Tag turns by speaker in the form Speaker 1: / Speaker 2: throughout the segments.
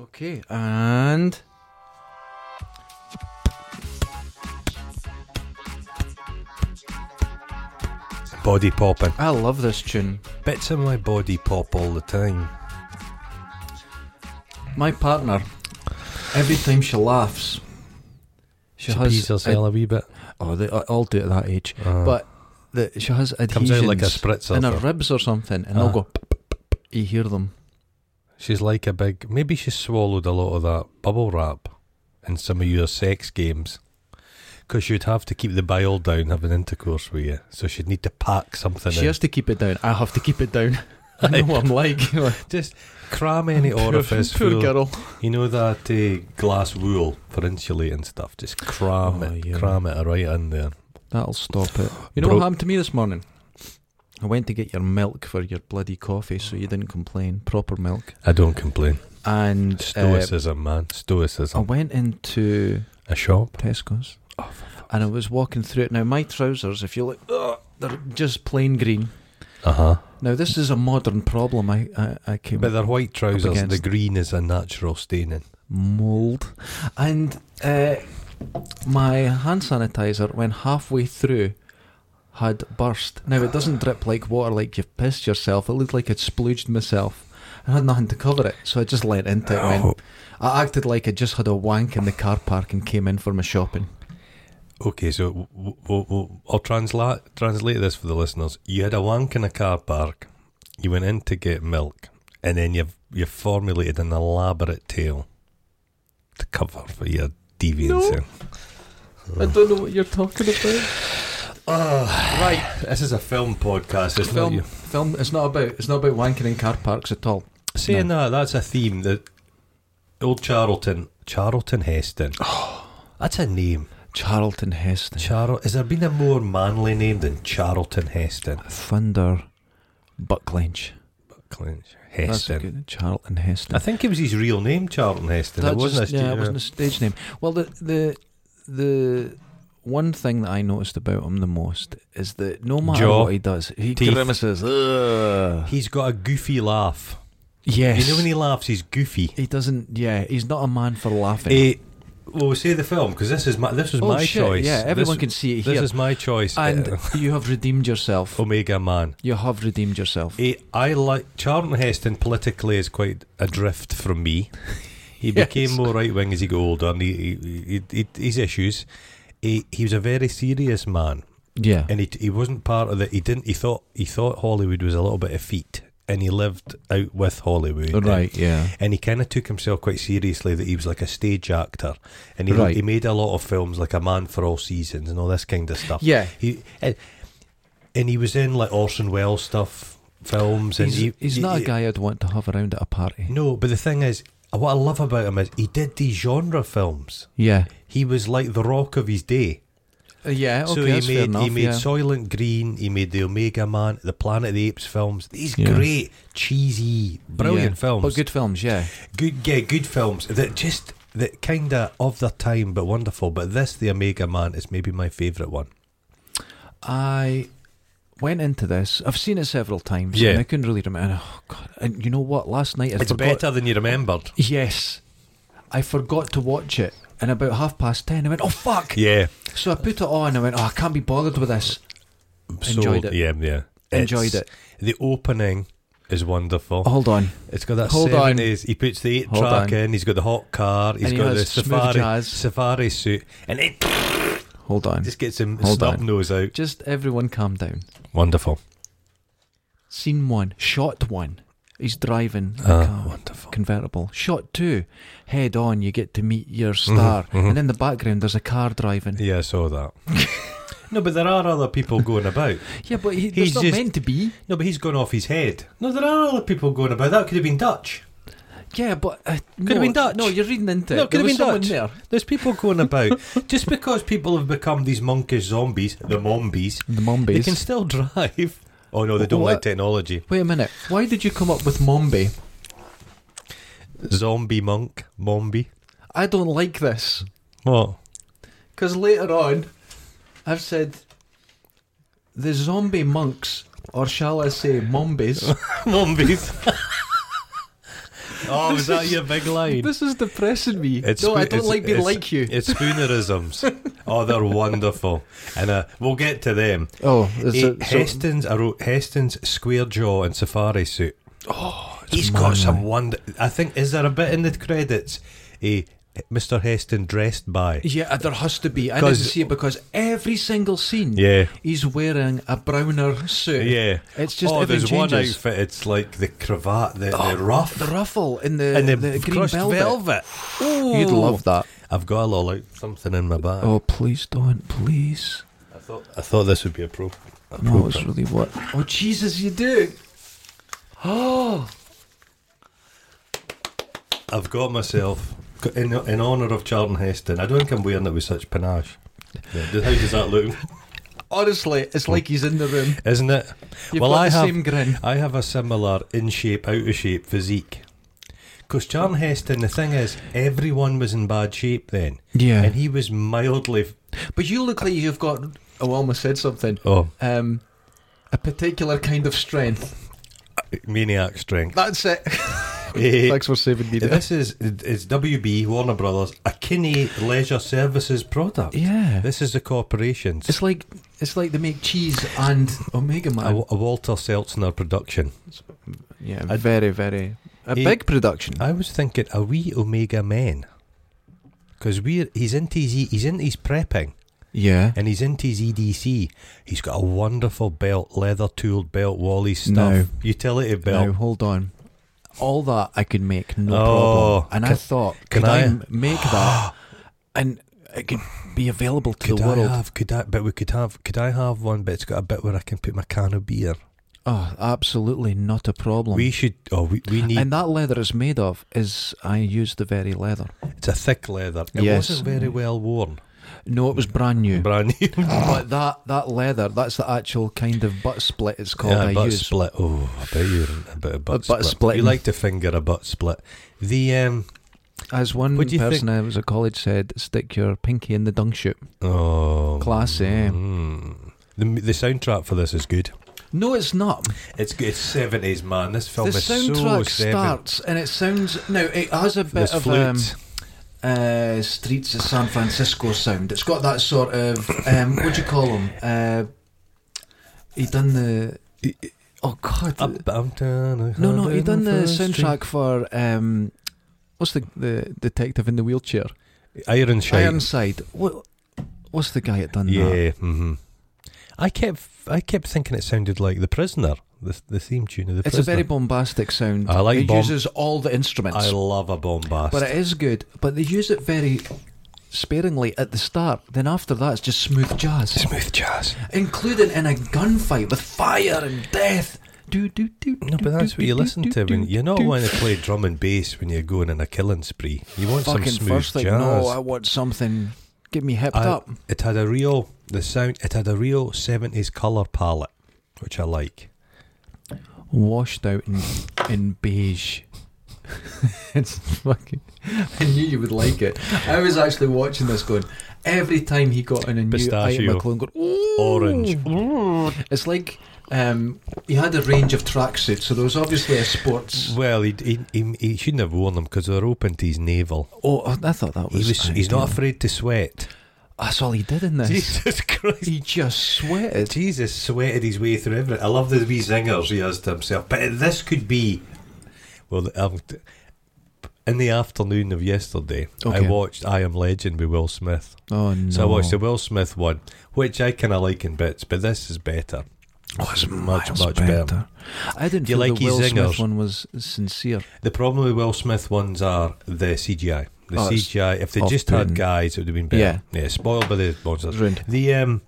Speaker 1: Okay, and
Speaker 2: Body popping.
Speaker 1: I love this tune.
Speaker 2: Bits of my body pop all the time.
Speaker 1: My partner, every time she laughs, she,
Speaker 2: She,
Speaker 1: has
Speaker 2: pees herself a wee bit.
Speaker 1: oh, they all do it at that age.
Speaker 2: Uh,
Speaker 1: But the, she has adhesions
Speaker 2: comes out like a spritzer.
Speaker 1: in her ribs or something, and they'll
Speaker 2: Uh-huh.
Speaker 1: go. You hear them.
Speaker 2: She's like a big. Maybe she swallowed a lot of that bubble wrap in some of your sex gamesbecause you'd have to keep the bile down having intercourse with you. So she'd need to pack something
Speaker 1: She
Speaker 2: in.
Speaker 1: has to keep it down. I have to keep it down. I know what I'm like.
Speaker 2: Just cram any orifice
Speaker 1: poor, poor
Speaker 2: full.
Speaker 1: girl.
Speaker 2: You know that uh, glass wool for insulating stuff. Just cram
Speaker 1: Oh,
Speaker 2: it,
Speaker 1: yeah.
Speaker 2: cram it right in there.
Speaker 1: That'll stop it. You know
Speaker 2: Bro-
Speaker 1: what happened to me this morning? I went to get your milk for your bloody coffee, so you didn't complain. Proper milk.
Speaker 2: I don't complain.
Speaker 1: And uh,
Speaker 2: Stoicism, man.
Speaker 1: I
Speaker 2: Stoicism.
Speaker 1: went into
Speaker 2: A shop.
Speaker 1: Tesco's, and I was walking through it. Now my trousers, if you look, ugh, they're just plain green.
Speaker 2: Uh huh.
Speaker 1: Now this is a modern problem. I I, I came
Speaker 2: But
Speaker 1: with
Speaker 2: they're white trousers. The
Speaker 1: against-
Speaker 2: green is a natural staining.
Speaker 1: mold, and uh, my hand sanitizer, when halfway through, had burst. Now it doesn't drip like water, like you've pissed yourself. It looked like I'd splooged myself. I had nothing to cover it, so I just leant into it.
Speaker 2: Oh.
Speaker 1: man. I acted like I just had a wank in the car park and came in for my shopping.
Speaker 2: Okay, so w- w- w- w- I'll translate translate this for the listeners. You had a wank in a car park. You went in to get milk, and then you've you formulated an elaborate tale to cover for your deviancy.
Speaker 1: I don't know what you're talking about. right,
Speaker 2: This is a film podcast. It's
Speaker 1: film,
Speaker 2: Not
Speaker 1: film. It's not about. It's not about wanking in car parks at all.
Speaker 2: you. Saying that, that's a theme that old Charlton Charlton Heston. That's a name.
Speaker 1: Charlton Heston.
Speaker 2: Charl. Has there been a more manly name than Charlton Heston?
Speaker 1: Thunder Buck Lynch.
Speaker 2: Clinch
Speaker 1: That's a
Speaker 2: Heston.
Speaker 1: good Charlton Heston.
Speaker 2: I think it was his real name, Charlton Heston.
Speaker 1: That
Speaker 2: it wasn't
Speaker 1: just-
Speaker 2: his
Speaker 1: yeah, it wasn't a stage name. Well, the the the one thing that I noticed about him the most is that no matter
Speaker 2: Jaw.
Speaker 1: what he does, he
Speaker 2: Teeth.
Speaker 1: grimaces. Ugh.
Speaker 2: He's got a goofy laugh.
Speaker 1: Yes,
Speaker 2: You know when he laughs, he's goofy.
Speaker 1: he doesn't. Yeah, he's not a man for laughing.
Speaker 2: Eh, well, say the film because this is my this was
Speaker 1: oh
Speaker 2: my
Speaker 1: shit!
Speaker 2: choice.
Speaker 1: Yeah, everyone
Speaker 2: this,
Speaker 1: can see it
Speaker 2: This
Speaker 1: here.
Speaker 2: is my choice.
Speaker 1: and
Speaker 2: Eh,
Speaker 1: you have redeemed yourself.
Speaker 2: Omega Man.
Speaker 1: You have redeemed yourself.
Speaker 2: Eh, I like Charlton Heston politically is quite adrift from me. He
Speaker 1: Yes.
Speaker 2: became more right wing as he got older, and he, he, he, he his issues. He, he was a very serious man.
Speaker 1: Yeah,
Speaker 2: and he, he wasn't part of the he didn't he thought he thought Hollywood was a little bit effete and he lived out with Hollywood
Speaker 1: right. Yeah,
Speaker 2: and, he kind of took himself quite seriously that he was like a stage actor and he,
Speaker 1: Right.
Speaker 2: he made a lot of films like A Man for All Seasons and all this kind of stuff
Speaker 1: yeah.
Speaker 2: he and, and he was in like Orson Welles stuff films and
Speaker 1: He's,
Speaker 2: he,
Speaker 1: he's
Speaker 2: he-
Speaker 1: not a
Speaker 2: he-
Speaker 1: guy I'd want to have around at a party.
Speaker 2: no but the thing is what I love about him is he did these genre films
Speaker 1: Yeah,
Speaker 2: he was like the rock of his day
Speaker 1: Uh, yeah. Okay,
Speaker 2: so
Speaker 1: that's
Speaker 2: he
Speaker 1: fair
Speaker 2: made
Speaker 1: enough.
Speaker 2: he made
Speaker 1: yeah.
Speaker 2: Soylent Green, he made the Omega Man, the Planet of the Apes films. These
Speaker 1: Yeah.
Speaker 2: great, cheesy, brilliant
Speaker 1: Yeah.
Speaker 2: films.
Speaker 1: But good films, yeah.
Speaker 2: good, yeah, good films that just that kind of of their time, but wonderful. But this, the Omega Man, is maybe my favourite one.
Speaker 1: I went into this. I've seen it several times.
Speaker 2: Yeah.
Speaker 1: And I couldn't really remember. Oh god! And you know what? Last night I
Speaker 2: It's
Speaker 1: forgot.
Speaker 2: better than you remembered.
Speaker 1: Yes, I forgot to watch it. And about half past ten, I went, "Oh fuck!"
Speaker 2: Yeah,
Speaker 1: So I put it on. I went, "Oh, I can't be bothered with this."
Speaker 2: So,
Speaker 1: Enjoyed it.
Speaker 2: Yeah, yeah,
Speaker 1: Enjoyed
Speaker 2: It's-
Speaker 1: it.
Speaker 2: The opening is wonderful.
Speaker 1: Hold on.
Speaker 2: It's got that
Speaker 1: Hold on.
Speaker 2: 70s. He puts the eight
Speaker 1: Hold
Speaker 2: track
Speaker 1: on.
Speaker 2: in. He's got the hot car. He's
Speaker 1: And he
Speaker 2: got
Speaker 1: has
Speaker 2: the
Speaker 1: smooth
Speaker 2: safari
Speaker 1: jazz.
Speaker 2: safari suit, and it
Speaker 1: Hold on.
Speaker 2: just gets him
Speaker 1: Hold
Speaker 2: snub
Speaker 1: on.
Speaker 2: nose out.
Speaker 1: Just everyone, calm down.
Speaker 2: Wonderful.
Speaker 1: Scene one, shot one. He's driving a
Speaker 2: Ah,
Speaker 1: car.
Speaker 2: wonderful.
Speaker 1: convertible. Shot two, head on, you get to meet your star. And in the background, there's a car driving.
Speaker 2: Mm-hmm, Yeah, I saw that. no, but there are other people going about.
Speaker 1: Yeah, but he,
Speaker 2: He's
Speaker 1: he's not
Speaker 2: just-
Speaker 1: meant to be.
Speaker 2: No, but he's gone off his head. No, there are other people going about. That could have been Dutch.
Speaker 1: Yeah, but uh, could
Speaker 2: have been Dutch.
Speaker 1: No, you're reading into it.
Speaker 2: No, it
Speaker 1: There
Speaker 2: could have been
Speaker 1: was someone
Speaker 2: Dutch.
Speaker 1: there.
Speaker 2: There's people going about. Just because people have become these monkish zombies, the mombies,
Speaker 1: The
Speaker 2: they
Speaker 1: Mombays.
Speaker 2: can still drive. Oh no, they don't
Speaker 1: What?
Speaker 2: like technology.
Speaker 1: Wait a minute. Why did you come up with Mombi?
Speaker 2: Zombie monk, mombi.
Speaker 1: I don't like this
Speaker 2: What?
Speaker 1: because later on, I've said the zombie monks, or shall I say, Mombies,
Speaker 2: Mombies. Oh, was that your big line?
Speaker 1: This is depressing me.
Speaker 2: It's
Speaker 1: no, I
Speaker 2: spoo-
Speaker 1: don't
Speaker 2: it's-
Speaker 1: like being
Speaker 2: it's-
Speaker 1: like you.
Speaker 2: It's spoonerisms. oh, they're wonderful, and uh, we'll get to them.
Speaker 1: Oh, is
Speaker 2: He-
Speaker 1: it, so,
Speaker 2: Heston's, I wrote Heston's square jaw and safari suit. Oh, he's
Speaker 1: manly.
Speaker 2: got some wonder. I think is there a bit in the credits? eh, Mr. Heston dressed by.
Speaker 1: yeah, uh, there has to be. I need to
Speaker 2: 'Cause-
Speaker 1: see it because every single scene,
Speaker 2: Yeah.
Speaker 1: he's wearing a browner suit.
Speaker 2: Yeah,
Speaker 1: It's just
Speaker 2: oh,
Speaker 1: everything
Speaker 2: there's one
Speaker 1: changes. Oh,
Speaker 2: outfit. It's like the cravat, the, the ruff,
Speaker 1: The ruffle in the
Speaker 2: and the,
Speaker 1: the green
Speaker 2: crushed
Speaker 1: velvet. Oh.
Speaker 2: velvet.
Speaker 1: You'd love that.
Speaker 2: I've got a lot like something in my bag.
Speaker 1: Oh, please don't, please.
Speaker 2: I thought I thought this would be a pro.
Speaker 1: No, it's really what. Oh Jesus, you do. Oh,
Speaker 2: I've got myself in in honour of Charlton Heston. I don't think I'm wearing it with such panache. Yeah, does- how does that look?
Speaker 1: honestly, it's like he's in the room.
Speaker 2: Isn't it?
Speaker 1: You've
Speaker 2: well,
Speaker 1: got
Speaker 2: I
Speaker 1: the
Speaker 2: have
Speaker 1: same grin.
Speaker 2: I have a similar in shape, out of shape physique. Because Charlton Heston, the thing is, everyone was in bad shape then,
Speaker 1: Yeah.
Speaker 2: and he was mildly.
Speaker 1: But you look like you've got. Oh, I almost said something.
Speaker 2: Oh,
Speaker 1: Um, a particular kind of strength.
Speaker 2: maniac strength.
Speaker 1: That's it.
Speaker 2: Eh,
Speaker 1: Thanks for saving me. There.
Speaker 2: This is it's WB Warner Brothers, a Kinney Leisure Services product.
Speaker 1: Yeah.
Speaker 2: This is the corporation's.
Speaker 1: It's like it's like they make cheese and Omega
Speaker 2: a,
Speaker 1: Man.
Speaker 2: a Walter Seltzner production.
Speaker 1: yeah,
Speaker 2: I-
Speaker 1: very very a
Speaker 2: He-
Speaker 1: big production.
Speaker 2: I was thinking a wee Omega Man, because we're he's into his E, he's into his prepping
Speaker 1: yeah.
Speaker 2: and he's into his EDC. He's got a wonderful belt, leather tooled belt, Wally stuff,
Speaker 1: No.
Speaker 2: utility
Speaker 1: Now
Speaker 2: belt.
Speaker 1: hold on. All that I could make, no
Speaker 2: Oh,
Speaker 1: problem. And I
Speaker 2: can-
Speaker 1: thought,
Speaker 2: can
Speaker 1: could I,
Speaker 2: I-
Speaker 1: m- make that, and it could be available to
Speaker 2: Could
Speaker 1: the
Speaker 2: I
Speaker 1: world?
Speaker 2: have? Could I? But we could have. Could I have one? But it's got a bit where I can put my can of beer.
Speaker 1: Oh, absolutely not a problem.
Speaker 2: We should. Oh, we, we need.
Speaker 1: and that leather is made of is I used the very leather.
Speaker 2: It's a thick leather. It
Speaker 1: Yes.
Speaker 2: wasn't very well worn.
Speaker 1: No, it was brand new.
Speaker 2: Brand new.
Speaker 1: But that that leather, that's the actual kind of butt split. It's called.
Speaker 2: yeah,
Speaker 1: I
Speaker 2: butt
Speaker 1: use.
Speaker 2: split. Oh, I bet you're in a bit of butt,
Speaker 1: A butt
Speaker 2: split.
Speaker 1: splitting.
Speaker 2: You like to finger a butt split. The um.
Speaker 1: As one
Speaker 2: What do you
Speaker 1: person
Speaker 2: think?
Speaker 1: I was at college said, stick your pinky in the dung chute.
Speaker 2: Oh,
Speaker 1: Classy.
Speaker 2: mm. The, the soundtrack for this is good.
Speaker 1: No, it's not.
Speaker 2: It's good. It's seventies, man. This film
Speaker 1: the
Speaker 2: is
Speaker 1: soundtrack
Speaker 2: so seven.
Speaker 1: starts and it sounds. No, it has a bit
Speaker 2: There's
Speaker 1: of um,
Speaker 2: flute.
Speaker 1: uh, Streets of San Francisco sound. It's got that sort of. Um, what do you call him? Uh, he done the. Oh, God.
Speaker 2: Up, up, down,
Speaker 1: no, no, he done the
Speaker 2: 101st
Speaker 1: soundtrack for. Um, what's the, the detective in the wheelchair?
Speaker 2: Street. Ironshine.
Speaker 1: Ironside. What, what's the guy that done
Speaker 2: yeah.
Speaker 1: that?
Speaker 2: hmm I kept, I kept thinking it sounded like The Prisoner. The, the theme tune of The
Speaker 1: It's a
Speaker 2: Prisoner.
Speaker 1: very bombastic sound.
Speaker 2: I like
Speaker 1: it
Speaker 2: bomb-
Speaker 1: uses all the instruments.
Speaker 2: I love a bombast.
Speaker 1: But it is good. But they use it very sparingly at the start. Then after that, it's just smooth jazz,
Speaker 2: Smooth jazz.
Speaker 1: including in a gunfight with fire and death. Do do do.
Speaker 2: No, but that's what you listen to when you're not want to play drum and bass when you're going on a killing spree. You want some
Speaker 1: fucking
Speaker 2: smooth
Speaker 1: first thing.
Speaker 2: jazz.
Speaker 1: No, I want something. Get me hipped
Speaker 2: I-
Speaker 1: up.
Speaker 2: It had a real the sound. It had a real seventies color palette, which I like.
Speaker 1: Washed out in in beige. it's fucking. I knew you would like it. I was actually watching this going. Every time he got in a new item,
Speaker 2: Pistachio.
Speaker 1: I clone going "Ooh."
Speaker 2: Orange.
Speaker 1: It's like um, he had a range of tracksuits, so there was obviously a sports.
Speaker 2: Well, he he, he, he shouldn't have worn them because they're open to his navel.
Speaker 1: Oh, I thought that
Speaker 2: He
Speaker 1: was.
Speaker 2: was he's not afraid to sweat.
Speaker 1: That's all he did in this.
Speaker 2: Jesus Christ.
Speaker 1: He just sweated.
Speaker 2: Uh, Jesus sweated his way through everything. I love the wee zingers he has to himself. But this could be. Well, um, in the afternoon of yesterday,
Speaker 1: Okay.
Speaker 2: I watched I Am Legend with Will Smith.
Speaker 1: Oh no!
Speaker 2: So I watched the Will Smith one, which I kind of like in bits, but this is better.
Speaker 1: Oh, it's
Speaker 2: much,
Speaker 1: miles
Speaker 2: much better.
Speaker 1: I didn't
Speaker 2: You
Speaker 1: feel
Speaker 2: like
Speaker 1: the
Speaker 2: his
Speaker 1: Will Smith
Speaker 2: zingers?
Speaker 1: one was sincere.
Speaker 2: The problem with Will Smith ones are the CGI. The
Speaker 1: Oh, it's
Speaker 2: CGI. If they just had
Speaker 1: often-
Speaker 2: guys, it would have been better. Yeah. spoiled by the monsters.
Speaker 1: Ruined.
Speaker 2: The um,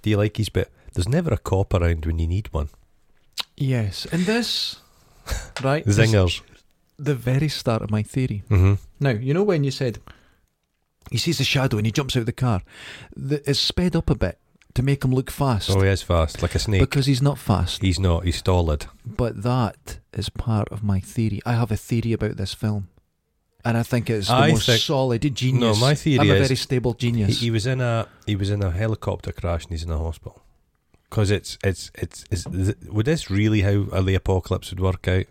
Speaker 2: do you like his bit? There's never a cop around when you need one.
Speaker 1: Yes, and this, right? this-
Speaker 2: Zingers.
Speaker 1: The very start of my theory.
Speaker 2: Mm-hmm.
Speaker 1: Now you know when you said he sees a shadow and he jumps out of the car. The, it's sped up a bit to make him look fast
Speaker 2: Oh, he is fast, like a snake.
Speaker 1: because he's not fast.
Speaker 2: he's not. He's stolid.
Speaker 1: But that is part of my theory. I have a theory about this film. And I think it's the
Speaker 2: I
Speaker 1: most
Speaker 2: think-
Speaker 1: solid genius.
Speaker 2: No, my theory
Speaker 1: I'm a
Speaker 2: is-
Speaker 1: very stable
Speaker 2: He,
Speaker 1: genius.
Speaker 2: he was in a he was in a helicopter crash and he's in a hospital. Because it's it's it's, it's th- would this really how the apocalypse would work out?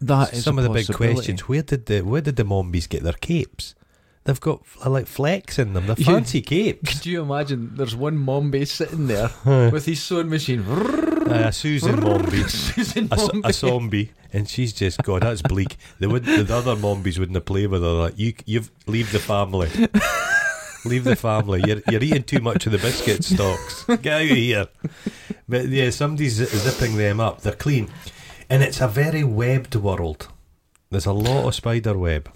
Speaker 1: That is
Speaker 2: Some
Speaker 1: a
Speaker 2: of the big
Speaker 1: possibility.
Speaker 2: questions: Where did the where did the Mombies get their capes? They've got f- like flecks in them. They're
Speaker 1: You-
Speaker 2: fancy capes.
Speaker 1: Could you imagine? There's one Mombi sitting there
Speaker 2: Aye,
Speaker 1: with his sewing machine.
Speaker 2: Uh, a Susan Mombi.
Speaker 1: Susan
Speaker 2: A, s-
Speaker 1: Mombi.
Speaker 2: a zombie, and she's just God. That's bleak. They would the other mombies wouldn't play with her. Like you, you've leave the family, leave the family. You're, you're eating too much of the biscuit stocks. Get out of here. But yeah, somebody's zi- zipping them up. They're clean, and it's a very webbed world. There's a lot of spider web.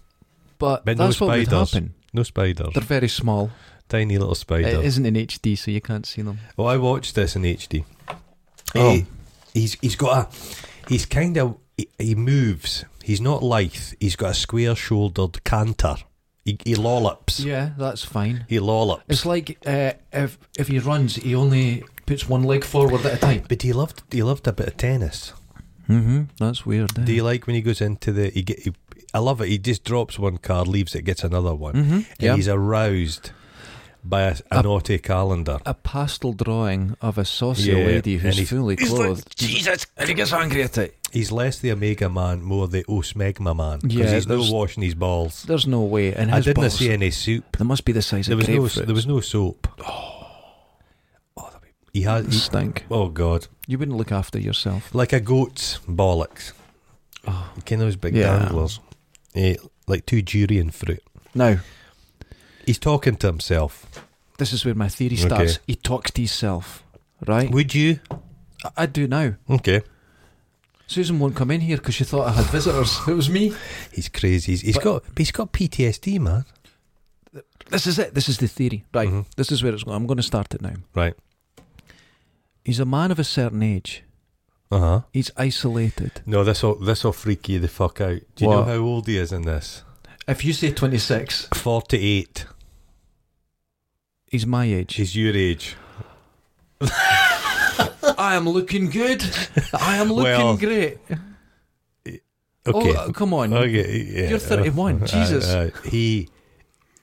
Speaker 1: But
Speaker 2: But no
Speaker 1: that's what would
Speaker 2: spiders.
Speaker 1: happen.
Speaker 2: No spiders,
Speaker 1: They're very small.
Speaker 2: tiny little
Speaker 1: It
Speaker 2: spiders.
Speaker 1: isn't in HD, so you can't see them.
Speaker 2: Well, I watched this in HD.
Speaker 1: Oh.
Speaker 2: He- he's he's got a he's kind of he, he moves. He's not lithe. He's got a square-shouldered canter. He, he lollops.
Speaker 1: Yeah, that's fine.
Speaker 2: He lollops.
Speaker 1: It's like uh, if if he runs, he only puts one leg forward at a time.
Speaker 2: but he loved he loved a bit of tennis.
Speaker 1: Mm-hmm. That's weird.
Speaker 2: Do you like when he goes into the he get he, I love it. He just drops one card, leaves it, gets another one,
Speaker 1: Mm-hmm.
Speaker 2: and he's aroused by a, a
Speaker 1: A-
Speaker 2: naughty calendar.
Speaker 1: a pastel drawing of a saucy
Speaker 2: Yeah,
Speaker 1: lady
Speaker 2: and
Speaker 1: who's
Speaker 2: he's-
Speaker 1: fully
Speaker 2: he's like,
Speaker 1: clothed. Jesus, and he gets angry at it.
Speaker 2: He's less the Omega Man, more the Osmegma Man, because
Speaker 1: Yeah,
Speaker 2: he's no
Speaker 1: there's-
Speaker 2: washing his balls.
Speaker 1: There's no way. And
Speaker 2: I
Speaker 1: his
Speaker 2: didn't
Speaker 1: balls,
Speaker 2: see any soup.
Speaker 1: They must be the size
Speaker 2: There
Speaker 1: of
Speaker 2: was no
Speaker 1: grapefruit.
Speaker 2: there was no soap. Oh,
Speaker 1: Oh,
Speaker 2: that'd be- he has. he-
Speaker 1: stink.
Speaker 2: oh God,
Speaker 1: You wouldn't look after yourself.
Speaker 2: like a goat's bollocks. Oh, kind of those big
Speaker 1: Yeah.
Speaker 2: danglers, Eh, like two durian fruit.
Speaker 1: Now,
Speaker 2: He's talking to himself.
Speaker 1: this is where my theory
Speaker 2: Okay.
Speaker 1: starts. He talks to himself, right?
Speaker 2: Would you?
Speaker 1: I- I do now.
Speaker 2: Okay.
Speaker 1: Susan won't come in here because she thought I had visitors. It was me.
Speaker 2: He's crazy. He's, he's
Speaker 1: But-
Speaker 2: got. But he's got PTSD, man.
Speaker 1: This is it. This is the theory. Right.
Speaker 2: Mhm.
Speaker 1: This is where it's going. I'm going to start it now.
Speaker 2: Right.
Speaker 1: He's a man of a certain age.
Speaker 2: Uh huh.
Speaker 1: He's isolated.
Speaker 2: No, this will this will freak you the fuck out. Do you know
Speaker 1: What?
Speaker 2: how old he is in this?
Speaker 1: If you say 26,
Speaker 2: Forty eight.
Speaker 1: he's my age.
Speaker 2: She's your age.
Speaker 1: I am looking good. I am looking
Speaker 2: Well,
Speaker 1: great.
Speaker 2: Okay. Uh,
Speaker 1: Oh, come on.
Speaker 2: Okay, yeah.
Speaker 1: You're 31,
Speaker 2: Aye,
Speaker 1: Jesus.
Speaker 2: aye. He,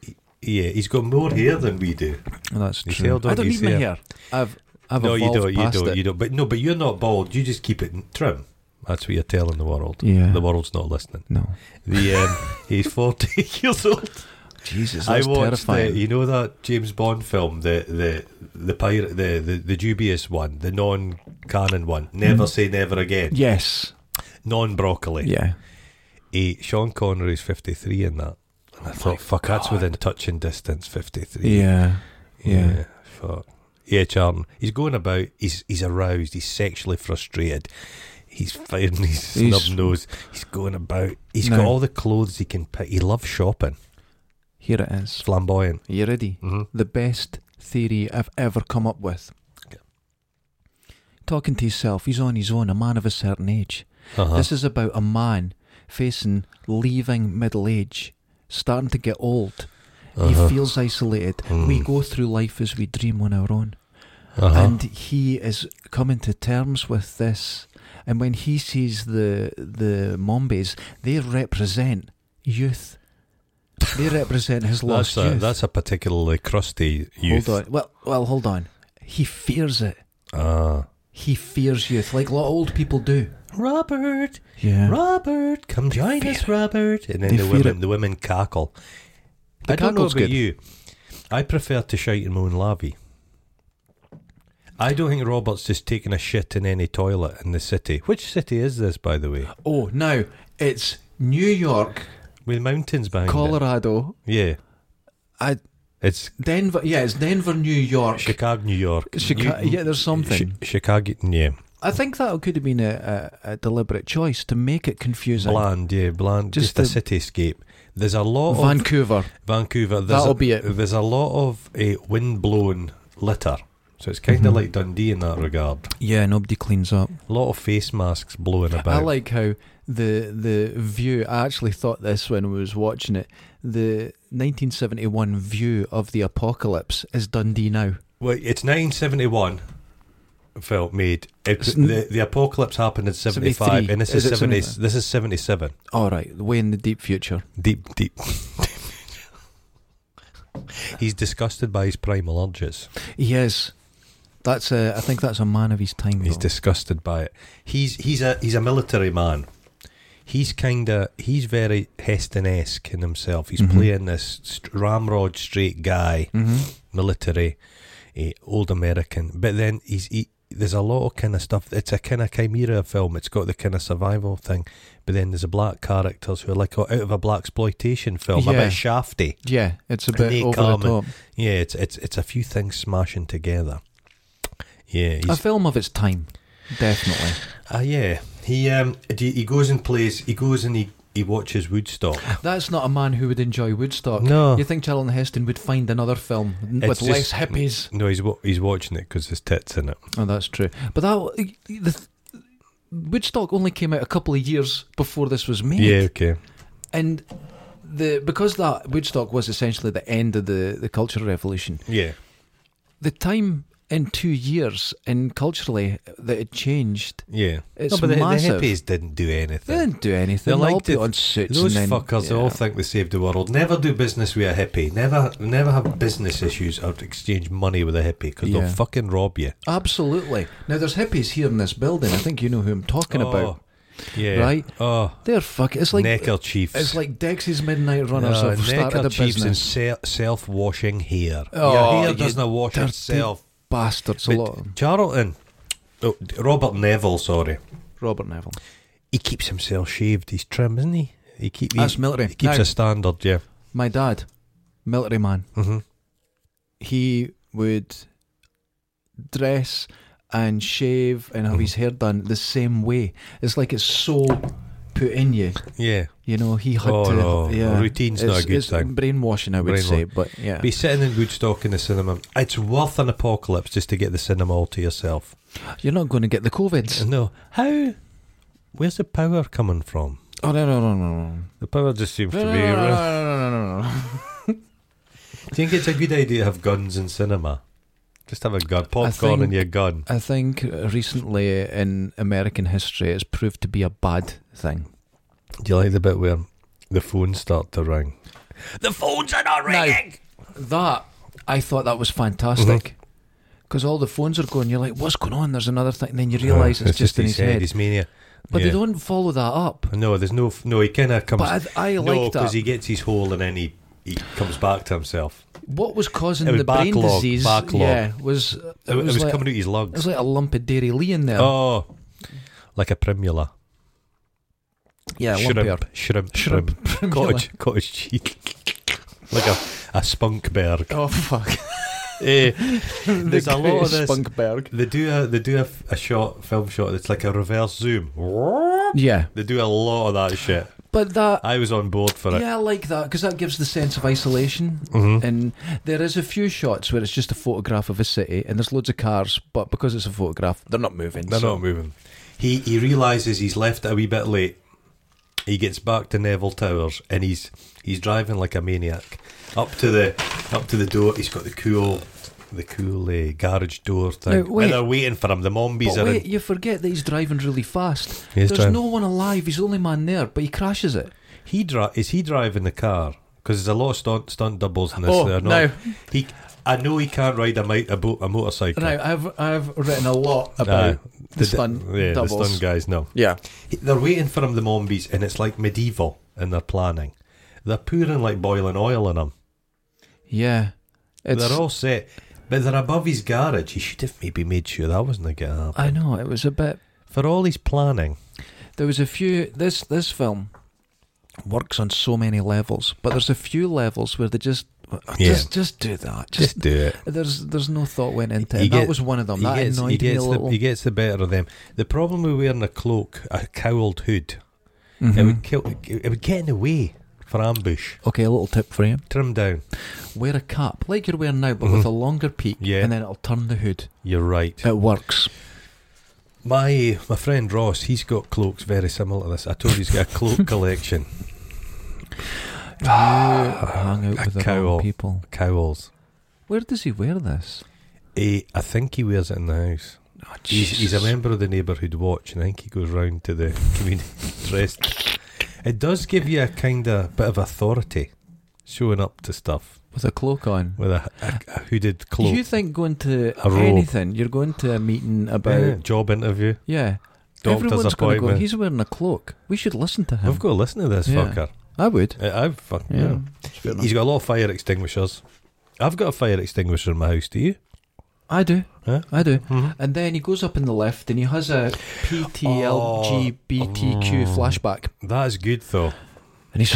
Speaker 2: he- yeah, he's got more hair than we do.
Speaker 1: That's
Speaker 2: He's
Speaker 1: true.
Speaker 2: held on
Speaker 1: I don't
Speaker 2: to
Speaker 1: need
Speaker 2: his
Speaker 1: my
Speaker 2: hair.
Speaker 1: hair. I've, I've
Speaker 2: no, you
Speaker 1: evolved
Speaker 2: don't. You
Speaker 1: past
Speaker 2: don't.
Speaker 1: it.
Speaker 2: You don't. But no, but you're not bald. You just keep it trim. That's what you're telling the world.
Speaker 1: Yeah.
Speaker 2: The world's not listening.
Speaker 1: no.
Speaker 2: The um, he's 40 years old.
Speaker 1: Jesus,
Speaker 2: I
Speaker 1: that's
Speaker 2: watched the,
Speaker 1: terrifying.
Speaker 2: you know that James Bond film, the the the pirate, the the, the dubious one, the non-canon one. Never say never again.
Speaker 1: yes.
Speaker 2: Non-broccoli.
Speaker 1: Mm-hmm. Yeah.
Speaker 2: Eh, Sean Connery's 53 in that. And I thought, fuck, that's within touching distance, 53.
Speaker 1: Oh Yeah. Yeah.
Speaker 2: fuck. Yeah, Charlton. He's going about, he's he's aroused, he's sexually frustrated, he's firing his
Speaker 1: He's-
Speaker 2: snub nose, he's going about, He's
Speaker 1: No.
Speaker 2: got all the clothes he can pick. He loves shopping,
Speaker 1: Here it is.
Speaker 2: flamboyant.
Speaker 1: Are you ready?
Speaker 2: Mm-hmm.
Speaker 1: The best theory I've ever come up with.
Speaker 2: Okay.
Speaker 1: Talking to himself, he's on his own, a man of a certain age.
Speaker 2: Uh-huh.
Speaker 1: This is about a man facing leaving middle age, starting to get old.
Speaker 2: Uh-huh.
Speaker 1: He feels isolated.
Speaker 2: Mm.
Speaker 1: We go through life as we dream on our own.
Speaker 2: Uh-huh.
Speaker 1: and he is coming to terms with this. And when he sees the the Mombies, they represent youth. They represent his lost
Speaker 2: that's, a,
Speaker 1: youth.
Speaker 2: that's a particularly crusty youth.
Speaker 1: Hold on. Well, well, hold on. He fears it.
Speaker 2: Ah.
Speaker 1: He fears youth, like a lot of old people do.
Speaker 2: Robert,
Speaker 1: Yeah.
Speaker 2: Robert, come join
Speaker 1: fear
Speaker 2: us, Robert. And then
Speaker 1: They
Speaker 2: the
Speaker 1: fear
Speaker 2: women,
Speaker 1: it.
Speaker 2: the women cackle.
Speaker 1: The
Speaker 2: I don't know
Speaker 1: cackle's
Speaker 2: about
Speaker 1: good.
Speaker 2: you. I prefer to shite in my own lavvy. I don't think Robert's just taking a shit in any toilet in the city. Which city is this, by the way?
Speaker 1: Oh, now it's New York,
Speaker 2: With mountains behind it.
Speaker 1: Colorado,
Speaker 2: Yeah,
Speaker 1: I,
Speaker 2: it's
Speaker 1: Denver. Yeah, it's Denver, New York.
Speaker 2: Chicago, New York.
Speaker 1: Chica-
Speaker 2: New-
Speaker 1: yeah, there's something.
Speaker 2: Chi- Chicago, yeah.
Speaker 1: I think that could have been a, a, a deliberate choice to make it confusing.
Speaker 2: Bland, yeah, bland. Just,
Speaker 1: Just
Speaker 2: a cityscape. There's a lot of
Speaker 1: Vancouver.
Speaker 2: Vancouver. There's
Speaker 1: That'll
Speaker 2: a,
Speaker 1: be it.
Speaker 2: There's a lot of uh, windblown litter, so it's kind of
Speaker 1: Mhm.
Speaker 2: like Dundee in that regard.
Speaker 1: Yeah, nobody cleans up.
Speaker 2: A lot of face masks blowing about.
Speaker 1: I like how the the view. I actually thought this when I was watching it. The 1971 view of the apocalypse is Dundee now.
Speaker 2: Well, it's 1971. Felt made. It,
Speaker 1: It's n-
Speaker 2: the, the apocalypse happened in 75,
Speaker 1: 73.
Speaker 2: and this is,
Speaker 1: Is it
Speaker 2: 70.
Speaker 1: 75?
Speaker 2: This is 77.
Speaker 1: All right, way in the deep future.
Speaker 2: Deep, deep. He's disgusted by his primal urges.
Speaker 1: Yes, that's a. I think that's a man of his time.
Speaker 2: He's
Speaker 1: though.
Speaker 2: disgusted by it. He's he's a he's a military man. he's kind of he's very Heston-esque in himself. He's
Speaker 1: Mhm.
Speaker 2: playing this st- ramrod straight guy,
Speaker 1: Mm-hmm.
Speaker 2: military, eh, old American. But then he's he, there's a lot of kind of stuff. It's a kind of chimera film. It's got the kind of survival thing. But then there's a black characters who are like oh, out of a black exploitation film, a
Speaker 1: Yeah.
Speaker 2: bit shafty.
Speaker 1: Yeah, it's a
Speaker 2: And
Speaker 1: bit
Speaker 2: they
Speaker 1: over the
Speaker 2: come
Speaker 1: top.
Speaker 2: Yeah, it's it's it's a few things smashing together. Yeah, he's,
Speaker 1: A film of its time, definitely.
Speaker 2: Ah, yeah. He um d- he goes and plays. He goes and he he watches Woodstock.
Speaker 1: That's not a man who would enjoy Woodstock.
Speaker 2: No.
Speaker 1: You think Charlton Heston would find another film n- with
Speaker 2: It's
Speaker 1: less
Speaker 2: just-
Speaker 1: hippies?
Speaker 2: No, he's wa- he's watching it because there's tits in it.
Speaker 1: Oh, that's true. But that the, th- Woodstock only came out a couple of years before this was made.
Speaker 2: Yeah, okay.
Speaker 1: And the because that Woodstock was essentially the end of the, the Cultural Revolution,
Speaker 2: Yeah,
Speaker 1: the time in two years and culturally that it changed,
Speaker 2: yeah.
Speaker 1: it's
Speaker 2: no, but the, the
Speaker 1: massive.
Speaker 2: hippies didn't do anything.
Speaker 1: they didn't do anything.
Speaker 2: They're
Speaker 1: They
Speaker 2: like
Speaker 1: all
Speaker 2: the-
Speaker 1: put on suits.
Speaker 2: Those
Speaker 1: and then,
Speaker 2: fuckers all think they saved the world. Never do business with a hippie. Never, never have business issues or exchange money with a hippie because
Speaker 1: Yeah.
Speaker 2: they'll fucking rob you.
Speaker 1: Absolutely. Now there's hippies here in this building. I think you know who I'm talking about,
Speaker 2: Oh, yeah.
Speaker 1: right?
Speaker 2: Oh,
Speaker 1: They're fuck. It's like
Speaker 2: necker chiefs.
Speaker 1: it's like Dexy's Midnight Runners
Speaker 2: No,
Speaker 1: have
Speaker 2: necker
Speaker 1: started a
Speaker 2: chiefs and
Speaker 1: business.
Speaker 2: se- self-washing hair.
Speaker 1: Oh,
Speaker 2: Your hair
Speaker 1: you
Speaker 2: doesn't wash
Speaker 1: dirty
Speaker 2: itself.
Speaker 1: Bastards, a
Speaker 2: But
Speaker 1: lot. of 'em.
Speaker 2: Charlton, oh, d- Robert Neville, sorry,
Speaker 1: Robert Neville.
Speaker 2: he keeps himself shaved. He's trim, isn't he? He, keep, he,
Speaker 1: That's
Speaker 2: he
Speaker 1: military.
Speaker 2: keeps
Speaker 1: Now,
Speaker 2: a standard, yeah.
Speaker 1: my dad, military man.
Speaker 2: Mm-hmm.
Speaker 1: he would dress and shave and have
Speaker 2: Mm-hmm.
Speaker 1: his hair done the same way. It's like it's so put in you.
Speaker 2: Yeah.
Speaker 1: You know, he had
Speaker 2: Oh,
Speaker 1: to.
Speaker 2: no.
Speaker 1: Yeah,
Speaker 2: Routine's not a
Speaker 1: It's-
Speaker 2: good
Speaker 1: it's
Speaker 2: thing.
Speaker 1: Brainwashing, I would say, but yeah.
Speaker 2: Be sitting in Woodstock in the cinema. It's worth an apocalypse just to get the cinema all to yourself.
Speaker 1: You're not going to get the COVIDs.
Speaker 2: No. How? Where's the power coming from? Ah.
Speaker 1: Oh, no, no, no, no, no.
Speaker 2: The power just seems
Speaker 1: No, no,
Speaker 2: to
Speaker 1: no,
Speaker 2: be.
Speaker 1: no, no, no, no, no.
Speaker 2: Do you think it's a good idea to have guns in cinema? Just have a gun, popcorn,
Speaker 1: think-
Speaker 2: and your gun.
Speaker 1: I think uh, recently in American history, it's proved to be a bad thing.
Speaker 2: Do you like the bit where the phones start to ring? The phones are not
Speaker 1: No.
Speaker 2: ringing.
Speaker 1: That I thought that was
Speaker 2: Mm-hmm.
Speaker 1: fantastic because all the phones are going. You're like, what's going on? There's another thing. And then
Speaker 2: Uh,
Speaker 1: you realise it's, just, in his head.
Speaker 2: His mania.
Speaker 1: But
Speaker 2: Yeah.
Speaker 1: they don't follow that up.
Speaker 2: No, there's no. f- No, he kind of comes.
Speaker 1: But I, I
Speaker 2: no,
Speaker 1: like that.
Speaker 2: because he gets his hole and then he, he comes back to himself.
Speaker 1: what was causing
Speaker 2: It was
Speaker 1: the brain
Speaker 2: backlog,
Speaker 1: disease?
Speaker 2: backlog.
Speaker 1: Yeah, was it,
Speaker 2: It, it
Speaker 1: was,
Speaker 2: was,
Speaker 1: like,
Speaker 2: coming out his
Speaker 1: it
Speaker 2: lugs.
Speaker 1: was like um, a lump of dairy lee in there.
Speaker 2: Oh, like a primula.
Speaker 1: yeah, a lump
Speaker 2: shrimp,
Speaker 1: of
Speaker 2: shrimp,
Speaker 1: Shrimp.
Speaker 2: shrimp,
Speaker 1: primula.
Speaker 2: cottage, cottage cheese. like a a spunkberg.
Speaker 1: Oh fuck!
Speaker 2: Eh, there's a lot of this.
Speaker 1: Spunkberg.
Speaker 2: They do a they do a, f- a shot film shot that's like a reverse zoom.
Speaker 1: Yeah,
Speaker 2: They do a lot of that shit.
Speaker 1: but that.
Speaker 2: Ah, I was on board for it.
Speaker 1: Yeah, I like that because that gives the sense of isolation.
Speaker 2: Mhm.
Speaker 1: And there is a few shots where it's just a photograph of a city, and there's loads of cars, but because it's a photograph, they're not moving.
Speaker 2: They're
Speaker 1: so-
Speaker 2: not moving. He he realizes he's left a wee bit late. He gets back to Neville Towers and he's he's driving like a maniac up to the up to the door. He's got the cool the cool uh, garage door
Speaker 1: Now,
Speaker 2: thing.
Speaker 1: wait.
Speaker 2: and they're waiting for him. The mombies
Speaker 1: But
Speaker 2: are
Speaker 1: wait,
Speaker 2: in.
Speaker 1: you forget that he's driving really fast.
Speaker 2: He is
Speaker 1: There's
Speaker 2: driving.
Speaker 1: no one alive. He's the only man there, but he crashes it.
Speaker 2: He dri- is he driving the car? Because there's a lot of stunt, stunt doubles in this.
Speaker 1: Oh,
Speaker 2: They're
Speaker 1: now-
Speaker 2: he. I know he can't ride a, mi- a, boat, a motorcycle.
Speaker 1: Right, I've I've written a lot about
Speaker 2: Aye.
Speaker 1: the stunt
Speaker 2: Ah, yeah, the
Speaker 1: doubles.
Speaker 2: stunt guys. No,
Speaker 1: yeah,
Speaker 2: They're waiting for him, the Mombies, and it's like medieval in their planning. They're pouring like boiling oil in him.
Speaker 1: yeah. It's,
Speaker 2: they're all set, but they're above his garage. He should have maybe made sure that wasn't a get up.
Speaker 1: I know it was a bit.
Speaker 2: For all his planning,
Speaker 1: There was a few. This this film works on so many levels, but there's a few levels where they just uh,
Speaker 2: Yeah.
Speaker 1: just just do that. Just,
Speaker 2: just do it.
Speaker 1: there's there's no thought went into it.
Speaker 2: He
Speaker 1: that
Speaker 2: get-
Speaker 1: was one of them.
Speaker 2: He
Speaker 1: That
Speaker 2: gets,
Speaker 1: annoyed
Speaker 2: he, gets
Speaker 1: me a
Speaker 2: the,
Speaker 1: little.
Speaker 2: he gets the better of them. The problem with wearing a cloak, a cowled hood, it
Speaker 1: Mhm.
Speaker 2: would kill. It would get in the way for ambush.
Speaker 1: Okay, a little tip for you:
Speaker 2: Trim down.
Speaker 1: wear a cap like you're wearing now, but with a longer peak,
Speaker 2: Mm-hmm. Yeah.
Speaker 1: and then it'll turn the hood.
Speaker 2: You're right.
Speaker 1: It works.
Speaker 2: My my friend Ross, he's got cloaks very similar to this. I told you he's got a cloak collection.
Speaker 1: You hang out
Speaker 2: Ah, a
Speaker 1: with the
Speaker 2: cowl.
Speaker 1: wrong people.
Speaker 2: Cowls.
Speaker 1: Where does he wear this?
Speaker 2: He, Eh, I think he wears it in the house.
Speaker 1: Oh,
Speaker 2: He's, he's a
Speaker 1: Jesus.
Speaker 2: member of the neighbourhood watch, and I think he goes round to the community dressed. It does give you a kind of bit of authority, showing up to stuff
Speaker 1: with a cloak on.
Speaker 2: with a, a, a hooded
Speaker 1: Do
Speaker 2: cloak,
Speaker 1: you think going to
Speaker 2: A robe.
Speaker 1: anything, you're going to a meeting about
Speaker 2: Yeah, job interview.
Speaker 1: yeah,
Speaker 2: doctor's
Speaker 1: Everyone's going to go,
Speaker 2: appointment.
Speaker 1: he's wearing a cloak. We should listen to him.
Speaker 2: We've got to listen to this
Speaker 1: Yeah.
Speaker 2: fucker.
Speaker 1: I would.
Speaker 2: I, I've fuck,
Speaker 1: Yeah.
Speaker 2: yeah.
Speaker 1: it's fair
Speaker 2: He's
Speaker 1: enough.
Speaker 2: got a lot of fire extinguishers. I've got a fire extinguisher in my house. Do you?
Speaker 1: I do.
Speaker 2: Yeah.
Speaker 1: I do.
Speaker 2: Mm-hmm.
Speaker 1: And then he goes up in the lift and he has a PTLGBTQ
Speaker 2: Oh.
Speaker 1: flashback.
Speaker 2: That is good though.
Speaker 1: And he's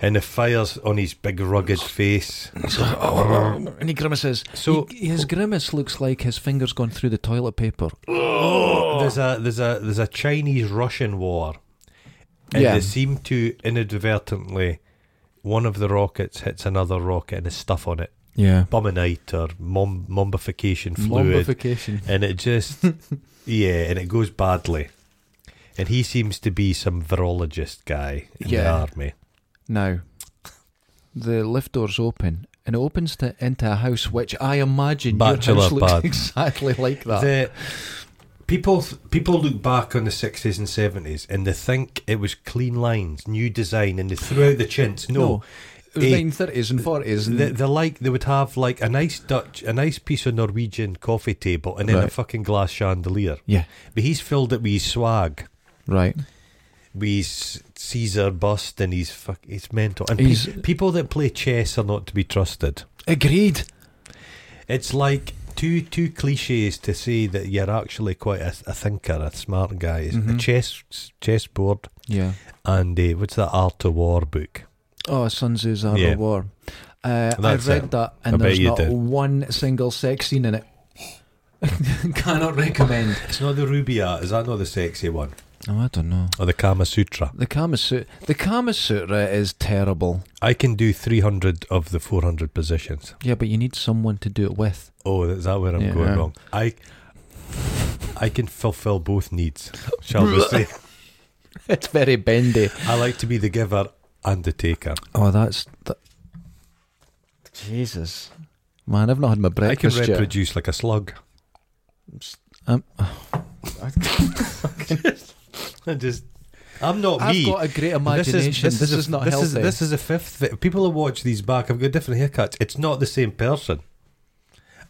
Speaker 2: And the fire's on his big rugged face.
Speaker 1: and he grimaces.
Speaker 2: So-
Speaker 1: He- his grimace looks like his fingers gone through the toilet paper.
Speaker 2: There's a there's a there's a Chinese Russian war, and
Speaker 1: Yeah.
Speaker 2: they seem to inadvertently, one of the rockets hits another rocket and there's stuff on it,
Speaker 1: Yeah.
Speaker 2: bumonite or mum, mummification fluid,
Speaker 1: Mummification.
Speaker 2: and it just yeah, and it goes badly. And he seems to be some virologist guy in the
Speaker 1: Yeah.
Speaker 2: army.
Speaker 1: Now, the lift doors open and it opens to into a house which I imagine
Speaker 2: Bachelor
Speaker 1: your house looks
Speaker 2: pad.
Speaker 1: exactly like that.
Speaker 2: The people people look back on the sixties and seventies and they think it was clean lines, new design, and they threw out the chintz. No,
Speaker 1: it was
Speaker 2: eh,
Speaker 1: nine thirties and forties.
Speaker 2: they, they like they would have like a nice Dutch, a nice piece of Norwegian coffee table, and then a
Speaker 1: Right.
Speaker 2: fucking glass chandelier.
Speaker 1: Yeah,
Speaker 2: But he's filled it with his swag,
Speaker 1: right.
Speaker 2: with his Caesar bust, and he's fuck, it's mental. And pe-
Speaker 1: He's-
Speaker 2: people that play chess are not to be trusted.
Speaker 1: Agreed.
Speaker 2: It's like two two cliches to say that you're actually quite a, a thinker, a smart guy. It's A
Speaker 1: Mhm.
Speaker 2: chess chessboard
Speaker 1: Yeah.
Speaker 2: and uh, what's that Art of War book?
Speaker 1: Oh, Sun Tzu's Art
Speaker 2: Yeah.
Speaker 1: of War. Uh, I
Speaker 2: That's
Speaker 1: read
Speaker 2: it.
Speaker 1: that,
Speaker 2: I
Speaker 1: and
Speaker 2: bet
Speaker 1: there's
Speaker 2: you
Speaker 1: not
Speaker 2: did.
Speaker 1: one single sex scene in it. Cannot recommend.
Speaker 2: It's not the ruby art. Is that not the sexy one
Speaker 1: Oh, I don't know.
Speaker 2: or the Kama Sutra?
Speaker 1: The Kama Sutra, the Kama Sutra is terrible.
Speaker 2: I can do three hundred of the four hundred positions.
Speaker 1: Yeah, but you need someone to do it with.
Speaker 2: Oh, is that where I'm
Speaker 1: Yeah.
Speaker 2: going wrong? I I can fulfill both needs. Shall we say?
Speaker 1: It's very bendy.
Speaker 2: I like to be the giver and the taker.
Speaker 1: Oh, that's th- Jesus, man! I've not had my
Speaker 2: I can
Speaker 1: breakfast yet.
Speaker 2: reproduce like a slug.
Speaker 1: Um,
Speaker 2: I just. I'm not
Speaker 1: I've
Speaker 2: me.
Speaker 1: got a great imagination. This is, not
Speaker 2: this
Speaker 1: healthy.
Speaker 2: Is, this is a fifth. vi- People who watch these back, I've got different haircuts. It's not the same person.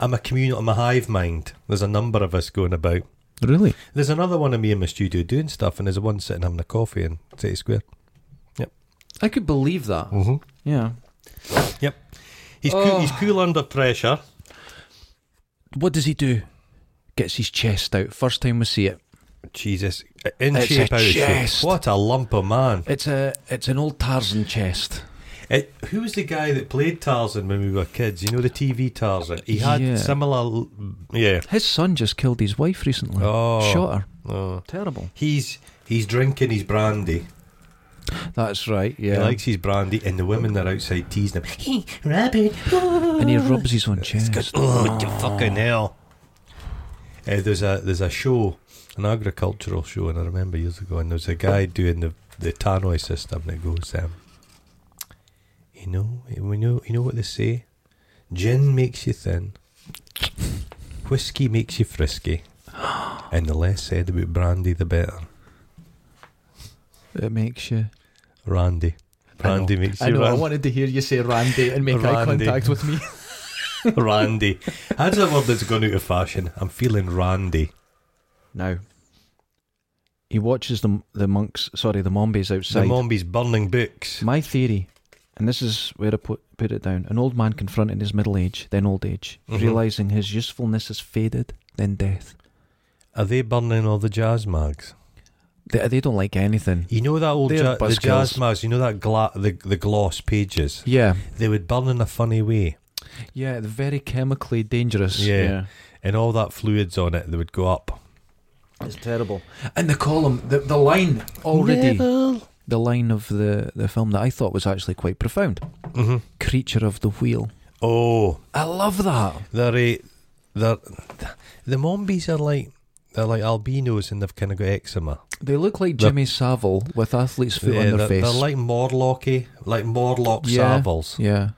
Speaker 2: I'm a communal. I'm a hive mind. There's a number of us going about.
Speaker 1: really
Speaker 2: There's another one of me in my studio doing stuff, and there's one sitting having a coffee in City Square.
Speaker 1: I could believe that.
Speaker 2: Mm-hmm.
Speaker 1: Yeah.
Speaker 2: He's cool,
Speaker 1: Oh.
Speaker 2: he's cool under pressure.
Speaker 1: What does he do? Gets his chest out. First time we see it.
Speaker 2: Jesus, in
Speaker 1: It's
Speaker 2: shape,
Speaker 1: a
Speaker 2: out of shape.
Speaker 1: chest.
Speaker 2: What a lump of man!
Speaker 1: It's a it's an old Tarzan chest.
Speaker 2: It, who was the guy that played Tarzan when we were kids? You know the TV Tarzan. He had
Speaker 1: Yeah.
Speaker 2: similar. l- Yeah.
Speaker 1: His son just killed his wife recently.
Speaker 2: Oh.
Speaker 1: Shot her.
Speaker 2: Oh.
Speaker 1: Terrible.
Speaker 2: He's he's drinking his brandy.
Speaker 1: That's right.
Speaker 2: He
Speaker 1: Yeah.
Speaker 2: likes his brandy, and the women that are outside teasing him.
Speaker 3: Hey, Rabbit.
Speaker 1: and he rubs his own
Speaker 2: It's
Speaker 1: chest.
Speaker 2: good. Oh, you fucking hell! Uh, there's a there's a show, an agricultural show, and I remember years ago, and there's a guy doing the the tannoy system that goes, um, you know, we know, you know what they say, gin makes you thin, whiskey makes you frisky, and the less said about brandy, the better.
Speaker 1: It makes you.
Speaker 2: Randy, brandy makes you ran-
Speaker 1: wanted to hear you say Randy and
Speaker 2: make eye Randy. contact
Speaker 1: with me.
Speaker 2: randy. That's a word that's gone out of fashion. I'm feeling randy.
Speaker 1: No. He watches the the monks. Sorry, the mombies outside.
Speaker 2: The Mombi's burning books.
Speaker 1: My theory, and this is where I put, put it down an old man confronting his middle age, then old age,
Speaker 2: Mhm.
Speaker 1: realizing his usefulness has faded, then death.
Speaker 2: Are they burning all the jazz mags?
Speaker 1: They, they don't like anything.
Speaker 2: You know that old
Speaker 1: They're
Speaker 2: ja- the
Speaker 1: buzzkills.
Speaker 2: jazz mags. You know that gla- the the gloss pages.
Speaker 1: Yeah.
Speaker 2: They would burn in a funny way,
Speaker 1: Yeah, they're very chemically dangerous.
Speaker 2: Yeah. and all that fluids on it. They would go up.
Speaker 1: It's terrible. And the column, the, the line already, the line of the, the film that I thought was actually quite profound
Speaker 2: hmm
Speaker 1: Creature of the Wheel.
Speaker 2: Oh,
Speaker 1: I love that.
Speaker 2: they're a, they're the Mombies are like they're like albinos and they've kind of got eczema.
Speaker 1: They look like
Speaker 2: They're-
Speaker 1: Jimmy Savile with athlete's foot
Speaker 2: Yeah,
Speaker 1: on
Speaker 2: they're,
Speaker 1: their face.
Speaker 2: they're like Morlocky, like Morlock
Speaker 1: Yeah.
Speaker 2: Savills.
Speaker 1: yeah.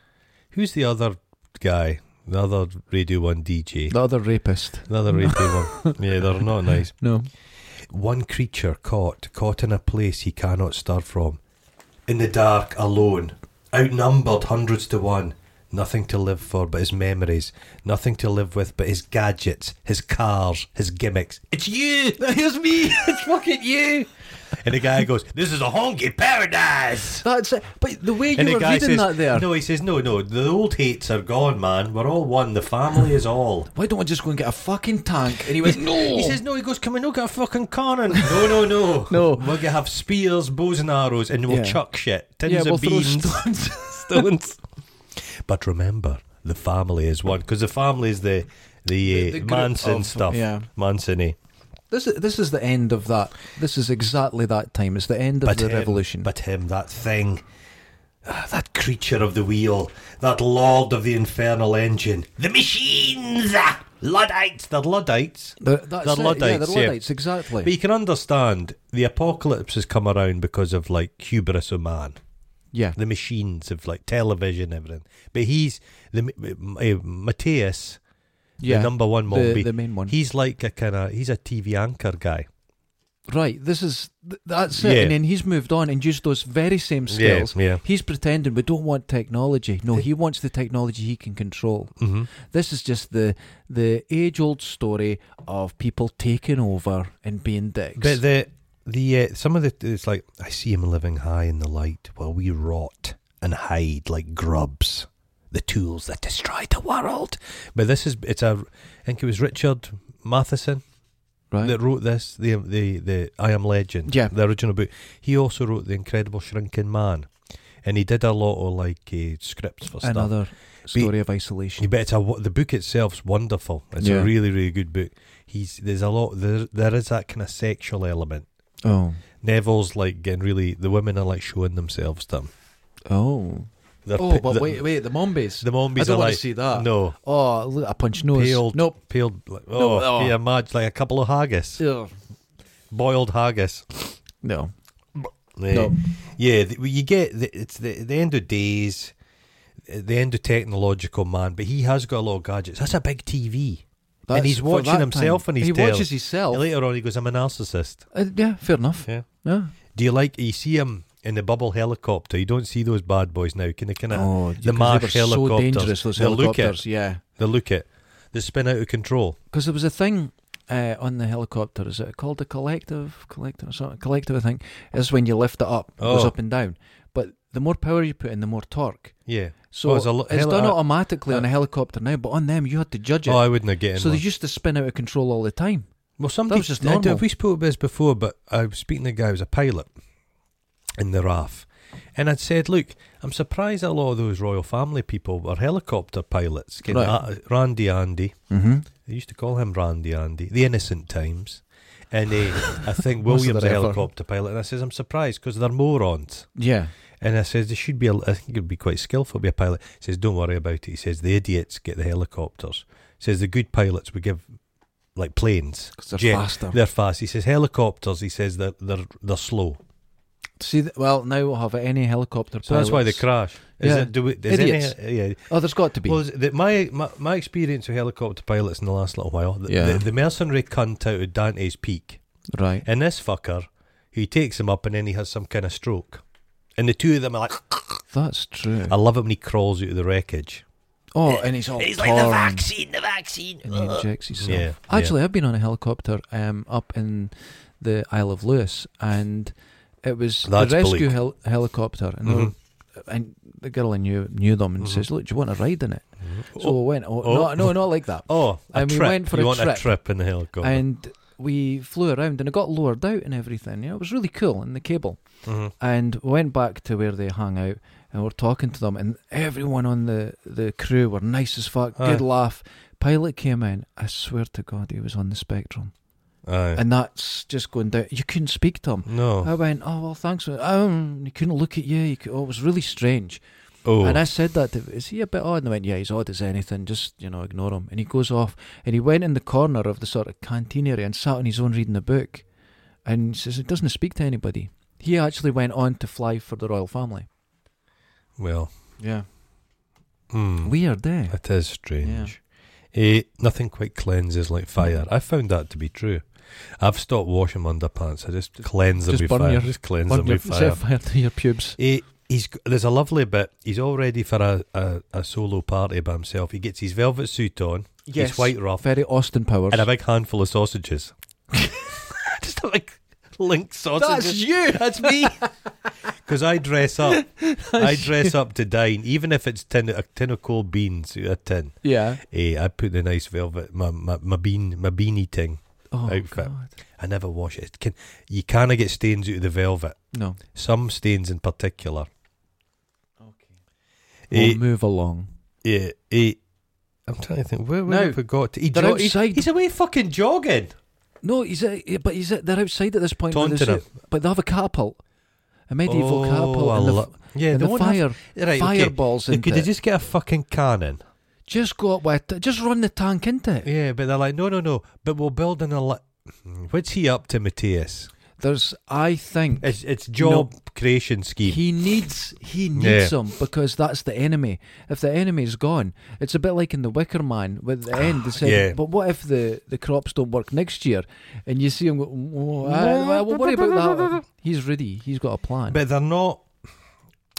Speaker 2: Who's the other guy? The other Radio One DJ.
Speaker 1: The other rapist.
Speaker 2: The other Radio One. Yeah, they're not nice.
Speaker 1: No.
Speaker 2: One creature caught, caught in a place he cannot stir from. In the dark, alone, outnumbered hundreds to one, nothing to live for but his memories, nothing to live with but his gadgets, his cars, his gimmicks. It's you! It's me! It's fucking you! And the guy goes, This is a honky paradise!
Speaker 1: That's it. But the way you
Speaker 2: And the
Speaker 1: were
Speaker 2: guy
Speaker 1: reading
Speaker 2: says,
Speaker 1: that there,
Speaker 2: No, he says, No, no, the old hates are gone, man. We're all one. The family is all.
Speaker 1: why don't I just go and get a fucking tank? And he went, no.
Speaker 2: He says, no, he goes, can we not get a fucking cannon? Oh. no, no, no.
Speaker 1: No.
Speaker 2: We're going to have spears, bows and arrows, and we'll
Speaker 1: Yeah.
Speaker 2: chuck shit. Tins
Speaker 1: yeah,
Speaker 2: of
Speaker 1: we'll throw
Speaker 2: beans.
Speaker 1: stones.
Speaker 2: stones. But remember, the family is one because the family is the the, uh,
Speaker 1: the group
Speaker 2: Manson
Speaker 1: of-
Speaker 2: stuff. eh?
Speaker 1: yeah.
Speaker 2: Manson-y.
Speaker 1: This is this is the end of that. This is exactly that time. It's the end of
Speaker 2: But
Speaker 1: the
Speaker 2: him,
Speaker 1: revolution.
Speaker 2: But him, that thing, ah, that creature of the wheel, that lord of the infernal engine, the machines, ah, luddites. They're luddites.
Speaker 1: The- that's
Speaker 2: They're
Speaker 1: it. yeah,
Speaker 2: Luddites,
Speaker 1: they're
Speaker 2: yeah.
Speaker 1: Luddites, exactly.
Speaker 2: But you can understand the apocalypse has come around because of like hubris of man.
Speaker 1: yeah,
Speaker 2: the machines of like television, everything. But he's the uh, Matthias,
Speaker 1: yeah.
Speaker 2: the number one
Speaker 1: the-
Speaker 2: Mombi.
Speaker 1: the main one.
Speaker 2: He's like a kind of he's a TV anchor guy.
Speaker 1: Right, this is th- that's it.
Speaker 2: Yeah.
Speaker 1: And then he's moved on and used those very same skills.
Speaker 2: yeah.
Speaker 1: He's pretending we don't want technology. No, he wants the technology he can control.
Speaker 2: hmm
Speaker 1: This is just the the age old story of people taking over and being dicks.
Speaker 2: But the the uh, some of the it's like I see him living high in the light while we rot and hide like grubs. The tools that destroy the world. But this is it's a I think it was Richard Matheson
Speaker 1: right?
Speaker 2: that wrote this the the the I Am Legend,
Speaker 1: Yeah.
Speaker 2: the original book. He also wrote the Incredible Shrinking Man, and he did a lot of like uh, scripts for stuff.
Speaker 1: Another story of isolation.
Speaker 2: You bet it's a, wo- the book itself's wonderful. It's
Speaker 1: Yeah.
Speaker 2: a really really good book. He's there's a lot there there is that kind of sexual element.
Speaker 1: Oh,
Speaker 2: Neville's like getting really the women are like showing themselves to him.
Speaker 1: oh,
Speaker 2: They're
Speaker 1: oh!
Speaker 2: pi-
Speaker 1: But
Speaker 2: the,
Speaker 1: wait, wait, the Mombies.
Speaker 2: the mombies
Speaker 1: I don't
Speaker 2: are
Speaker 1: want
Speaker 2: like
Speaker 1: to see that.
Speaker 2: no
Speaker 1: Oh, look, a punch nose.
Speaker 2: Pale-
Speaker 1: Nope.
Speaker 2: peeled like, oh,
Speaker 1: No, oh.
Speaker 2: yeah Madge like a couple of haggis
Speaker 1: Ugh.
Speaker 2: boiled haggis.
Speaker 1: No.
Speaker 2: Yeah. Yeah, th- well, you get the, it's the, the end of days, uh, the end of technological man, but he has got a lot of gadgets. That's a big TV.
Speaker 1: That's-
Speaker 2: he's
Speaker 1: for
Speaker 2: watching
Speaker 1: that
Speaker 2: himself on his
Speaker 1: He
Speaker 2: tail.
Speaker 1: watches himself.
Speaker 2: Later on, he goes, "I'm a narcissist."
Speaker 1: Uh, yeah, fair enough.
Speaker 2: Yeah.
Speaker 1: Oh. Yeah.
Speaker 2: Do you like? You see him in the bubble helicopter. You don't see those bad boys now. Can they kind of
Speaker 1: Oh,
Speaker 2: the marsh
Speaker 1: they were so
Speaker 2: helicopters?
Speaker 1: dangerous. Those
Speaker 2: they look
Speaker 1: helicopters,
Speaker 2: it.
Speaker 1: yeah.
Speaker 2: They look it. They spin out of control.
Speaker 1: Because there was a thing uh, on the helicopter. Is it called the collective? Collective or something? Collective, I think. Is when you lift it up, it goes
Speaker 2: Oh.
Speaker 1: up and down. But the more power you put in, the more torque.
Speaker 2: Yeah.
Speaker 1: So
Speaker 2: Oh,
Speaker 1: it's,
Speaker 2: it's a lo- heli-
Speaker 1: done
Speaker 2: uh,
Speaker 1: automatically on
Speaker 2: uh,
Speaker 1: a helicopter now, but on them you had to judge it.
Speaker 2: Oh, I wouldn't get in.
Speaker 1: so they
Speaker 2: one.
Speaker 1: used to spin out of control all the time.
Speaker 2: Well, somebody
Speaker 1: was just
Speaker 2: I don't-
Speaker 1: normal.
Speaker 2: We spoke about this before, but I was speaking to a guy who was a pilot in the RAF, and I'd said, "Look, I'm surprised a lot of those royal family people were helicopter pilots." Ken-
Speaker 1: Right.
Speaker 2: uh, Randy Andy,
Speaker 1: Mm-hmm.
Speaker 2: they used to call him Randy Andy, the innocent times, and uh, I think
Speaker 1: Most of
Speaker 2: William's a
Speaker 1: their effort.
Speaker 2: helicopter pilot. And I says, "I'm surprised because they're morons."
Speaker 1: Yeah.
Speaker 2: And I says, "They should be. A, I think it'd be quite skillful to be a pilot." He says, "Don't worry about it." He says, "The idiots get the helicopters." He says, "The good pilots we give." Like planes,
Speaker 1: Because they're
Speaker 2: jet-
Speaker 1: faster.
Speaker 2: they're fast. He says helicopters. He says they're they're, they're slow.
Speaker 1: See, th- well, now we'll have any helicopter
Speaker 2: So that's why they
Speaker 1: pilots-
Speaker 2: crash. Is
Speaker 1: Yeah.
Speaker 2: it, do we, is
Speaker 1: Idiots.
Speaker 2: Any, yeah.
Speaker 1: Oh, there's got to be.
Speaker 2: Well, is it that my, my my experience with helicopter pilots in the last little while. The,
Speaker 1: Yeah.
Speaker 2: the, the mercenary cunt out of Dante's Peak,
Speaker 1: right.
Speaker 2: and this fucker, he takes him up, and then he has some kind of stroke, and the two of them are like.
Speaker 1: That's true.
Speaker 2: I love it when he crawls out of the wreckage.
Speaker 1: Oh, and he's all torn.
Speaker 2: the vaccine.
Speaker 1: and he injects himself.
Speaker 2: Yeah,
Speaker 1: Actually, I've been on a helicopter um, up in the Isle of Lewis, and it was
Speaker 2: That's
Speaker 1: the rescue
Speaker 2: bleak. Mm-hmm.
Speaker 1: hel- helicopter, and, they were- and the girl I knew knew them and says, "Look, do you want a ride in it?" So
Speaker 2: oh,
Speaker 1: we went, "Oh,
Speaker 2: Oh.
Speaker 1: no, no, not like that."
Speaker 2: oh, a
Speaker 1: and we
Speaker 2: trip.
Speaker 1: went for
Speaker 2: you
Speaker 1: a
Speaker 2: want
Speaker 1: trip.
Speaker 2: a trip in the helicopter?
Speaker 1: And we flew around, and it got lowered out and everything. Yeah, it was really cool in the cable,
Speaker 2: Mhm.
Speaker 1: and we went back to where they hung out. And we're talking to them, and everyone on the, the crew were nice as fuck. Good
Speaker 2: Aye.
Speaker 1: laugh. Pilot came in. I swear to God, he was on the spectrum.
Speaker 2: Aye.
Speaker 1: and that's just going down. You couldn't speak to him.
Speaker 2: no.
Speaker 1: I went, oh well, thanks. Um, he couldn't look at you. He cou- oh, it was really strange.
Speaker 2: oh,
Speaker 1: And I said that to, is he a bit odd? And I went, yeah, he's odd as anything. Just you know, ignore him. And he goes off, and he went in the corner of the sort of canteen area and sat on his own reading a book, and he says he doesn't speak to anybody. He actually went on to fly for the royal family.
Speaker 2: well.
Speaker 1: Yeah,
Speaker 2: Hmm.
Speaker 1: weird, eh?
Speaker 2: It is strange. Eh, nothing quite cleanses like fire. I found that to be true. I've stopped washing my underpants. I just cleanse them
Speaker 1: just
Speaker 2: with
Speaker 1: burn
Speaker 2: fire.
Speaker 1: your-
Speaker 2: just cleanse
Speaker 1: Burn
Speaker 2: them
Speaker 1: your,
Speaker 2: with fire.
Speaker 1: set fire to your pubes.
Speaker 2: Eh, He's g- there's a lovely bit. He's all ready for a, a, a solo party by himself. He gets his velvet suit on, his white ruff,
Speaker 1: Very Austin Powers.
Speaker 2: and a big handful of sausages. Just a big link sausages.
Speaker 1: That's you.
Speaker 2: That's me. Because I dress up. I dress up to dine, even if it's tin, a tin of cold beans, a tin.
Speaker 1: Yeah.
Speaker 2: Eh, I put the nice velvet, my, my, my bean, my beanie thing.
Speaker 1: Oh
Speaker 2: Outfit.
Speaker 1: God.
Speaker 2: I never wash it. it can, you kind of get stains out of the velvet.
Speaker 1: No.
Speaker 2: Some stains in particular.
Speaker 1: We'll
Speaker 2: Eh,
Speaker 1: move along.
Speaker 2: eh, eh, I'm trying to think. Where, where
Speaker 1: Now,
Speaker 2: have we got? To? He
Speaker 1: they're
Speaker 2: jog- he-
Speaker 1: outside.
Speaker 2: He's away fucking jogging.
Speaker 1: No, he's at, yeah, but he's at, they're outside at this point. with the
Speaker 2: Taunting
Speaker 1: suit. But they have a catapult, a medieval
Speaker 2: Oh,
Speaker 1: catapult,
Speaker 2: I
Speaker 1: and the, f-
Speaker 2: lo- yeah,
Speaker 1: and
Speaker 2: they
Speaker 1: the
Speaker 2: won't have-
Speaker 1: fire
Speaker 2: right, okay.
Speaker 1: fireballs
Speaker 2: They
Speaker 1: into
Speaker 2: Could they
Speaker 1: it.
Speaker 2: just get a fucking cannon?
Speaker 1: Just go up with, it. just run the tank into it.
Speaker 2: Yeah, but they're like, no, no, no. But we'll build an. Ele- What's he up to, Matthias?
Speaker 1: There's, I think
Speaker 2: It's it's job creation scheme.
Speaker 1: he needs he needs
Speaker 2: Yeah.
Speaker 1: them because that's the enemy. If the enemy's gone, it's a bit like in the Wicker Man with the end. They said,
Speaker 2: Yeah.
Speaker 1: but what if the, the crops don't work next year? And you see him go, oh, aye, well, we'll worry about that. He's ready. He's got a plan.
Speaker 2: But they're not.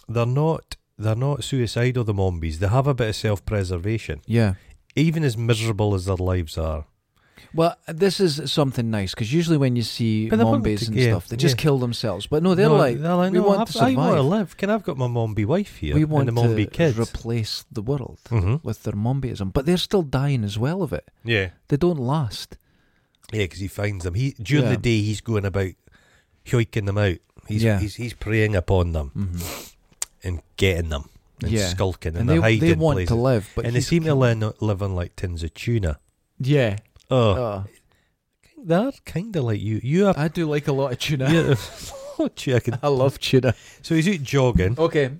Speaker 2: They're not. They're not suicidal. The mombies. They have a bit of self-preservation,
Speaker 1: yeah.
Speaker 2: even as miserable as their lives are.
Speaker 1: Well, this is something nice because usually when you see
Speaker 2: But they want
Speaker 1: mombies
Speaker 2: to-
Speaker 1: and
Speaker 2: yeah,
Speaker 1: stuff, they just
Speaker 2: yeah.
Speaker 1: kill themselves. But no, they're
Speaker 2: No,
Speaker 1: like,
Speaker 2: they're like,
Speaker 1: we
Speaker 2: "No,
Speaker 1: want
Speaker 2: I've-
Speaker 1: to
Speaker 2: I want to
Speaker 1: survive.
Speaker 2: live. Can I've got my mombi wife here
Speaker 1: we want
Speaker 2: and the mombi
Speaker 1: to
Speaker 2: kids.
Speaker 1: replace the world
Speaker 2: hmm
Speaker 1: with their mombyism, but they're still dying as well of it.
Speaker 2: Yeah,
Speaker 1: They don't last.
Speaker 2: yeah, because he finds them. He during
Speaker 1: Yeah.
Speaker 2: the day he's going about hoiking them out. He's
Speaker 1: Yeah.
Speaker 2: he's he's preying upon them
Speaker 1: hmm
Speaker 2: and getting them and
Speaker 1: Yeah.
Speaker 2: skulking Mm-hmm.
Speaker 1: And
Speaker 2: and, they're
Speaker 1: they,
Speaker 2: hiding
Speaker 1: they want
Speaker 2: places.
Speaker 1: to live, but
Speaker 2: and they
Speaker 1: he's
Speaker 2: seem to
Speaker 1: killed.
Speaker 2: learn, live on like tins of tuna.
Speaker 1: Yeah,
Speaker 2: Oh,
Speaker 1: uh,
Speaker 2: they're kind of like you. You are.
Speaker 1: I do like a lot of tuna.
Speaker 2: Yeah. I can
Speaker 1: I love tuna.
Speaker 2: So he's out jogging.
Speaker 1: Okay.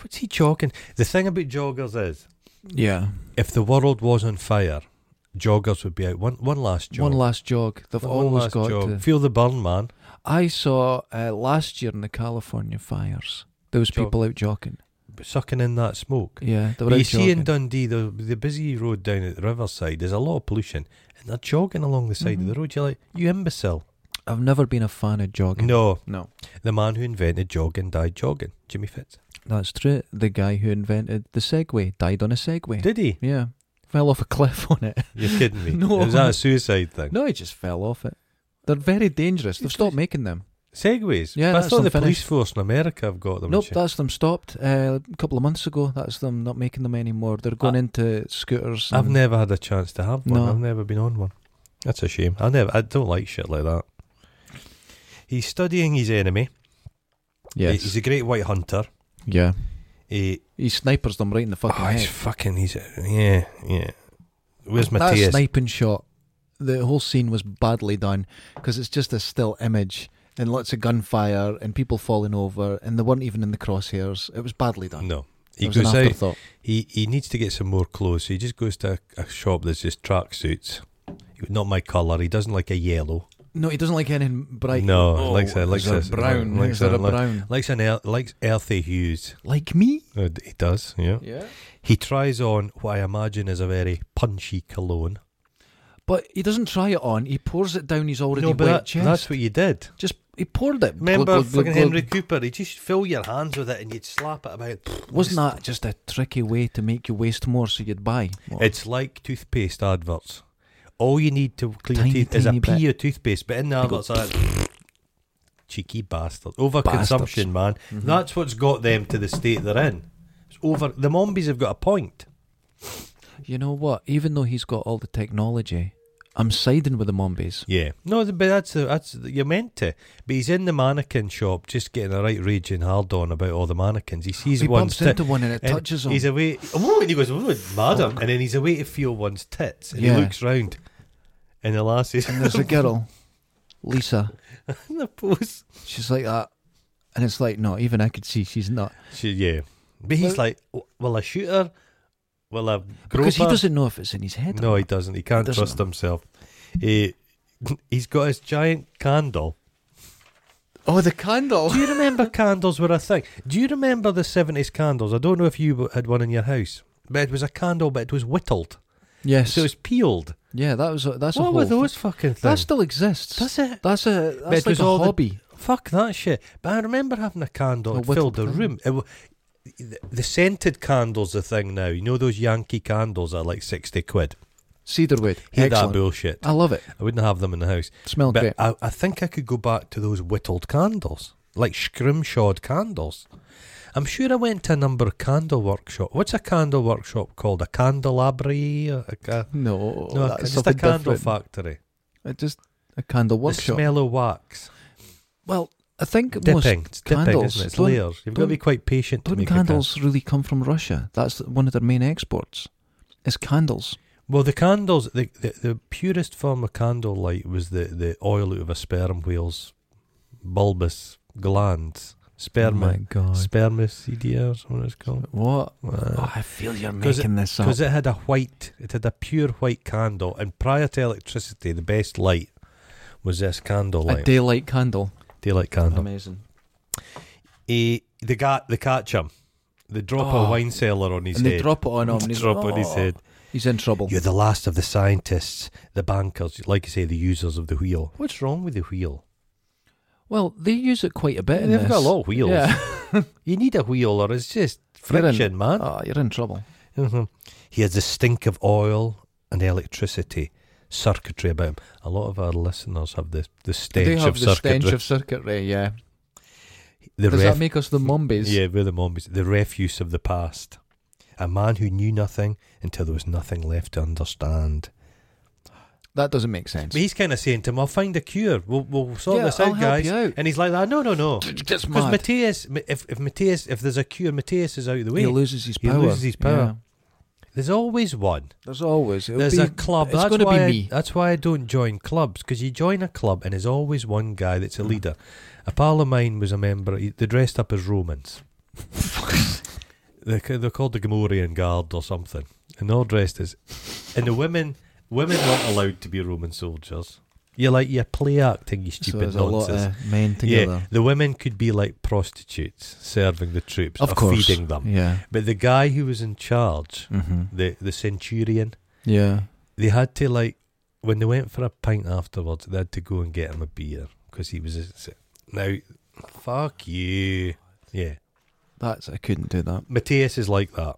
Speaker 2: What's he jogging? The thing about joggers is,
Speaker 1: Yeah.
Speaker 2: if the world was on fire, joggers would be out. One, one last jog.
Speaker 1: One last jog. They've
Speaker 2: One
Speaker 1: always
Speaker 2: last
Speaker 1: got
Speaker 2: jog.
Speaker 1: to.
Speaker 2: Feel the burn, man.
Speaker 1: I saw uh, last year in the California fires. There was
Speaker 2: Jog.
Speaker 1: people out jogging.
Speaker 2: Sucking in that smoke.
Speaker 1: Yeah, they were
Speaker 2: But
Speaker 1: out
Speaker 2: you see
Speaker 1: jogging.
Speaker 2: in Dundee, the, the busy road down at the riverside, there's a lot of pollution. And they're jogging along the side
Speaker 1: Mm-hmm.
Speaker 2: of the road. You're like, you imbecile.
Speaker 1: I've never been a fan of jogging.
Speaker 2: No,
Speaker 1: No.
Speaker 2: the man who invented jogging died jogging. Jimmy Fitz.
Speaker 1: That's true. The guy who invented the Segway died on a Segway.
Speaker 2: Did he?
Speaker 1: yeah. Fell off a cliff on it.
Speaker 2: You're kidding me.
Speaker 1: No.
Speaker 2: Is that a suicide thing?
Speaker 1: No, he just fell off it. They're very dangerous. They've stopped making them.
Speaker 2: Segways?
Speaker 1: Yeah,
Speaker 2: But I
Speaker 1: that's
Speaker 2: thought the
Speaker 1: unfinished.
Speaker 2: police force in America have got them. and
Speaker 1: Nope,
Speaker 2: shit.
Speaker 1: that's them stopped uh, a couple of months ago. That's them not making them anymore. They're going
Speaker 2: I-
Speaker 1: into scooters.
Speaker 2: Ah. I've
Speaker 1: and-
Speaker 2: never had a chance to have one.
Speaker 1: No.
Speaker 2: I've never been on one. That's a shame. I never. I don't like shit like that. He's studying his enemy.
Speaker 1: Yes.
Speaker 2: He- He's a great white hunter.
Speaker 1: yeah.
Speaker 2: He,
Speaker 1: He snipers them right in the fucking
Speaker 2: oh, he's
Speaker 1: head.
Speaker 2: fucking. He's yeah, yeah. Where's
Speaker 1: That
Speaker 2: Matthias?
Speaker 1: sniping shot, the whole scene was badly done because it's just a still image and lots of gunfire and people falling over and they weren't even in the crosshairs. It was badly done.
Speaker 2: No, he
Speaker 1: It was an
Speaker 2: goes out.
Speaker 1: afterthought.
Speaker 2: He he needs to get some more clothes. So he just goes to a, a shop that's just tracksuits. He- Not my colour. He doesn't like a yellow.
Speaker 1: No, he doesn't like anything bright.
Speaker 2: No, likes a-
Speaker 1: Oh, is
Speaker 2: likes
Speaker 1: there
Speaker 2: a-
Speaker 1: brown.
Speaker 2: likes
Speaker 1: is there
Speaker 2: a-
Speaker 1: a brown?
Speaker 2: Likes an ear- likes earthy hues.
Speaker 1: Like me?
Speaker 2: Uh, d- He does. Yeah.
Speaker 1: Yeah.
Speaker 2: He tries on what I imagine is a very punchy cologne.
Speaker 1: But he doesn't try it on. He pours it down his already
Speaker 2: No, but
Speaker 1: wet
Speaker 2: that-
Speaker 1: chest.
Speaker 2: that's what you did.
Speaker 1: Just he poured it. Glug,
Speaker 2: Remember
Speaker 1: glug,
Speaker 2: fucking
Speaker 1: glug, glug.
Speaker 2: Henry Cooper? He'd just fill your hands with it and you'd slap it about.
Speaker 1: Wasn't that just a tricky way to make you waste more so you'd buy? more?
Speaker 2: It's like toothpaste adverts. All you need to clean
Speaker 1: Tiny,
Speaker 2: your teeth is a
Speaker 1: tiny bit.
Speaker 2: pea of toothpaste, but in the
Speaker 1: They go
Speaker 2: adverts, are cheeky bastard. Overconsumption, man.
Speaker 1: Mm-hmm.
Speaker 2: That's what's got them to the state they're in. It's over. The Mombies have got a point.
Speaker 1: You know what? Even though he's got all the technology, I'm siding with the Mombies.
Speaker 2: Yeah. No, th- but that's that's you're meant to. But he's in the mannequin shop, just getting a right raging hard on about all the mannequins. He sees
Speaker 1: he
Speaker 2: one
Speaker 1: bumps
Speaker 2: tit-
Speaker 1: into one and it
Speaker 2: and
Speaker 1: touches him.
Speaker 2: He's away. Oh, and he goes, "Oh, madam!" And then he's away to feel one's tits, and
Speaker 1: Yeah.
Speaker 2: he looks round, and the lass is
Speaker 1: and there's a girl, Lisa.
Speaker 2: in the pose.
Speaker 1: She's like that. And it's like, no, even I could see she's not.
Speaker 2: She, yeah, but he's like, "W- "Will I shoot her? Will I grope
Speaker 1: Because he
Speaker 2: her?"
Speaker 1: doesn't know if it's in his head.
Speaker 2: no, he doesn't. He can't
Speaker 1: doesn't.
Speaker 2: trust himself. He, he's got his giant candle.
Speaker 1: Oh, the candle.
Speaker 2: Do you remember candles were a thing? Do you remember the 70s candles? I don't know if you w- had one in your house, but it was a candle, but it was whittled.
Speaker 1: Yes.
Speaker 2: So it was peeled.
Speaker 1: yeah, that was a, that's a
Speaker 2: what
Speaker 1: whole
Speaker 2: were
Speaker 1: thing.
Speaker 2: those fucking
Speaker 1: That
Speaker 2: things?
Speaker 1: still exists.
Speaker 2: Does it?
Speaker 1: That's a
Speaker 2: But it
Speaker 1: that's like
Speaker 2: was
Speaker 1: a
Speaker 2: all the-
Speaker 1: hobby.
Speaker 2: Fuck that shit. But I remember having a candle
Speaker 1: A
Speaker 2: that
Speaker 1: whittled
Speaker 2: filled the
Speaker 1: candle.
Speaker 2: room. It, wa- the, the scented candle's the thing now. You know those Yankee candles are like 60 quid?
Speaker 1: Cedarwood.
Speaker 2: Hate that
Speaker 1: Excellent. Uh,
Speaker 2: bullshit.
Speaker 1: I love it.
Speaker 2: I wouldn't have them in the house.
Speaker 1: Smell
Speaker 2: but
Speaker 1: great.
Speaker 2: I, I think I could go back to those whittled candles, like scrimshawed candles. I'm sure I went to a number of candle workshop. What's a candle workshop called? A candelabry? A, a,
Speaker 1: No,
Speaker 2: no,
Speaker 1: Oh, that's
Speaker 2: just a
Speaker 1: something
Speaker 2: candle
Speaker 1: different.
Speaker 2: factory.
Speaker 1: It's just a candle
Speaker 2: The
Speaker 1: workshop.
Speaker 2: smell of wax.
Speaker 1: Well, I think most
Speaker 2: Dipping. It's dipping,
Speaker 1: candles
Speaker 2: isn't it? It's
Speaker 1: don't-
Speaker 2: layers. You've got to be
Speaker 1: don't-
Speaker 2: quite patient to
Speaker 1: don't
Speaker 2: make a
Speaker 1: candles really come from Russia. That's one of their main exports. Is candles.
Speaker 2: candle. Well, the candles, the, the, the purest form of candlelight was the, the oil out of a sperm whale's bulbous glands. Sperma.
Speaker 1: god.
Speaker 2: Spermicidia or something it's called.
Speaker 1: What?
Speaker 2: Because
Speaker 1: Oh, I feel you're
Speaker 2: Uh, 'Cause
Speaker 1: making this up.
Speaker 2: it had a white, it had a pure white candle, and prior to electricity, the best light was this candle
Speaker 1: A
Speaker 2: light,
Speaker 1: daylight candle.
Speaker 2: daylight candle.
Speaker 1: Amazing.
Speaker 2: Eh, the ga- the catch him, they drop a
Speaker 1: Oh.
Speaker 2: wine cellar on his
Speaker 1: and they
Speaker 2: head.
Speaker 1: drop it on him. and he's-
Speaker 2: Drop on his
Speaker 1: oh,
Speaker 2: head.
Speaker 1: He's in trouble.
Speaker 2: You're the last of the scientists, the bankers, like you say, the users of the wheel. What's wrong with the wheel?
Speaker 1: Well, they use it quite a bit in
Speaker 2: They've
Speaker 1: this.
Speaker 2: got a lot of wheels.
Speaker 1: Yeah.
Speaker 2: You need a wheel, or it's just
Speaker 1: You're in-
Speaker 2: friction, man.
Speaker 1: Oh, you're in trouble.
Speaker 2: hmm He has the stink of oil and electricity circuitry about him. A lot of our listeners have the the stench
Speaker 1: they have
Speaker 2: of
Speaker 1: the
Speaker 2: circuitry.
Speaker 1: stench of circuitry, yeah.
Speaker 2: the
Speaker 1: Does
Speaker 2: ref-
Speaker 1: that make us the mumbies?
Speaker 2: yeah, we're the mommies. The refuse of the past. A man who knew nothing until there was nothing left to understand.
Speaker 1: That doesn't make sense.
Speaker 2: But he's kind of saying to him, "I'll find a cure. We'll we'll sort
Speaker 1: Yeah,
Speaker 2: this
Speaker 1: I'll
Speaker 2: out,
Speaker 1: help
Speaker 2: guys."
Speaker 1: you out.
Speaker 2: And he's like, that, "No, no, no."
Speaker 1: That's
Speaker 2: Because
Speaker 1: mad.
Speaker 2: Matthias, if if Matthias, if there's a cure, Matthias is out of the way.
Speaker 1: he loses his
Speaker 2: He
Speaker 1: power.
Speaker 2: loses his power.
Speaker 1: Yeah.
Speaker 2: there's always one.
Speaker 1: There's always. It'll
Speaker 2: There's
Speaker 1: be,
Speaker 2: a club.
Speaker 1: It's
Speaker 2: that's
Speaker 1: going to
Speaker 2: why
Speaker 1: be
Speaker 2: I,
Speaker 1: me.
Speaker 2: That's why I don't join clubs because you join a club and there's always one guy that's a
Speaker 1: Hmm.
Speaker 2: leader. A pal of mine was a member. He, they dressed up as Romans. they're, ca- they're called the Gomorian Guard or something, and they're all dressed as. And the women, women weren't allowed to be Roman soldiers. You're like you're play acting, you
Speaker 1: So
Speaker 2: stupid
Speaker 1: there's a lot
Speaker 2: nonsense.
Speaker 1: of men
Speaker 2: yeah,
Speaker 1: together.
Speaker 2: the women could be like prostitutes serving the troops
Speaker 1: of
Speaker 2: or
Speaker 1: course.
Speaker 2: feeding them.
Speaker 1: Yeah.
Speaker 2: But the guy who was in charge,
Speaker 1: hmm
Speaker 2: the the centurion,
Speaker 1: Yeah.
Speaker 2: they had to like when they went for a pint afterwards they had to go and get him a beer because he was a, now fuck you yeah
Speaker 1: That's. I couldn't do that.
Speaker 2: matthias is like that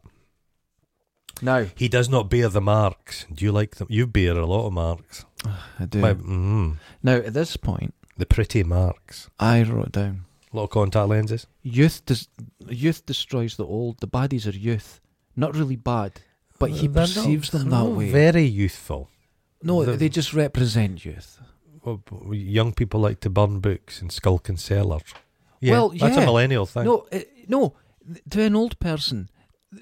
Speaker 1: No.
Speaker 2: he does not bear the marks do you like them you bear a lot of marks
Speaker 1: I do.
Speaker 2: My- mhm.
Speaker 1: Now at this point,
Speaker 2: the pretty marks
Speaker 1: I wrote down.
Speaker 2: a lot of contact lenses
Speaker 1: Youth des- youth destroys the old. The baddies are youth. Not really bad, but he
Speaker 2: They're not-
Speaker 1: perceives them
Speaker 2: they're
Speaker 1: that
Speaker 2: not
Speaker 1: way.
Speaker 2: very youthful
Speaker 1: no,
Speaker 2: they're-
Speaker 1: they just represent youth.
Speaker 2: Well, b- young people like to burn books and skulk in cellars yeah,
Speaker 1: Well,
Speaker 2: that's a
Speaker 1: yeah.
Speaker 2: millennial thing
Speaker 1: No, uh, no. To an old person,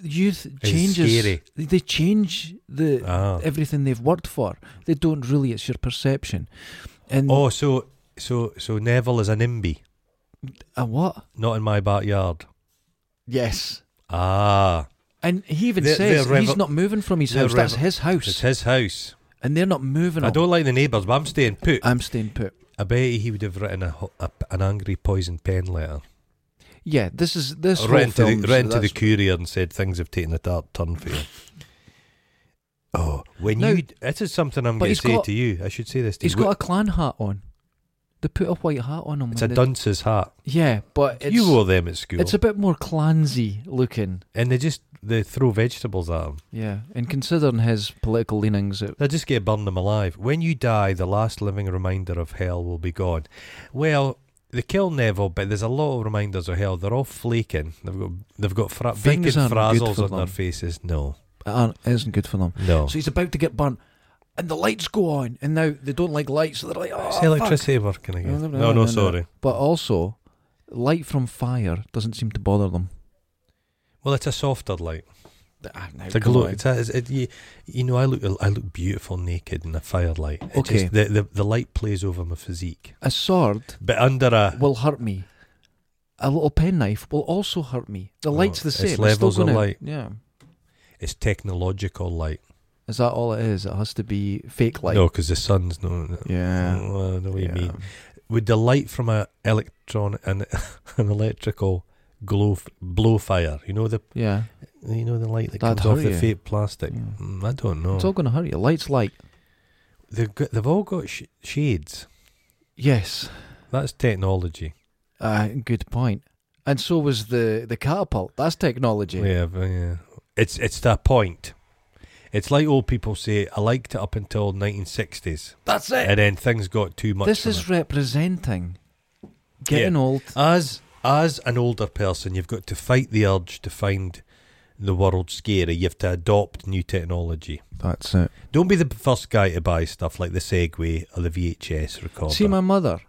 Speaker 1: youth
Speaker 2: It's
Speaker 1: changes.
Speaker 2: scary.
Speaker 1: They- They change the
Speaker 2: Ah.
Speaker 1: everything they've worked for. They don't really. It's your perception. And
Speaker 2: oh so so so neville is a nimby
Speaker 1: a what?
Speaker 2: not in my backyard
Speaker 1: Yes.
Speaker 2: Ah,
Speaker 1: And he even
Speaker 2: They're-
Speaker 1: says
Speaker 2: they're
Speaker 1: he's
Speaker 2: revel-
Speaker 1: not moving from his
Speaker 2: they're
Speaker 1: house. That's
Speaker 2: revel-
Speaker 1: his
Speaker 2: it's
Speaker 1: house,
Speaker 2: his house.
Speaker 1: and they're not moving.
Speaker 2: I
Speaker 1: on.
Speaker 2: don't like the neighbours, but I'm staying put.
Speaker 1: I'm staying put.
Speaker 2: I bet he would have written a, ho- a an angry poison pen letter,
Speaker 1: Yeah, this is this
Speaker 2: or
Speaker 1: whole
Speaker 2: written, to the,
Speaker 1: film. so
Speaker 2: written to the
Speaker 1: that's-
Speaker 2: courier and said things have taken a dark turn for you. Oh, when
Speaker 1: Now-
Speaker 2: you this is something I'm
Speaker 1: But
Speaker 2: going
Speaker 1: he's
Speaker 2: to say
Speaker 1: got-
Speaker 2: to you. I should say this to
Speaker 1: he's
Speaker 2: you.
Speaker 1: got a clan hat on. They put a white hat on him.
Speaker 2: it's a
Speaker 1: when they-
Speaker 2: dunce's hat.
Speaker 1: yeah, but it's
Speaker 2: you wore them at school,
Speaker 1: it's a bit more clansy looking.
Speaker 2: and they just they throw vegetables at him.
Speaker 1: Yeah, and considering his political leanings, it,
Speaker 2: They just get burn them alive. When you die, the last living reminder of hell will be gone. Well, they kill Neville, but there's a lot of reminders of hell. They're all flaking. They've got they've got fra- bacon
Speaker 1: Things aren't good
Speaker 2: frazzles
Speaker 1: for
Speaker 2: on their
Speaker 1: them.
Speaker 2: faces. No,
Speaker 1: aren't, isn't good for them.
Speaker 2: no.
Speaker 1: So he's about to get burnt, and the lights go on, and now they don't like lights, so they're like, oh,
Speaker 2: Is
Speaker 1: fuck."
Speaker 2: electricity working again? No, no, sorry.
Speaker 1: But also, light from fire doesn't seem to bother them.
Speaker 2: Well, it's a softer light.
Speaker 1: Ah, now,
Speaker 2: It's a
Speaker 1: come
Speaker 2: glow.
Speaker 1: on.
Speaker 2: It's a, it's- it, you, you know, I look I look beautiful naked in a firelight. It
Speaker 1: Okay.
Speaker 2: Just, the, the the light plays over my physique,
Speaker 1: A sword
Speaker 2: but under a
Speaker 1: will hurt me. A little penknife will also hurt me. The
Speaker 2: Oh,
Speaker 1: light's the
Speaker 2: it's
Speaker 1: same.
Speaker 2: levels
Speaker 1: still
Speaker 2: of
Speaker 1: gonna-
Speaker 2: light.
Speaker 1: Yeah.
Speaker 2: it's technological light.
Speaker 1: Is that all it is? It has to be fake light.
Speaker 2: No, because the sun's no.
Speaker 1: Yeah.
Speaker 2: Oh, I know what you
Speaker 1: yeah.
Speaker 2: mean. would the light from a electron an, an electrical glow f- blow fire you know the
Speaker 1: Yeah.
Speaker 2: you know the light that
Speaker 1: That'd
Speaker 2: comes off
Speaker 1: hurt
Speaker 2: the
Speaker 1: you.
Speaker 2: fake plastic
Speaker 1: Yeah.
Speaker 2: mm, i don't know
Speaker 1: It's all going to hurt you. Light's light.
Speaker 2: they've got, they've all got sh- shades
Speaker 1: Yes.
Speaker 2: That's technology.
Speaker 1: Uh, good point. And so was the, the catapult. That's technology.
Speaker 2: Yeah, but, yeah. It's it's the point. It's like old people say. I liked it up until 1960s,
Speaker 1: That's it.
Speaker 2: and then things got too much.
Speaker 1: This
Speaker 2: for
Speaker 1: is
Speaker 2: them.
Speaker 1: representing getting old.
Speaker 2: as as an older person, you've got to fight the urge to find the world scary. You have to adopt new technology.
Speaker 1: That's it.
Speaker 2: Don't be the first guy to buy stuff like the Segway or the VHS recorder.
Speaker 1: See my mother,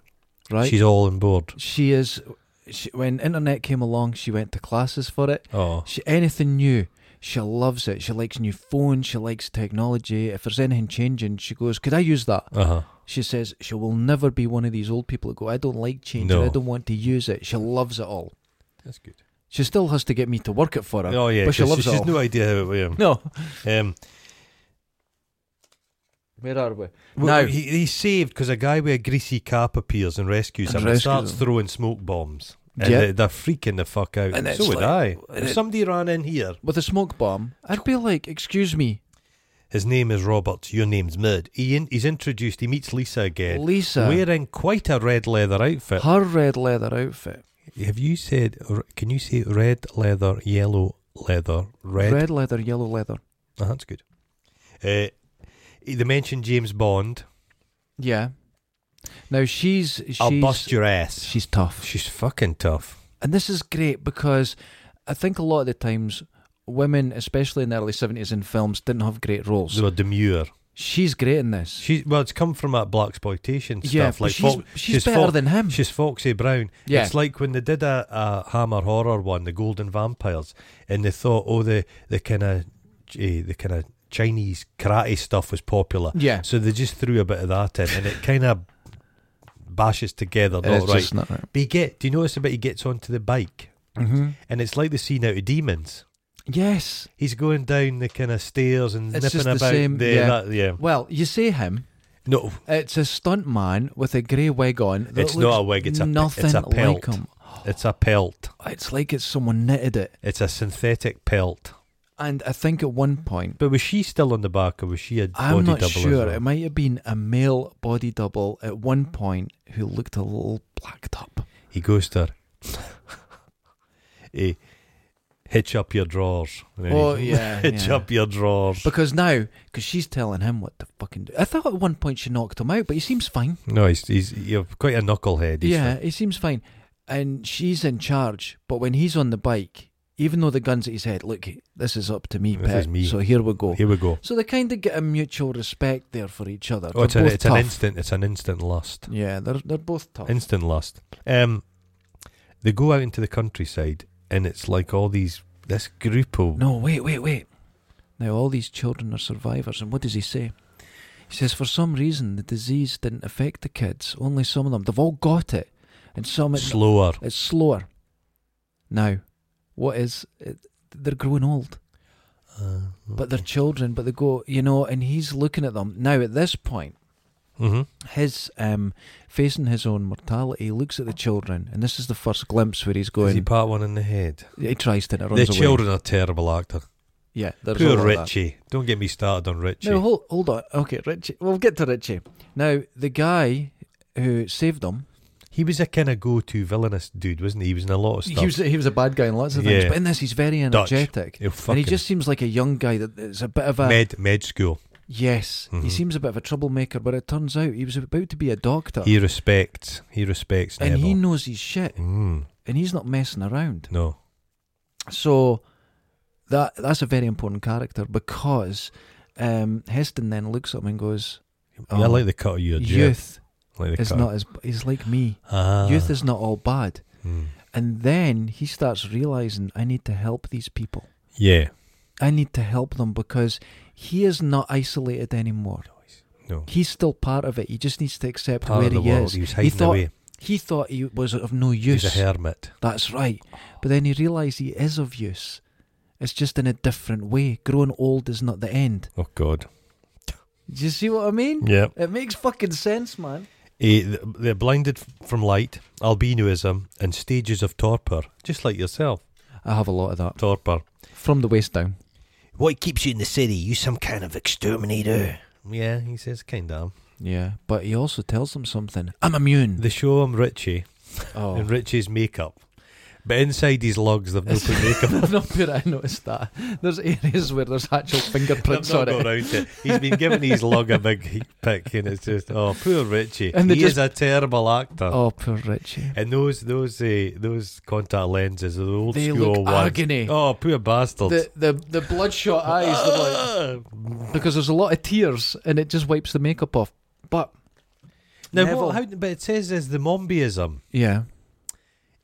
Speaker 1: right?
Speaker 2: She's all on board.
Speaker 1: she is. She, when internet came along, she went to classes for it.
Speaker 2: Oh,
Speaker 1: She anything new, she loves it. She likes new phones. She likes technology. If there's anything changing, she goes, "Could I use that?"
Speaker 2: uh huh.
Speaker 1: She says she will never be one of these old people that go, "I don't like change. and I
Speaker 2: No.
Speaker 1: don't want to use it." She loves it all.
Speaker 2: That's good.
Speaker 1: She still has to get me to work it for her.
Speaker 2: Oh yeah,
Speaker 1: but she
Speaker 2: 'cause
Speaker 1: loves
Speaker 2: she's
Speaker 1: it all.
Speaker 2: no idea how it works.
Speaker 1: No,
Speaker 2: Um,
Speaker 1: where are we?
Speaker 2: Well,
Speaker 1: Now-
Speaker 2: he, he's saved because a guy with a greasy cap appears and rescues
Speaker 1: And
Speaker 2: him
Speaker 1: rescues
Speaker 2: and starts
Speaker 1: him.
Speaker 2: throwing smoke bombs. And
Speaker 1: Yeah.
Speaker 2: they, they're freaking the fuck out.
Speaker 1: And it's
Speaker 2: so would
Speaker 1: like-
Speaker 2: I.
Speaker 1: and
Speaker 2: If
Speaker 1: it-
Speaker 2: somebody ran in here,
Speaker 1: With a smoke bomb, I'd be like, "Excuse me,
Speaker 2: his name is Robert, your name's Mud. He in, he's introduced, he meets Lisa again,
Speaker 1: Lisa."
Speaker 2: wearing quite a red leather outfit.
Speaker 1: her red leather outfit,
Speaker 2: Have you said, r- can you say red leather, yellow leather, red?
Speaker 1: red, leather, yellow leather.
Speaker 2: Oh, that's good. Uh, they mentioned James Bond.
Speaker 1: Yeah. Now she's she's
Speaker 2: I'll bust your ass.
Speaker 1: she's tough,
Speaker 2: She's fucking tough.
Speaker 1: and this is great because I think a lot of the times women, especially in the early seventies in films, didn't have great roles.
Speaker 2: They were demure.
Speaker 1: She's great in this.
Speaker 2: She well, it's come from that black exploitation stuff.
Speaker 1: yeah, but
Speaker 2: like
Speaker 1: she's,
Speaker 2: Fo-
Speaker 1: she's, better
Speaker 2: Fo-
Speaker 1: than him.
Speaker 2: she's Foxy Brown.
Speaker 1: Yeah.
Speaker 2: It's like when they did a, a Hammer horror one, the Golden Vampires, and they thought, oh, the the kind of the kind of Chinese karate stuff was popular,
Speaker 1: yeah,
Speaker 2: so they just threw a bit of that in, and it kind of bashes together.
Speaker 1: And
Speaker 2: Not
Speaker 1: it's
Speaker 2: right.
Speaker 1: just not right.
Speaker 2: But you get. Do you notice about he gets onto the bike,
Speaker 1: Mm-hmm.
Speaker 2: and it's like the scene out of Demons.
Speaker 1: Yes.
Speaker 2: He's going down the kind of stairs and
Speaker 1: It's
Speaker 2: nipping
Speaker 1: just the
Speaker 2: about
Speaker 1: same-
Speaker 2: there.
Speaker 1: yeah.
Speaker 2: that- yeah.
Speaker 1: Well, you say him.
Speaker 2: No,
Speaker 1: It's a stunt man with a grey wig on. that
Speaker 2: It's not
Speaker 1: looks
Speaker 2: a wig, it's a- it's
Speaker 1: nothing
Speaker 2: a
Speaker 1: like
Speaker 2: pelt.
Speaker 1: him.
Speaker 2: it's a pelt.
Speaker 1: It's like it's someone knitted it.
Speaker 2: It's a synthetic pelt.
Speaker 1: And I think at one point
Speaker 2: But was she still on the back, or was she a
Speaker 1: I'm
Speaker 2: body
Speaker 1: not
Speaker 2: double?
Speaker 1: sure.
Speaker 2: As
Speaker 1: It
Speaker 2: well?
Speaker 1: might have been a male body double at one point who looked a little blacked up.
Speaker 2: He goes to her. hey, hitch up your drawers. And then
Speaker 1: Oh,
Speaker 2: he-
Speaker 1: yeah,
Speaker 2: hitch
Speaker 1: yeah.
Speaker 2: up your drawers.
Speaker 1: Because now, because she's telling him what to fucking do. I thought at one point she knocked him out, but he seems fine.
Speaker 2: No, he's he's you're quite a knucklehead. He's
Speaker 1: yeah, he seems fine. And she's in charge, but when he's on the bike, even though the gun's at his head, look, this is up to me,
Speaker 2: This
Speaker 1: pet.
Speaker 2: is me.
Speaker 1: So here we go.
Speaker 2: Here we go.
Speaker 1: So they kind of get a mutual respect there for each other.
Speaker 2: Oh, it's,
Speaker 1: they're
Speaker 2: an,
Speaker 1: both
Speaker 2: it's an
Speaker 1: tough.
Speaker 2: instant. It's an instant lust.
Speaker 1: Yeah, they're they're both tough.
Speaker 2: Instant lust. Um, they go out into the countryside, and it's like all these this group of
Speaker 1: No, wait, wait, wait. Now, all these children are survivors, and what does he say? He says, for some reason, the disease didn't affect the kids, only some of them. They've all got it, and some it,
Speaker 2: slower.
Speaker 1: it's slower. Now, what is it? They're growing old,
Speaker 2: Uh,
Speaker 1: but they're children, but they go, you know, and he's looking at them. Now, at this point,
Speaker 2: hmm
Speaker 1: his um, facing his own mortality, he looks at the children, and this is the first glimpse where he's
Speaker 2: Is he
Speaker 1: going.
Speaker 2: part one in the head?
Speaker 1: He, tries to, and it runs
Speaker 2: The
Speaker 1: away.
Speaker 2: children are terrible actors.
Speaker 1: Yeah, there's a
Speaker 2: Poor
Speaker 1: lot of that.
Speaker 2: Richie. Don't get me started on Richie.
Speaker 1: No, hold, hold on. Okay, Richie. We'll get to Richie. Now, the guy who saved them,
Speaker 2: He was a kind of go-to villainous dude, wasn't he? He was in a lot of stuff.
Speaker 1: he was, he was a bad guy in lots of things,
Speaker 2: Yeah.
Speaker 1: but in this, he's very
Speaker 2: Dutch.
Speaker 1: energetic.
Speaker 2: He'll
Speaker 1: And he
Speaker 2: fucking-
Speaker 1: just seems like a young guy that is a bit of a.
Speaker 2: med med school.
Speaker 1: Yes, he
Speaker 2: Mhm.
Speaker 1: seems a bit of a troublemaker, but it turns out he was about to be a doctor.
Speaker 2: He respects. He respects
Speaker 1: and he
Speaker 2: Neville.
Speaker 1: knows his shit,
Speaker 2: Mm,
Speaker 1: and he's not messing around.
Speaker 2: no,
Speaker 1: So that that's a very important character because um, Heston then looks at him and goes,
Speaker 2: I
Speaker 1: Oh.
Speaker 2: like the cut of your jib.
Speaker 1: "Youth
Speaker 2: Like the
Speaker 1: is
Speaker 2: cut.
Speaker 1: not as he's like me.
Speaker 2: Ah.
Speaker 1: Youth is not all bad."
Speaker 2: Mm.
Speaker 1: And then he starts realizing I need to help these people.
Speaker 2: Yeah.
Speaker 1: I need to help them because he is not isolated anymore.
Speaker 2: No.
Speaker 1: He's still part of it. He just needs to accept
Speaker 2: Part
Speaker 1: where
Speaker 2: of the
Speaker 1: he
Speaker 2: world.
Speaker 1: is.
Speaker 2: He was hiding
Speaker 1: thought-
Speaker 2: away.
Speaker 1: He thought he was of no
Speaker 2: He's
Speaker 1: use.
Speaker 2: a hermit.
Speaker 1: That's right. But then he realized he is of use. It's just in a different way. Growing old is not the end.
Speaker 2: Oh God.
Speaker 1: Do you see what I mean?
Speaker 2: Yeah.
Speaker 1: It makes fucking sense, man.
Speaker 2: Eh, th- they're blinded f- from light, albinism, and stages of torpor, just like yourself.
Speaker 1: I have a lot of that.
Speaker 2: Torpor.
Speaker 1: From the waist down.
Speaker 2: What keeps you in the city? You some kind of exterminator. Yeah, he says, kind of.
Speaker 1: Yeah, but he also tells them something. I'm immune.
Speaker 2: They show him Richie
Speaker 1: oh,
Speaker 2: and Richie's makeup, but inside his lugs they've no put makeup.
Speaker 1: I've not put. I noticed that there's areas where there's actual fingerprints
Speaker 2: They've not
Speaker 1: on it.
Speaker 2: got around to it. He's been giving his lug a big he- pick, and it's just oh, poor Richie.
Speaker 1: And they
Speaker 2: he is
Speaker 1: just-
Speaker 2: a terrible actor.
Speaker 1: Oh, poor Richie.
Speaker 2: And those those uh, those contact lenses are the old
Speaker 1: They
Speaker 2: school
Speaker 1: look
Speaker 2: ones.
Speaker 1: agony.
Speaker 2: Oh, poor bastard.
Speaker 1: The the the bloodshot eyes. they're like-
Speaker 2: Ah!
Speaker 1: because there's a lot of tears and it just wipes the makeup off. But
Speaker 2: now,
Speaker 1: Neville-
Speaker 2: what, how, but it says is the mombyism.
Speaker 1: yeah,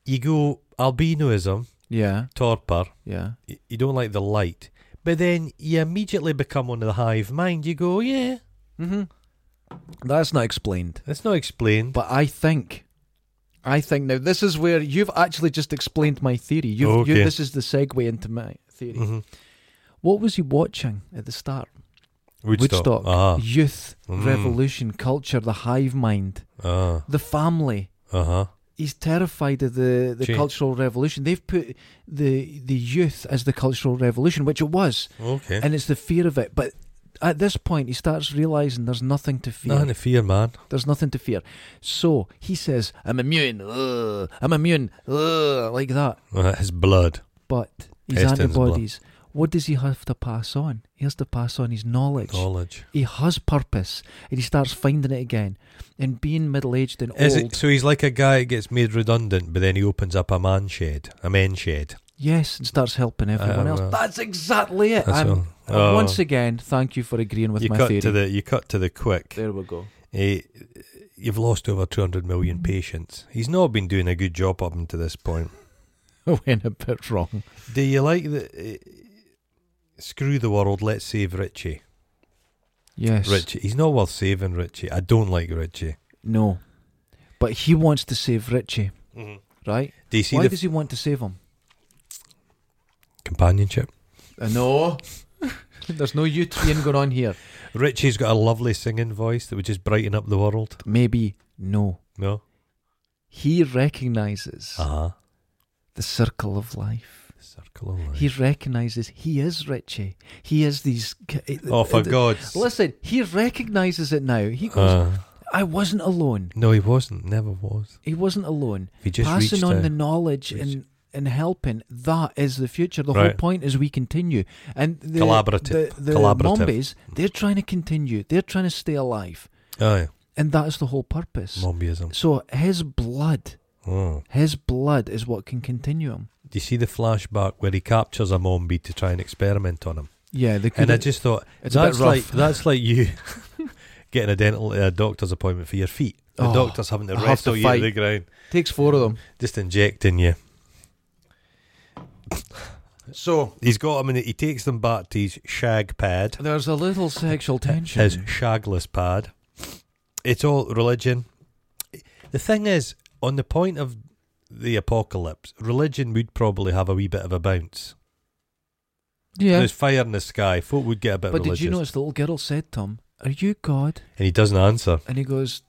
Speaker 2: You go albinoism,
Speaker 1: yeah,
Speaker 2: torpor.
Speaker 1: yeah,
Speaker 2: y- You don't like the light, but then you immediately become one of the hive mind. You go, yeah,
Speaker 1: mm-hmm. that's not explained.
Speaker 2: that's not explained.
Speaker 1: But I think, I think now this is where you've actually just explained my theory. You've,
Speaker 2: Okay.
Speaker 1: you this is the segue into my theory.
Speaker 2: Mhm.
Speaker 1: What was he watching at the start?
Speaker 2: Woodstock.
Speaker 1: Woodstock,
Speaker 2: Ah,
Speaker 1: youth,
Speaker 2: Mm.
Speaker 1: revolution, culture, the hive mind,
Speaker 2: ah,
Speaker 1: the family.
Speaker 2: uh huh.
Speaker 1: He's terrified of the, the
Speaker 2: Change.
Speaker 1: cultural revolution. They've put the the youth as the cultural revolution, which it was.
Speaker 2: Okay.
Speaker 1: and it's the fear of it. But at this point, he starts realizing there's nothing to fear.
Speaker 2: Nothing to fear, man.
Speaker 1: There's nothing to fear. So he says, "I'm immune. ugh, I'm immune." ugh," like that.
Speaker 2: Uh, His blood.
Speaker 1: But his
Speaker 2: Heston's
Speaker 1: antibodies. What does he have to pass on? He has to pass on his knowledge.
Speaker 2: Knowledge.
Speaker 1: He has purpose, and he starts finding it again. And being middle aged and
Speaker 2: Is
Speaker 1: old,
Speaker 2: it, so he's like a guy that gets made redundant, but then he opens up a man shed, a men shed.
Speaker 1: yes, and starts helping everyone
Speaker 2: Uh,
Speaker 1: else.
Speaker 2: well.
Speaker 1: That's exactly it.
Speaker 2: That's
Speaker 1: I'm-
Speaker 2: all.
Speaker 1: and
Speaker 2: Oh.
Speaker 1: Once again, thank you for agreeing with
Speaker 2: you
Speaker 1: my
Speaker 2: cut
Speaker 1: theory.
Speaker 2: to the you cut to the quick.
Speaker 1: there we go.
Speaker 2: Eh, you've lost over two hundred million patients. He's not been doing a good job up until this point.
Speaker 1: Went a bit wrong.
Speaker 2: Do you like the? eh, Screw the world. Let's save Richie.
Speaker 1: Yes,
Speaker 2: Richie. He's not worth saving. Richie. I don't like Richie.
Speaker 1: No. But he wants to save Richie, right?
Speaker 2: Do you see
Speaker 1: Why
Speaker 2: the
Speaker 1: does he want to save him?
Speaker 2: companionship? Uh,
Speaker 1: no. There's no utopian going on here.
Speaker 2: Richie's got a lovely singing voice that would just brighten up the world.
Speaker 1: Maybe no.
Speaker 2: No.
Speaker 1: He recognizes
Speaker 2: Uh huh.
Speaker 1: the circle of life.
Speaker 2: Circle of life.
Speaker 1: He recognizes he is Richie. He is these. g-
Speaker 2: oh, for
Speaker 1: th-
Speaker 2: God's
Speaker 1: Listen, he recognizes it now. He goes,
Speaker 2: Uh,
Speaker 1: I wasn't alone.
Speaker 2: no, he wasn't. Never was.
Speaker 1: He wasn't alone.
Speaker 2: He just
Speaker 1: Passing
Speaker 2: reached
Speaker 1: on
Speaker 2: out.
Speaker 1: the knowledge
Speaker 2: Reach-
Speaker 1: and, and helping, that is the future. The whole
Speaker 2: Right.
Speaker 1: point is we continue. And the,
Speaker 2: Collaborative.
Speaker 1: the, the
Speaker 2: Collaborative.
Speaker 1: Mombies, they're trying to continue. They're trying to stay alive.
Speaker 2: Oh, yeah.
Speaker 1: And that's the whole purpose.
Speaker 2: Mombyism.
Speaker 1: So his blood,
Speaker 2: Oh.
Speaker 1: his blood is what can continue him.
Speaker 2: Do you see the flashback where he captures a Mombi to try and experiment on him?
Speaker 1: Yeah, they
Speaker 2: And I just thought
Speaker 1: It's a bit
Speaker 2: that's like
Speaker 1: rough.
Speaker 2: that's like you getting a dental a doctor's appointment for your feet. The
Speaker 1: Oh,
Speaker 2: doctor's having to
Speaker 1: I have
Speaker 2: wrestle
Speaker 1: to
Speaker 2: you to
Speaker 1: fight.
Speaker 2: the ground,
Speaker 1: takes four of them.
Speaker 2: just injecting you.
Speaker 1: So
Speaker 2: He's got him, and he takes them back to his shag pad,
Speaker 1: there's a little sexual tension.
Speaker 2: his shagless pad. It's all religion. The thing is, on the point of the apocalypse, religion would probably have a wee bit of a bounce.
Speaker 1: yeah.
Speaker 2: There's fire in the sky. Folk would get a bit
Speaker 1: But
Speaker 2: religious,
Speaker 1: did you notice the little girl said to him, Are you God?
Speaker 2: and he doesn't answer.
Speaker 1: And he goes,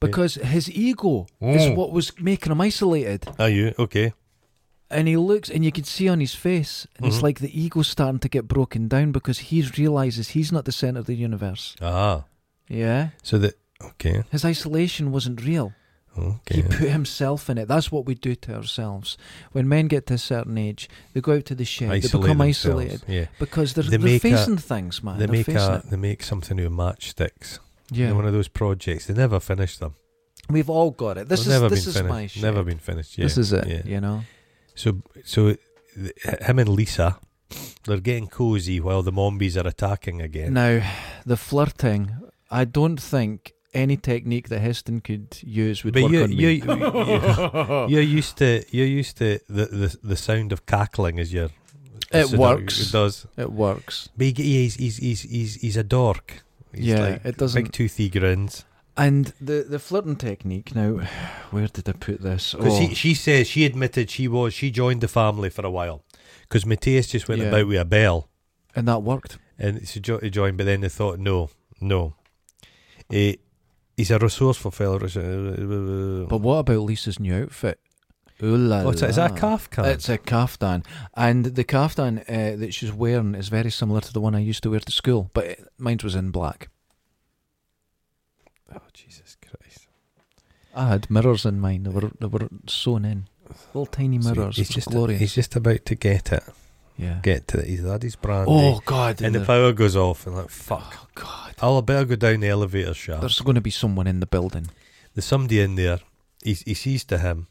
Speaker 1: Because his ego is
Speaker 2: Mm.
Speaker 1: what was making him isolated.
Speaker 2: Are you okay?
Speaker 1: And he looks, and you can see on his face, and it's
Speaker 2: Mhm.
Speaker 1: like the ego's starting to get broken down because he realizes he's not the center of the universe.
Speaker 2: Ah,
Speaker 1: Yeah,
Speaker 2: so that okay,
Speaker 1: his isolation wasn't real.
Speaker 2: okay.
Speaker 1: He put himself in it. That's what we do to ourselves. When men get to a certain age, they go out to the shed, they
Speaker 2: Isolate
Speaker 1: become
Speaker 2: themselves,
Speaker 1: isolated
Speaker 2: Yeah,
Speaker 1: because they're, they
Speaker 2: They
Speaker 1: are
Speaker 2: make a-
Speaker 1: facing things, man.
Speaker 2: they
Speaker 1: They are
Speaker 2: make
Speaker 1: facing
Speaker 2: a,
Speaker 1: it.
Speaker 2: they make something out of matchsticks. They're
Speaker 1: Yeah,
Speaker 2: one of those projects. They never finish them.
Speaker 1: we've all got it. This
Speaker 2: They've never
Speaker 1: is this
Speaker 2: been
Speaker 1: is
Speaker 2: finished.
Speaker 1: my shit.
Speaker 2: Never been finished. Yeah,
Speaker 1: This is it.
Speaker 2: Yeah.
Speaker 1: You know.
Speaker 2: So so th- him and Lisa, they're getting cozy while the Mombies are attacking again.
Speaker 1: Now, the flirting. I don't think any technique that Heston could use would
Speaker 2: but
Speaker 1: work
Speaker 2: you
Speaker 1: on me.
Speaker 2: you you are used to you're used to the, the the sound of cackling as your.
Speaker 1: It
Speaker 2: so that-
Speaker 1: works.
Speaker 2: It does.
Speaker 1: It works.
Speaker 2: But he, he's, he's he's he's he's a dork. He's
Speaker 1: yeah,
Speaker 2: like
Speaker 1: it doesn't.
Speaker 2: big toothy grins.
Speaker 1: and the the flirting technique. Now, where did I put this?
Speaker 2: Because
Speaker 1: Oh,
Speaker 2: she, she says she admitted she was she joined the family for a while because Matthias just went
Speaker 1: Yeah.
Speaker 2: about with a bell
Speaker 1: Oh, and that worked.
Speaker 2: and she jo- he joined, but then they thought no, no. Eh, he's a resourceful fellow.
Speaker 1: But what about Lisa's new outfit? Ooh la
Speaker 2: What's that? Is that a
Speaker 1: la.
Speaker 2: calf can?
Speaker 1: It's a caftan, and the caftan uh, that she's wearing is very similar to the one I used to wear to school, but it, mine was in black.
Speaker 2: Oh Jesus Christ!
Speaker 1: I had mirrors in mine. They were they were sewn in, little tiny
Speaker 2: So
Speaker 1: mirrors.
Speaker 2: he's
Speaker 1: it was
Speaker 2: just
Speaker 1: glorious.
Speaker 2: he's just about to get it.
Speaker 1: yeah.
Speaker 2: Get to it. He's had his brandy,
Speaker 1: Oh God!
Speaker 2: and the
Speaker 1: they're-
Speaker 2: power goes off, and like fuck.
Speaker 1: Oh God!
Speaker 2: I'll better go down the elevator shaft.
Speaker 1: There's going to be someone in the building.
Speaker 2: There's somebody in there. He he sees to him,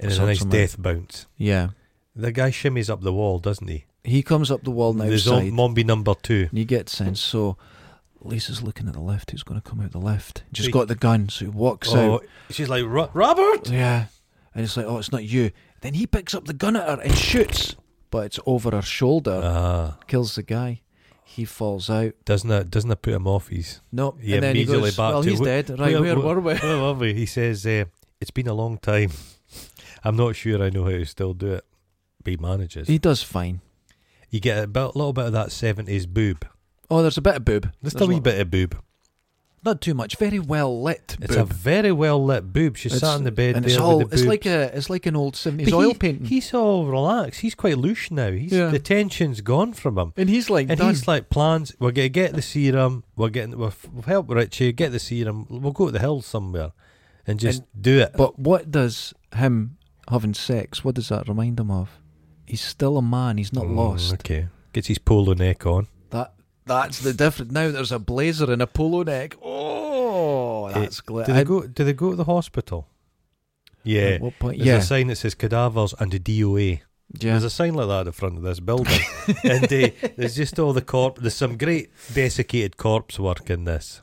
Speaker 2: and it's a
Speaker 1: Sorts
Speaker 2: nice
Speaker 1: him out.
Speaker 2: death bounce.
Speaker 1: Yeah.
Speaker 2: The guy shimmies up the wall, doesn't he?
Speaker 1: He comes up the wall now.
Speaker 2: There's
Speaker 1: side.
Speaker 2: Mombi number two.
Speaker 1: And you get sense. So Lisa's looking at the left. Who's going to come out the left? Just
Speaker 2: He-
Speaker 1: got the gun. So he walks
Speaker 2: Oh,
Speaker 1: out.
Speaker 2: she's like "Ro- Robert.
Speaker 1: Yeah. And it's like, oh, it's not you. Then he picks up the gun at her and shoots, but it's over her shoulder.
Speaker 2: Ah,
Speaker 1: kills the guy. He falls out.
Speaker 2: doesn't it? Doesn't it put him off? He's
Speaker 1: Nope.
Speaker 2: He
Speaker 1: and then he
Speaker 2: immediately
Speaker 1: goes,
Speaker 2: back
Speaker 1: well,
Speaker 2: to
Speaker 1: he's
Speaker 2: wh-
Speaker 1: dead. Right,
Speaker 2: where-
Speaker 1: where,
Speaker 2: where-
Speaker 1: were we?
Speaker 2: oh, lovely. He says, uh, "It's been a long time. I'm not sure I know how to still do it." But he manages.
Speaker 1: He does fine.
Speaker 2: you get a bit, little bit of that seventies boob.
Speaker 1: Oh, there's a bit of boob.
Speaker 2: Just a
Speaker 1: There's
Speaker 2: wee
Speaker 1: lot-
Speaker 2: bit of boob.
Speaker 1: Not too much. Very well lit
Speaker 2: It's a
Speaker 1: boob.
Speaker 2: very well lit boob. She
Speaker 1: It's-
Speaker 2: sat in the bed
Speaker 1: and
Speaker 2: there
Speaker 1: it's all.
Speaker 2: with the
Speaker 1: It's
Speaker 2: boobs.
Speaker 1: like a. It's like an old seventies
Speaker 2: But
Speaker 1: oil
Speaker 2: he-
Speaker 1: painting.
Speaker 2: He's all relaxed. He's quite loose now. He's,
Speaker 1: Yeah.
Speaker 2: The tension's gone from him.
Speaker 1: and he's like
Speaker 2: And
Speaker 1: done.
Speaker 2: he's like plans. We're gonna get the serum. We're getting. We'll f- we'll help Richie get the serum. We'll go to the hills somewhere, and just do it.
Speaker 1: But what does him having sex? What does that remind him of? He's still a man. He's not
Speaker 2: Mm,
Speaker 1: lost.
Speaker 2: Okay. Gets his polo neck on.
Speaker 1: That that's the difference. Now there's a blazer and a polo neck. Oh, that's
Speaker 2: Do they
Speaker 1: glitter.
Speaker 2: go? Do they go to the hospital? Yeah.
Speaker 1: At what point?
Speaker 2: There's
Speaker 1: Uh, Yeah,
Speaker 2: a sign that says cadavers and a DOA.
Speaker 1: yeah.
Speaker 2: There's a sign like that in front of this building, and uh, there's just all the corp. There's some great desiccated corpse work in this.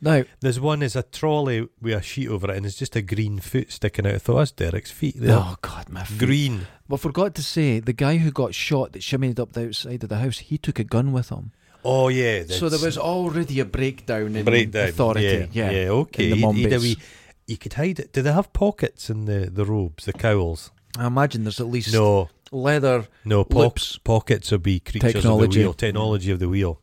Speaker 1: Now
Speaker 2: There's one is a trolley with a sheet over it, and it's just a green foot sticking out. I thought that's Derek's feet. There.
Speaker 1: Oh God, my feet.
Speaker 2: green.
Speaker 1: Well, I forgot to say the guy who got shot that shimmied up the outside of the house. He took a gun with him,
Speaker 2: Oh yeah.
Speaker 1: so there
Speaker 2: that's-
Speaker 1: was already a breakdown in
Speaker 2: breakdown.
Speaker 1: authority. Yeah,
Speaker 2: Yeah. okay.
Speaker 1: in the
Speaker 2: He'd- he'd a
Speaker 1: Mombays.
Speaker 2: wee- you could hide it. Do they have pockets in the, the robes, the cowls?
Speaker 1: I imagine there's at least
Speaker 2: No,
Speaker 1: leather.
Speaker 2: no
Speaker 1: Lips.
Speaker 2: pockets. Pockets would be creatures of
Speaker 1: Technology.
Speaker 2: the wheel, technology of the wheel.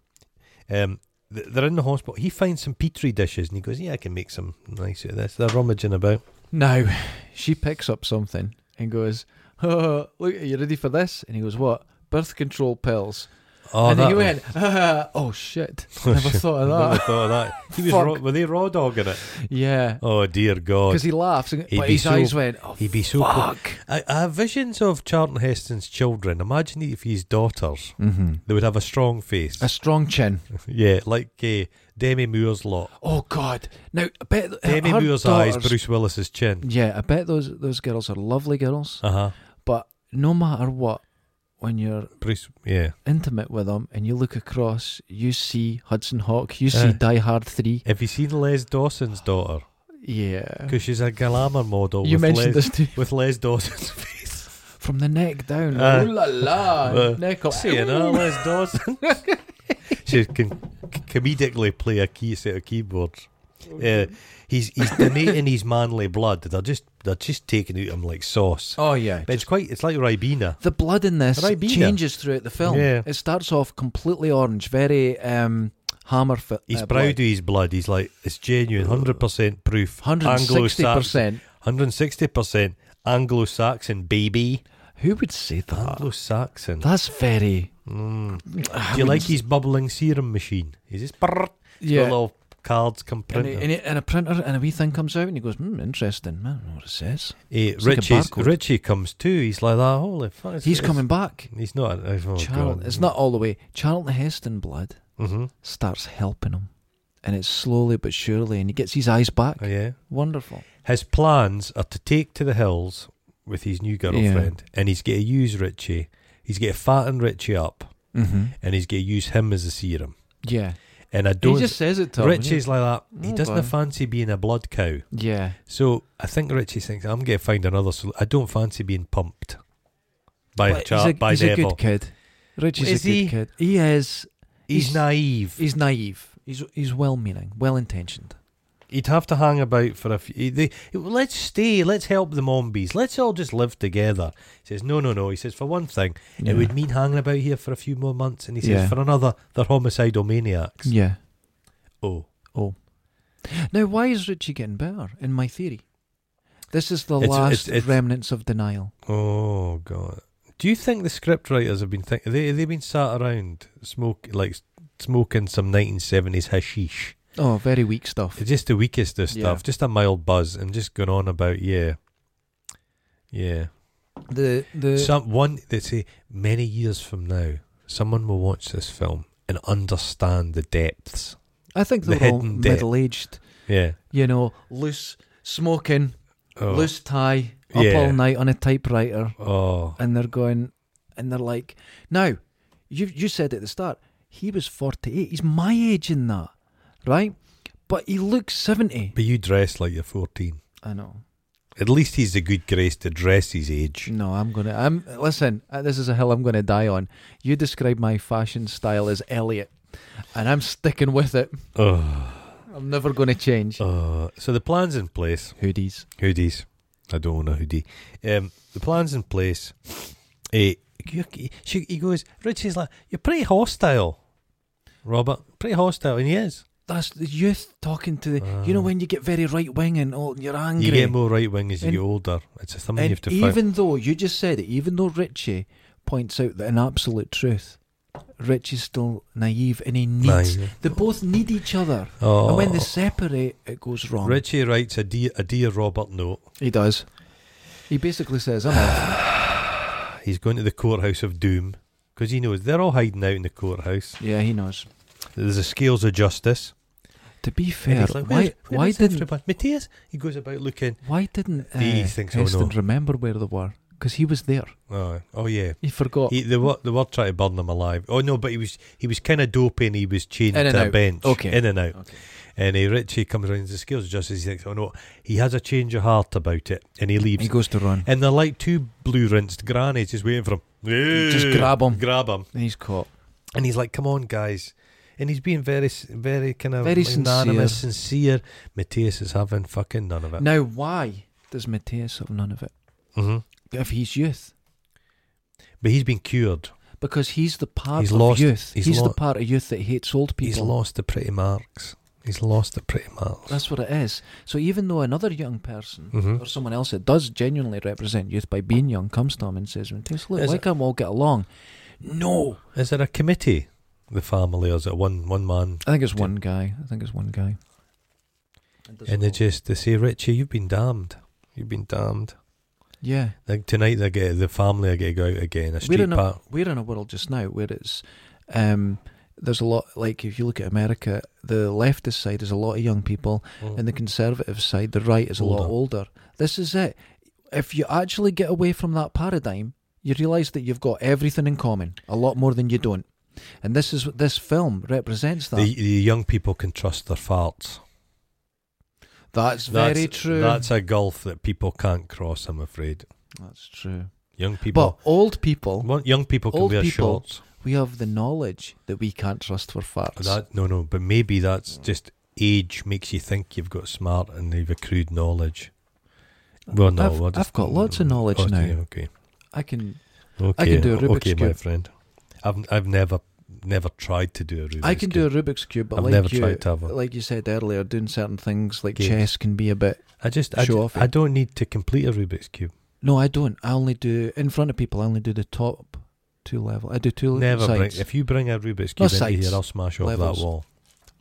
Speaker 2: Um, th- they're in the hospital. He finds some petri dishes and he goes, "Yeah, I can make some nice out of this." They're rummaging about.
Speaker 1: Now, she picks up something and goes, oh, "Look, are you ready for this?" And he goes, "What? Birth control pills?"
Speaker 2: Oh,
Speaker 1: and then he
Speaker 2: that was-
Speaker 1: went, "Oh shit! Never thought of
Speaker 2: Never
Speaker 1: that."
Speaker 2: thought of that. He was
Speaker 1: Fuck.
Speaker 2: raw, were they raw dogging it?
Speaker 1: yeah,
Speaker 2: Oh dear God!
Speaker 1: because he laughs, and,
Speaker 2: He'd
Speaker 1: but
Speaker 2: be
Speaker 1: his
Speaker 2: so-
Speaker 1: eyes went, "Oh
Speaker 2: He'd be so. cool.
Speaker 1: fuck!"
Speaker 2: I, I have visions of Charlton Heston's children. Imagine if his daughters,
Speaker 1: Mm-hmm.
Speaker 2: they would have a strong face.
Speaker 1: A strong chin.
Speaker 2: yeah, like uh, Demi Moore's lot.
Speaker 1: Oh god! Now, I bet her-
Speaker 2: Demi
Speaker 1: her
Speaker 2: Moore's eyes,
Speaker 1: daughters-
Speaker 2: Bruce Willis's chin.
Speaker 1: Yeah, I bet those those girls are lovely girls,
Speaker 2: Uh huh.
Speaker 1: but no matter what, when you're
Speaker 2: Bruce, yeah.
Speaker 1: intimate with them and you look across, you see Hudson Hawk, you see
Speaker 2: Uh.
Speaker 1: Die Hard Three.
Speaker 2: Have you seen Les Dawson's daughter?
Speaker 1: Yeah.
Speaker 2: Because she's a glamour model.
Speaker 1: You
Speaker 2: with
Speaker 1: mentioned this
Speaker 2: Les,
Speaker 1: too.
Speaker 2: with Les Dawson's face.
Speaker 1: From the neck down.
Speaker 2: Uh,
Speaker 1: Ooh la la.
Speaker 2: uh,
Speaker 1: neck up.
Speaker 2: See you know, Les Dawson. she can comedically play a key set of keyboards. Yeah, he's he's donating his manly blood. They're just they're just taking out him like sauce.
Speaker 1: Oh, yeah.
Speaker 2: But it's quite it's like Ribena.
Speaker 1: The blood in this
Speaker 2: Right, Bina.
Speaker 1: changes throughout the film.
Speaker 2: Yeah.
Speaker 1: It starts off completely orange, very um, hammer fit.
Speaker 2: He's
Speaker 1: uh,
Speaker 2: proud
Speaker 1: blood.
Speaker 2: of his blood. He's like it's genuine, hundred percent proof. Anglo-Saxon,
Speaker 1: 160%.
Speaker 2: hundred sixty percent Anglo-Saxon baby.
Speaker 1: Who would say Ah. that?
Speaker 2: Anglo-Saxon.
Speaker 1: That's very.
Speaker 2: Mm.
Speaker 1: I
Speaker 2: Ah. Do you like
Speaker 1: wouldn't-
Speaker 2: his bubbling serum machine? He's just brrr,
Speaker 1: Yeah.
Speaker 2: little cards come
Speaker 1: And, a-
Speaker 2: printed.
Speaker 1: and, a- and a printer and a wee thing comes out and he goes, hmm, interesting. I don't know what it says.
Speaker 2: Eh,
Speaker 1: like a
Speaker 2: Richie's-
Speaker 1: barcode.
Speaker 2: Richie comes too. He's like that. Holy fuck! it's-
Speaker 1: He's
Speaker 2: it's-
Speaker 1: coming back.
Speaker 2: He's not. Oh,
Speaker 1: Charl-
Speaker 2: God.
Speaker 1: it's not all the way. Charlton Heston blood
Speaker 2: Mhm.
Speaker 1: starts helping him. And it's slowly but surely, and he gets his eyes back.
Speaker 2: Oh, yeah.
Speaker 1: Wonderful.
Speaker 2: His plans are to take to the hills with his new girlfriend, and he's going to use Richie. He's going to fatten Richie up,
Speaker 1: Mm-hmm.
Speaker 2: and he's going to use him as a serum.
Speaker 1: Yeah.
Speaker 2: And I
Speaker 1: He
Speaker 2: don't.
Speaker 1: just says it to him.
Speaker 2: Richie's like that. He
Speaker 1: Oh,
Speaker 2: doesn't
Speaker 1: boy.
Speaker 2: fancy being a blood cow.
Speaker 1: Yeah.
Speaker 2: So I think Richie thinks I'm going to find another. Sol- I don't fancy being pumped by
Speaker 1: But
Speaker 2: Char-
Speaker 1: he's a,
Speaker 2: by
Speaker 1: he's a
Speaker 2: Neville.
Speaker 1: good kid. Richie's a
Speaker 2: Is
Speaker 1: good
Speaker 2: he?
Speaker 1: kid. He is.
Speaker 2: He's,
Speaker 1: He's-
Speaker 2: naive.
Speaker 1: He's naive. He's he's well meaning, well intentioned.
Speaker 2: He'd have to hang about for a few. They, let's stay. Let's help the Mombies. Let's all just live together. He says no, no, no. He says for one thing,
Speaker 1: Yeah.
Speaker 2: it would mean hanging about here for a few more months, and he says
Speaker 1: Yeah.
Speaker 2: for another, they're homicidal maniacs.
Speaker 1: Yeah.
Speaker 2: Oh,
Speaker 1: Now, why is Richie getting better? In my theory, this is the
Speaker 2: It's-
Speaker 1: last
Speaker 2: it's- it's-
Speaker 1: remnants of denial.
Speaker 2: oh God. Do you think the script writers have been think they they've been sat around smoke like smoking some 1970s hashish?
Speaker 1: Oh, very weak stuff.
Speaker 2: Just the weakest of
Speaker 1: Yeah.
Speaker 2: stuff. Just a mild buzz and just going on about yeah, yeah.
Speaker 1: The the
Speaker 2: Some one that say many years from now, someone will watch this film and understand the depths.
Speaker 1: I think
Speaker 2: the
Speaker 1: they're all
Speaker 2: hidden depth.
Speaker 1: middle aged.
Speaker 2: Yeah.
Speaker 1: You know, loose smoking,
Speaker 2: Oh.
Speaker 1: loose tie, up
Speaker 2: Yeah.
Speaker 1: all night on a typewriter,
Speaker 2: Oh.
Speaker 1: and they're going, and they're like, now, you you said at the start he was forty eight. He's my age in that, right? But he looks seventy.
Speaker 2: But you dress like you're 14.
Speaker 1: I know.
Speaker 2: At least he's the good grace to dress his age.
Speaker 1: No, I'm gonna. I'm listen. uh, This is a hill I'm gonna die on. You describe my fashion style as Elliot, and I'm sticking with it.
Speaker 2: Oh.
Speaker 1: I'm never gonna change.
Speaker 2: oh. So the plan's in place.
Speaker 1: Hoodies.
Speaker 2: Hoodies. I don't own a hoodie. Um, the plan's in place. Eh, you- she- he goes, Richie's like, you're pretty hostile, Robert. Pretty hostile. And he is.
Speaker 1: That's the youth talking to the. you know
Speaker 2: Ah.
Speaker 1: when you get very right wing and all, you're angry.
Speaker 2: You get more right wing as you
Speaker 1: And-
Speaker 2: get older. It's just something
Speaker 1: and
Speaker 2: you have to fight.
Speaker 1: even though you just said it, even though Richie points out that an absolute truth, Richie's still naive and he needs.
Speaker 2: Naive.
Speaker 1: They both need each other,
Speaker 2: Oh.
Speaker 1: and when they separate, it goes wrong.
Speaker 2: Richie writes a dear, a dear Robert note.
Speaker 1: He does. He basically says, "I'm off."
Speaker 2: He's going to the courthouse of doom because he knows they're all hiding out in the courthouse.
Speaker 1: Yeah, he knows.
Speaker 2: There's the scales of justice.
Speaker 1: To be
Speaker 2: And
Speaker 1: fair,
Speaker 2: he's like,
Speaker 1: why
Speaker 2: "Where's- where
Speaker 1: why
Speaker 2: is
Speaker 1: didn't
Speaker 2: everybody? Matthias? He goes about looking.
Speaker 1: why didn't uh,
Speaker 2: He thinks, "Oh,
Speaker 1: Heston
Speaker 2: no."
Speaker 1: remember where they were? Because he was there.
Speaker 2: Oh, oh yeah.
Speaker 1: He forgot.
Speaker 2: He, they were they were trying to burn him alive. Oh no, but he was he was kind of dopey and he was chained
Speaker 1: In and
Speaker 2: to a
Speaker 1: out.
Speaker 2: bench,
Speaker 1: Okay.
Speaker 2: in and out.
Speaker 1: Okay.
Speaker 2: And he Richie comes around and the scales of justice. He thinks, oh no, he has a change of heart about it, and he leaves.
Speaker 1: He goes to run.
Speaker 2: and they're like two blue rinsed grannies just waiting for him.
Speaker 1: Just grab 'em.
Speaker 2: grab him.
Speaker 1: And he's caught.
Speaker 2: And he's like, "Come on, guys." And he's being very, s- very kind of
Speaker 1: Very
Speaker 2: magnanimous, sincere. Matthias is having fucking none of it.
Speaker 1: Now, why does Matthias have none of it?
Speaker 2: hmm
Speaker 1: If he's youth,
Speaker 2: But he's been cured.
Speaker 1: because he's the part
Speaker 2: He's
Speaker 1: of
Speaker 2: lost-
Speaker 1: youth.
Speaker 2: he's
Speaker 1: He's,
Speaker 2: lo-
Speaker 1: the part of youth that hates old people.
Speaker 2: He's lost the pretty marks. He's lost the pretty marks.
Speaker 1: That's what it is. So even though another young person
Speaker 2: Mhm.
Speaker 1: or someone else that does genuinely represent youth by being young comes to him and says, "Matthias, look,
Speaker 2: Is
Speaker 1: why
Speaker 2: it-
Speaker 1: can't we all get along?" No,
Speaker 2: Is there a committee? The family, or is it one one man?
Speaker 1: I think it's one guy. I think it's one guy.
Speaker 2: And they just they say, Richie, you've been damned. You've been damned.
Speaker 1: yeah.
Speaker 2: Like tonight, they get the family. are going to go out again. A
Speaker 1: we're
Speaker 2: street
Speaker 1: in a
Speaker 2: park.
Speaker 1: we're in a world just now where it's um, there's a lot like if you look at America, the leftist side is a lot of young people,
Speaker 2: Mm.
Speaker 1: and the conservative side, the right, is a lot older. This is it. If you actually get away from that paradigm, you realise that you've got everything in common, a lot more than you don't. And this is what this film represents that.
Speaker 2: the, the young people can trust their farts.
Speaker 1: that's
Speaker 2: That's-
Speaker 1: very true.
Speaker 2: That's a gulf that people can't cross. I'm afraid.
Speaker 1: That's true.
Speaker 2: Young people,
Speaker 1: but old people,
Speaker 2: well, young people can
Speaker 1: old
Speaker 2: wear
Speaker 1: people-
Speaker 2: shorts.
Speaker 1: we have the knowledge that we can't trust for farts.
Speaker 2: That no, no. But maybe that's just age makes you think you've got smart and you've accrued knowledge. Well, no,
Speaker 1: I've-
Speaker 2: we're
Speaker 1: I've got lots of knowledge
Speaker 2: Oh,
Speaker 1: now.
Speaker 2: yeah, Okay,
Speaker 1: I can
Speaker 2: okay,
Speaker 1: can do a Rubik's
Speaker 2: okay, my
Speaker 1: Cube.
Speaker 2: friend. I've I've never never tried to do a Rubik's.
Speaker 1: I can
Speaker 2: Cube.
Speaker 1: do a Rubik's cube, but
Speaker 2: I've
Speaker 1: like
Speaker 2: never
Speaker 1: you,
Speaker 2: tried to have one.
Speaker 1: like you said earlier, doing certain things like
Speaker 2: Games.
Speaker 1: chess can be a bit.
Speaker 2: I just I,
Speaker 1: show
Speaker 2: ju-
Speaker 1: off
Speaker 2: I
Speaker 1: it.
Speaker 2: don't need to complete a Rubik's cube.
Speaker 1: No, I don't. I only do in front of people. I only do the top two level. I do two
Speaker 2: Never bring
Speaker 1: sides.
Speaker 2: if you bring a Rubik's
Speaker 1: No
Speaker 2: cube into
Speaker 1: sides.
Speaker 2: here, I'll smash off that
Speaker 1: Levels.
Speaker 2: wall.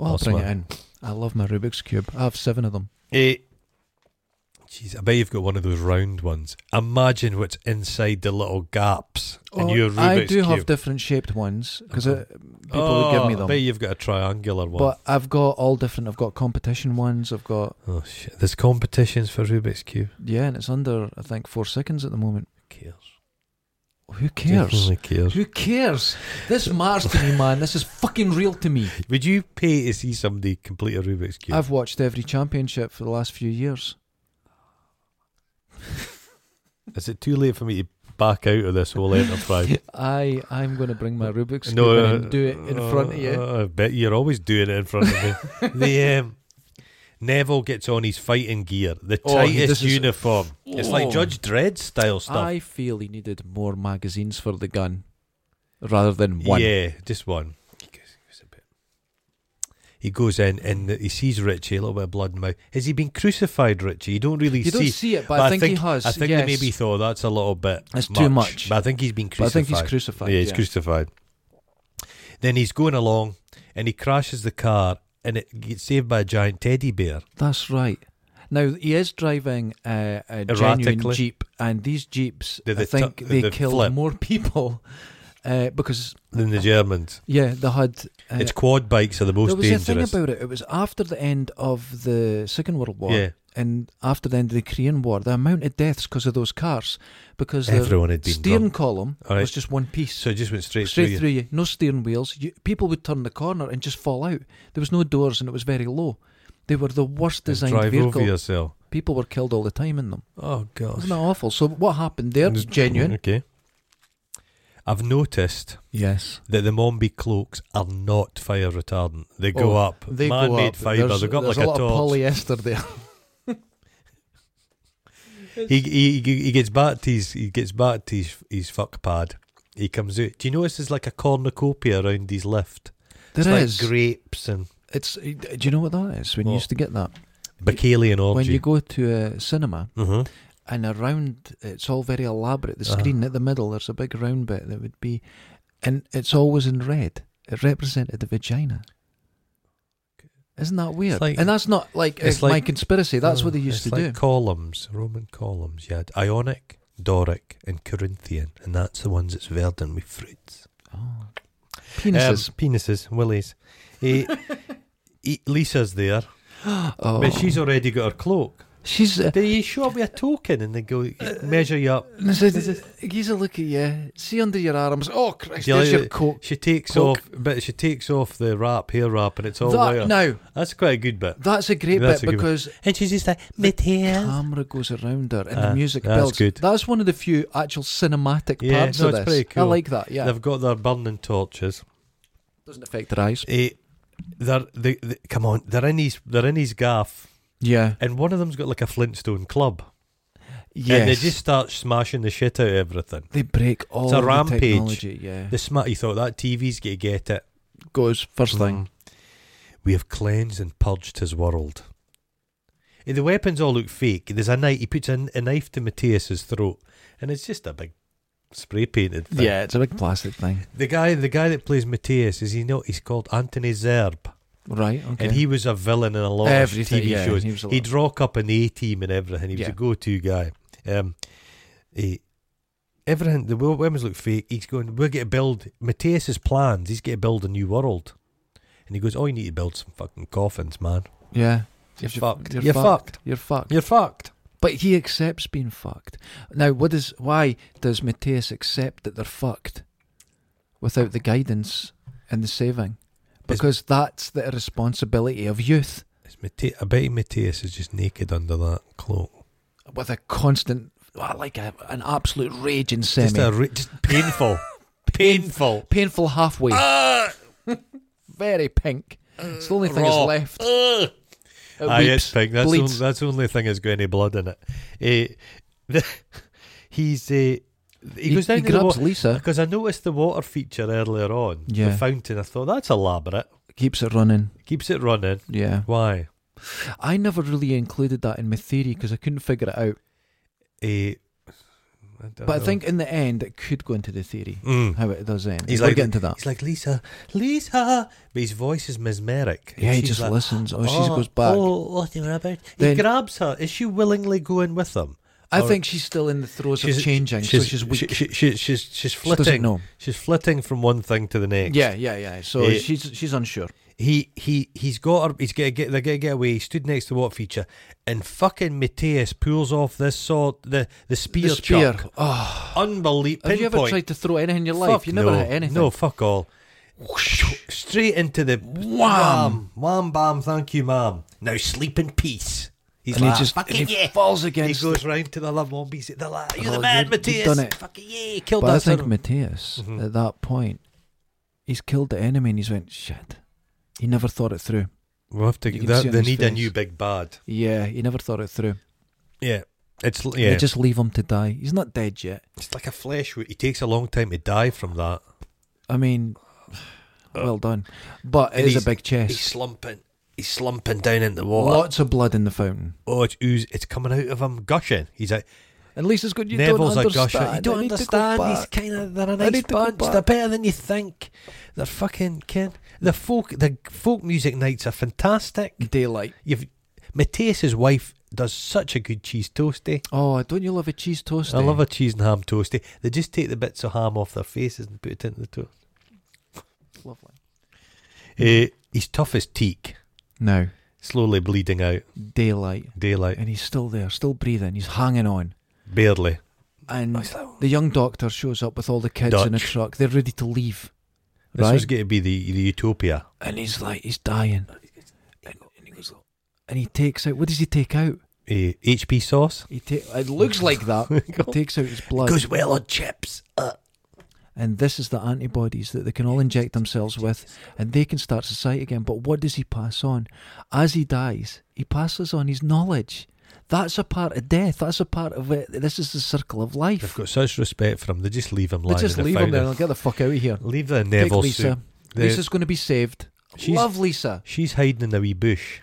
Speaker 1: oh, I'll
Speaker 2: I'll
Speaker 1: bring
Speaker 2: swear.
Speaker 1: it in. I love my Rubik's cube. I have seven of them.
Speaker 2: Eh. Jeez, I bet you've got one of those round ones. Imagine what's inside the little gaps in your Rubik's
Speaker 1: Oh, I do
Speaker 2: cube.
Speaker 1: have different shaped ones because
Speaker 2: Okay.
Speaker 1: people
Speaker 2: oh,
Speaker 1: would give me
Speaker 2: I
Speaker 1: them.
Speaker 2: bet you've got a triangular one.
Speaker 1: But I've got all different. I've got competition ones. I've got
Speaker 2: oh shit! There's competitions for Rubik's cube.
Speaker 1: yeah, and it's under I think four seconds at the moment.
Speaker 2: Cares.
Speaker 1: Who cares?
Speaker 2: Definitely cares.
Speaker 1: Who cares? This matters to me, man. This is fucking real to me.
Speaker 2: Would you pay to see somebody complete a Rubik's cube?
Speaker 1: I've watched every championship for the last few years.
Speaker 2: Is it too late for me to back out of this whole enterprise?
Speaker 1: I I'm going to bring my Rubik's cube in and do it in
Speaker 2: uh,
Speaker 1: front of you.
Speaker 2: uh, I bet you're always doing it in front of me. the um, Neville gets on his fighting gear, the
Speaker 1: Oh, he-
Speaker 2: tightest
Speaker 1: this is-
Speaker 2: uniform. It's like
Speaker 1: Oh.
Speaker 2: Judge Dredd style stuff.
Speaker 1: I feel he needed more magazines for the gun rather than one.
Speaker 2: Yeah, just one. He goes, he goes a bit. He goes in and he sees Richie, a little bit of blood in the mouth. Has he been crucified, Richie? You don't really
Speaker 1: You
Speaker 2: see.
Speaker 1: don't see it, but,
Speaker 2: but
Speaker 1: I, think he has.
Speaker 2: I think
Speaker 1: yes.
Speaker 2: they maybe thought that's a little bit.
Speaker 1: That's too much.
Speaker 2: But I think he's been
Speaker 1: But I
Speaker 2: crucified.
Speaker 1: think he's crucified.
Speaker 2: Yeah, he's crucified. Then he's going along and he crashes the car and it gets saved by a giant teddy bear.
Speaker 1: That's right. Now he is driving uh, a genuine
Speaker 2: Erratically.
Speaker 1: jeep, and these jeeps,
Speaker 2: Do they
Speaker 1: I think,
Speaker 2: tu-
Speaker 1: they,
Speaker 2: they
Speaker 1: kill
Speaker 2: flip?
Speaker 1: more people uh, because
Speaker 2: Than the Germans.
Speaker 1: yeah, they had. Uh,
Speaker 2: It's quad bikes are the most
Speaker 1: there was
Speaker 2: dangerous.
Speaker 1: a thing about it. It was after the end of the Second World War,
Speaker 2: yeah,
Speaker 1: and after the end of the Korean War, the amount of deaths because of those cars, because the
Speaker 2: everyone had been
Speaker 1: steering
Speaker 2: drunk.
Speaker 1: column
Speaker 2: All right.
Speaker 1: was just one piece.
Speaker 2: So it just went straight,
Speaker 1: straight
Speaker 2: through.
Speaker 1: through you. No steering wheels. You, people would turn the corner and just fall out. There was no doors and it was very low. They were the worst
Speaker 2: you and
Speaker 1: designed
Speaker 2: drive
Speaker 1: vehicle.
Speaker 2: over yourself.
Speaker 1: People were killed all the time in them.
Speaker 2: Oh gosh,
Speaker 1: Wasn't that awful? So what happened there was genuine.
Speaker 2: Okay. I've noticed
Speaker 1: Yes.
Speaker 2: that the Mombi cloaks are not fire retardant. They
Speaker 1: Oh,
Speaker 2: go up.
Speaker 1: They go
Speaker 2: Man-made
Speaker 1: up.
Speaker 2: fibre.
Speaker 1: There's,
Speaker 2: They go up
Speaker 1: there's
Speaker 2: like
Speaker 1: a lot of
Speaker 2: torch.
Speaker 1: polyester there.
Speaker 2: he, he he he gets back to his he gets back to his his fuck pad. He comes out. Do you notice there's like a cornucopia around his lift?
Speaker 1: There
Speaker 2: it's
Speaker 1: is.
Speaker 2: like grapes and
Speaker 1: it's. eh, Do you know what that is? When you
Speaker 2: What?
Speaker 1: used to get that
Speaker 2: Bacalian orgy.
Speaker 1: when you go to a cinema
Speaker 2: Mhm.
Speaker 1: and around it's all very elaborate. The
Speaker 2: Uh-huh.
Speaker 1: screen at the middle there's a big round bit that would be, and it's always in red. It represented the vagina. Isn't that weird?
Speaker 2: like-
Speaker 1: and that's not like,
Speaker 2: it's
Speaker 1: it's my
Speaker 2: like-
Speaker 1: conspiracy. That's what they
Speaker 2: Oh,
Speaker 1: used to
Speaker 2: it's
Speaker 1: do.
Speaker 2: like Columns, Roman columns. You had Ionic, Doric, and Corinthian, and that's the ones that's verdant with fruits.
Speaker 1: Oh. Penises.
Speaker 2: Um, penises, willies. Eh, eh, Lisa's there,
Speaker 1: oh.
Speaker 2: but she's already got her cloak.
Speaker 1: she's. Uh,
Speaker 2: They show up with a token and they go measure you up.
Speaker 1: and I said, "Here's a look at you. See under your arms. Oh Christ,
Speaker 2: Do you
Speaker 1: there's
Speaker 2: like
Speaker 1: your
Speaker 2: it?
Speaker 1: coat.
Speaker 2: She takes
Speaker 1: Cloak.
Speaker 2: off, but she takes off the wrap, hair wrap, and it's all
Speaker 1: That-
Speaker 2: there.
Speaker 1: now
Speaker 2: That's quite a good bit.
Speaker 1: that's a great
Speaker 2: Oh, That's
Speaker 1: bit
Speaker 2: a good bit.
Speaker 1: because
Speaker 2: And she's just like
Speaker 1: The
Speaker 2: mid hair.
Speaker 1: camera goes around her and
Speaker 2: Ah,
Speaker 1: the music
Speaker 2: that's
Speaker 1: builds.
Speaker 2: good.
Speaker 1: That's one of the few actual cinematic
Speaker 2: Yeah,
Speaker 1: parts
Speaker 2: no,
Speaker 1: of this.
Speaker 2: it's pretty
Speaker 1: I
Speaker 2: cool.
Speaker 1: like that. Yeah,
Speaker 2: They've got their burning torches.
Speaker 1: doesn't affect their eyes.
Speaker 2: Eh, they're they, they, come on, they're in his they're in his gaff,
Speaker 1: Yeah,
Speaker 2: and one of them's got like a Flintstone club,
Speaker 1: yes.
Speaker 2: and they just start smashing the shit out of everything.
Speaker 1: They break all
Speaker 2: a
Speaker 1: the
Speaker 2: rampage.
Speaker 1: technology. Yeah,
Speaker 2: The smart he thought that TV's gonna get it.
Speaker 1: goes first thing.
Speaker 2: Mm. We have cleansed and purged his world. Eh, The weapons all look fake. There's a knife. He puts a, a knife to Matthias's throat, and it's just a big spray painted thing.
Speaker 1: Yeah, it's a big plastic thing.
Speaker 2: The guy, the guy that plays Matthias, is he not? He's called Anthony Zerb,
Speaker 1: Right. Okay.
Speaker 2: and he was a villain in a lot
Speaker 1: Everything,
Speaker 2: of TV
Speaker 1: yeah,
Speaker 2: shows.
Speaker 1: he was a lot-
Speaker 2: He'd rock up in the A Team and everything. He was
Speaker 1: Yeah.
Speaker 2: a go-to guy. Um, he, everything. The wo- women's look fake. He's going. We're going to build Matthias's plans. He's going to build a new world. And he goes, "Oh, you need to build some fucking coffins, man.
Speaker 1: yeah.
Speaker 2: You're,
Speaker 1: You're
Speaker 2: fucked.
Speaker 1: you're
Speaker 2: You're,
Speaker 1: fucked.
Speaker 2: fucked.
Speaker 1: You're fucked.
Speaker 2: You're fucked."
Speaker 1: But he accepts being fucked. Now, what is why does Matthias accept that they're fucked without the guidance and the saving?
Speaker 2: It's-
Speaker 1: Because that's the irresponsibility of youth.
Speaker 2: It's Matthias. I bet Matthias is just naked under that cloak.
Speaker 1: with a constant, well, like a, an absolute raging semi,
Speaker 2: Just a re- just painful, painful.
Speaker 1: painful halfway,
Speaker 2: Ah!
Speaker 1: very pink. It's the only thing
Speaker 2: raw.
Speaker 1: that's left.
Speaker 2: Ugh.
Speaker 1: It
Speaker 2: Aye,
Speaker 1: weeps,
Speaker 2: it's Ah, pink. That's the,
Speaker 1: bleeds.
Speaker 2: only, that's the only thing that's got any blood in it. Eh, the, he's uh, he,
Speaker 1: he,
Speaker 2: goes down
Speaker 1: he
Speaker 2: to the
Speaker 1: grabs
Speaker 2: water
Speaker 1: Lisa,
Speaker 2: because I noticed the water feature earlier on.
Speaker 1: Yeah.
Speaker 2: The fountain. I thought that's elaborate.
Speaker 1: keeps it running.
Speaker 2: Keeps it running.
Speaker 1: Yeah,
Speaker 2: Why?
Speaker 1: I never really included that in my theory because I couldn't figure it out.
Speaker 2: Eh, I don't
Speaker 1: But I
Speaker 2: know.
Speaker 1: think in the end, it could go into the theory
Speaker 2: Uh-huh. Mm.
Speaker 1: how it does end.
Speaker 2: He's
Speaker 1: we'll
Speaker 2: like-
Speaker 1: get into that.
Speaker 2: he's like Lisa, Lisa, but his voice is mesmeric.
Speaker 1: Yeah, he
Speaker 2: She's
Speaker 1: just
Speaker 2: like,
Speaker 1: listens. Oh, she goes back.
Speaker 2: Oh, what they were about?
Speaker 1: Then-
Speaker 2: he grabs her. Is she willingly going with him?
Speaker 1: I
Speaker 2: or-
Speaker 1: think she's still in the throes of changing, so she's weak.
Speaker 2: oh." She, she, she, she's she's
Speaker 1: She doesn't
Speaker 2: flitting.
Speaker 1: know.
Speaker 2: She's flitting from one thing to the next.
Speaker 1: Yeah, yeah, yeah. So
Speaker 2: Eh,
Speaker 1: she's she's unsure.
Speaker 2: He he he's got her. He's gonna get. They're gonna get away. He stood next to what feature, and fucking Mateus pulls off this sword, the the spear,
Speaker 1: the spear.
Speaker 2: chuck.
Speaker 1: Oh,
Speaker 2: Unbelievable.
Speaker 1: have you ever
Speaker 2: pinpoint.
Speaker 1: tried to throw anything in your life?
Speaker 2: Fuck
Speaker 1: you never
Speaker 2: no.
Speaker 1: hit anything.
Speaker 2: No, fuck all. Straight into the
Speaker 1: Wham.
Speaker 2: wham, wham, bam. Thank you, ma'am. Now sleep in peace. He's
Speaker 1: and
Speaker 2: like,
Speaker 1: he just
Speaker 2: fucking
Speaker 1: and he
Speaker 2: yeah.
Speaker 1: falls
Speaker 2: He
Speaker 1: against.
Speaker 2: goes round to the other mombies. The la- you're
Speaker 1: Oh,
Speaker 2: the man,
Speaker 1: you've- you've
Speaker 2: Matthias.
Speaker 1: done it.
Speaker 2: Fucking yeah, you killed
Speaker 1: but I
Speaker 2: that
Speaker 1: think
Speaker 2: son of-
Speaker 1: Matthias
Speaker 2: Mhm.
Speaker 1: at that point, he's killed the enemy and he's went shit. He never thought it through.
Speaker 2: We'll have to.
Speaker 1: You can
Speaker 2: that-
Speaker 1: see on
Speaker 2: they
Speaker 1: his
Speaker 2: need a
Speaker 1: face.
Speaker 2: new big bad.
Speaker 1: Yeah, he never thought it through.
Speaker 2: Yeah, it's l-
Speaker 1: Yeah.
Speaker 2: yeah.
Speaker 1: just leave him to die. He's not dead yet.
Speaker 2: it's like a flesh wound. It takes a long time to die from that.
Speaker 1: I mean, well done, but it
Speaker 2: Uh, And
Speaker 1: is a
Speaker 2: he's-
Speaker 1: big
Speaker 2: He's
Speaker 1: chest.
Speaker 2: slumping. He's slumping down in the water.
Speaker 1: Lots of blood in the fountain.
Speaker 2: Oh, it's ooze. It's coming out of him, gushing. He's like,
Speaker 1: And Lisa's going, you
Speaker 2: Neville's
Speaker 1: don't
Speaker 2: a
Speaker 1: understand.
Speaker 2: gusher. You
Speaker 1: I
Speaker 2: don't
Speaker 1: need to go
Speaker 2: understand. He's
Speaker 1: back."
Speaker 2: kind of they're a
Speaker 1: I
Speaker 2: nice
Speaker 1: need to go
Speaker 2: bunch.
Speaker 1: back.
Speaker 2: They're better than you think. They're fucking kin. The folk the folk music nights are fantastic.
Speaker 1: Mm. Daylight.
Speaker 2: You've Matthias's wife does such a good cheese toasty.
Speaker 1: Oh, don't you love a cheese toast? eh?
Speaker 2: I love a cheese and ham toasty. They just take the bits of ham off their faces and put it into the toast.
Speaker 1: Lovely.
Speaker 2: Eh, he's tough as teak,
Speaker 1: Now,
Speaker 2: slowly bleeding out.
Speaker 1: daylight.
Speaker 2: Daylight,
Speaker 1: And he's still there, still breathing. He's hanging on.
Speaker 2: barely.
Speaker 1: And the young doctor shows up with all the kids in a
Speaker 2: Dutch.
Speaker 1: truck. They're ready to leave.
Speaker 2: This
Speaker 1: right?
Speaker 2: was going to be the, the utopia.
Speaker 1: and he's like, he's dying. And, and he goes, and he takes out, what does he take out?
Speaker 2: Eh, HP sauce
Speaker 1: He ta- It looks like that. He takes out his blood.
Speaker 2: goes well on chips. Uh,
Speaker 1: And this is the antibodies that they can all inject themselves with, and they can start society again. But what does he pass on? As he dies, he passes on his knowledge. That's a part of death. That's a part of it. This is the circle of
Speaker 2: They've
Speaker 1: life.
Speaker 2: got such respect for him. They just leave him
Speaker 1: Let's
Speaker 2: lying.
Speaker 1: just
Speaker 2: in the
Speaker 1: leave him there
Speaker 2: fountain.
Speaker 1: and get the fuck out of here.
Speaker 2: Leave the
Speaker 1: Take
Speaker 2: Neville suit.
Speaker 1: Lisa.
Speaker 2: The-
Speaker 1: Lisa's going to be saved.
Speaker 2: She's-
Speaker 1: Love Lisa.
Speaker 2: She's hiding in the wee bush.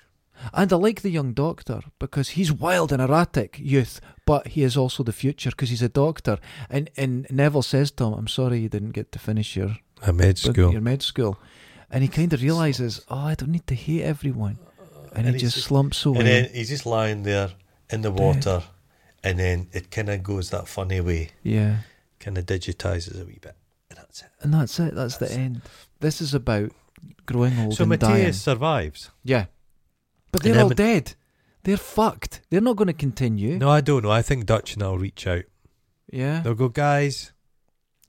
Speaker 1: And I like the young doctor because he's wild and erratic youth, but he is also the future because he's a doctor. And and Neville says to him, "I'm sorry you didn't get to finish your
Speaker 2: A med
Speaker 1: but
Speaker 2: school.
Speaker 1: your med school," and he kind of realizes, "Oh, I don't need to hate everyone," and,
Speaker 2: And
Speaker 1: he
Speaker 2: he's-
Speaker 1: just slumps away.
Speaker 2: And then he's just lying there in the water, and then it kind of goes that funny way,
Speaker 1: yeah,
Speaker 2: kind of digitizes a wee bit, and that's it.
Speaker 1: and that's it. That's,
Speaker 2: That's-
Speaker 1: the end. This is about growing old
Speaker 2: So
Speaker 1: and dying.
Speaker 2: Matthias survives.
Speaker 1: Yeah, but
Speaker 2: And
Speaker 1: they're all
Speaker 2: Emmett-
Speaker 1: dead. They're fucked. They're not going to continue.
Speaker 2: No, I don't know. I think Dutch and I'll reach out.
Speaker 1: Yeah.
Speaker 2: They'll go,
Speaker 1: Eh?
Speaker 2: guys.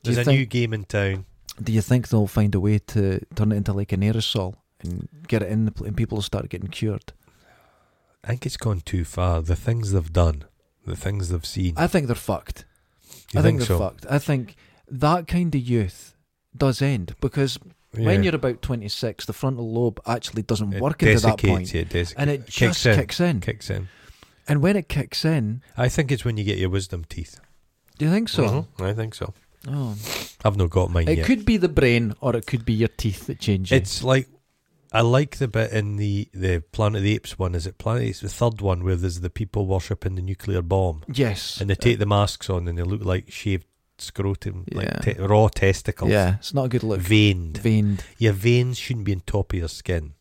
Speaker 1: Do you
Speaker 2: There's a
Speaker 1: think-
Speaker 2: new game in town.
Speaker 1: Do you think they'll find a way to turn it into like an aerosol and get it in the pl- and people will start getting cured?
Speaker 2: I think it's gone too far. The things they've done, the things they've seen.
Speaker 1: I think they're fucked.
Speaker 2: You
Speaker 1: I think, they're
Speaker 2: so?
Speaker 1: fucked. I think that kind of youth does end because when
Speaker 2: Yeah.
Speaker 1: you're about 26, the frontal lobe actually doesn't
Speaker 2: It
Speaker 1: work into that
Speaker 2: desiccates,
Speaker 1: point,
Speaker 2: yeah, it desiccates.
Speaker 1: and it
Speaker 2: Kicks
Speaker 1: just
Speaker 2: in.
Speaker 1: kicks in.
Speaker 2: Kicks in.
Speaker 1: And when it kicks in,
Speaker 2: I think it's when you get your wisdom teeth.
Speaker 1: do you think so?
Speaker 2: Mhm, I think so.
Speaker 1: Oh.
Speaker 2: I've not got mine
Speaker 1: It
Speaker 2: yet.
Speaker 1: could be the brain or it could be your teeth that change. you.
Speaker 2: It's like I like the bit in the the Planet of the Apes one. Is it Planet? of the Apes, the third one where there's the people worshipping the nuclear bomb,
Speaker 1: yes,
Speaker 2: and they take the masks on, and they look like shaved scrotum,
Speaker 1: Yeah.
Speaker 2: like te- raw testicles.
Speaker 1: yeah, it's not a good look.
Speaker 2: veined.
Speaker 1: Veined,
Speaker 2: Your veins shouldn't be on top of your skin.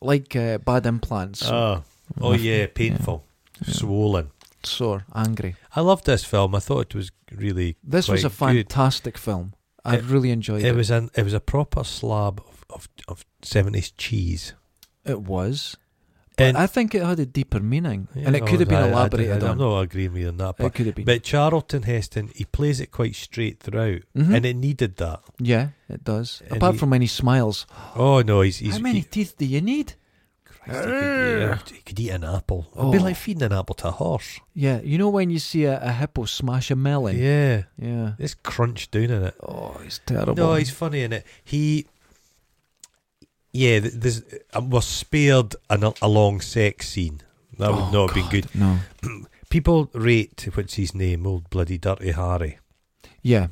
Speaker 1: like uh, bad implants,
Speaker 2: Oh, oh yeah, painful,
Speaker 1: Yeah.
Speaker 2: swollen.
Speaker 1: sore, angry.
Speaker 2: I loved this film. I thought it was really
Speaker 1: This was a
Speaker 2: quite good.
Speaker 1: fantastic film. I
Speaker 2: It-
Speaker 1: really enjoyed it.
Speaker 2: It was an it was a proper slab of of, of 70s cheese.
Speaker 1: It was.
Speaker 2: And
Speaker 1: I think it had a deeper meaning,
Speaker 2: Yeah,
Speaker 1: and it
Speaker 2: no,
Speaker 1: could have been
Speaker 2: I- I-
Speaker 1: elaborated
Speaker 2: I,
Speaker 1: on.
Speaker 2: am not agreeing with you on that,
Speaker 1: It
Speaker 2: but,
Speaker 1: could have been.
Speaker 2: but Charlton Heston he plays it quite straight throughout,
Speaker 1: Mhm.
Speaker 2: and it needed that.
Speaker 1: yeah, it does.
Speaker 2: and
Speaker 1: Apart
Speaker 2: he-
Speaker 1: from any smiles,
Speaker 2: Oh no, he's he's
Speaker 1: how many
Speaker 2: he-
Speaker 1: teeth do you need?
Speaker 2: Christ, he, could, yeah, he could eat an apple. It'd
Speaker 1: Oh.
Speaker 2: be like feeding an apple to a horse.
Speaker 1: Yeah, you know when you see a, a hippo smash a melon. Yeah.
Speaker 2: Yeah, it's crunched down in it.
Speaker 1: Oh, it's terrible.
Speaker 2: No, he's funny in it. He, yeah, th- there's um, was spared an, a long sex scene. That would
Speaker 1: Oh,
Speaker 2: not have been good.
Speaker 1: No.
Speaker 2: People rate what's his name, old bloody dirty Harry.
Speaker 1: Yeah.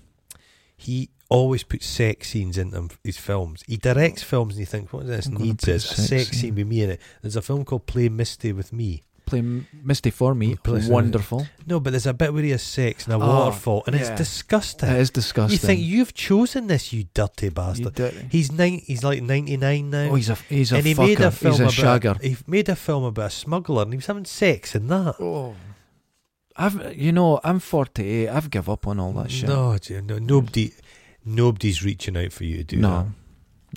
Speaker 2: He always puts sex scenes into him- his films. He directs films, and you think, what does this
Speaker 1: I'm gonna
Speaker 2: need?
Speaker 1: put
Speaker 2: This a
Speaker 1: sex
Speaker 2: sex
Speaker 1: in.
Speaker 2: scene with me in it. There's a film called Play Misty with Me.
Speaker 1: Play M- Misty for me.
Speaker 2: Play-
Speaker 1: Wonderful.
Speaker 2: No, but there's a bit where he has sex in a
Speaker 1: Oh,
Speaker 2: waterfall, and
Speaker 1: yeah.
Speaker 2: it's disgusting.
Speaker 1: It is
Speaker 2: you
Speaker 1: disgusting.
Speaker 2: think you've chosen this, you dirty
Speaker 1: You
Speaker 2: bastard.
Speaker 1: dirty-
Speaker 2: He's nine. He's like ninety nine now.
Speaker 1: oh, he's a he's a
Speaker 2: and he
Speaker 1: fucker.
Speaker 2: made a film
Speaker 1: he's a
Speaker 2: about
Speaker 1: shagger.
Speaker 2: he made a film about a smuggler, and he was having sex in that.
Speaker 1: Oh. I've you know I'm 48. I've give up on all that shit.
Speaker 2: No, dear, no, nobody, nobody's reaching out for you to do that.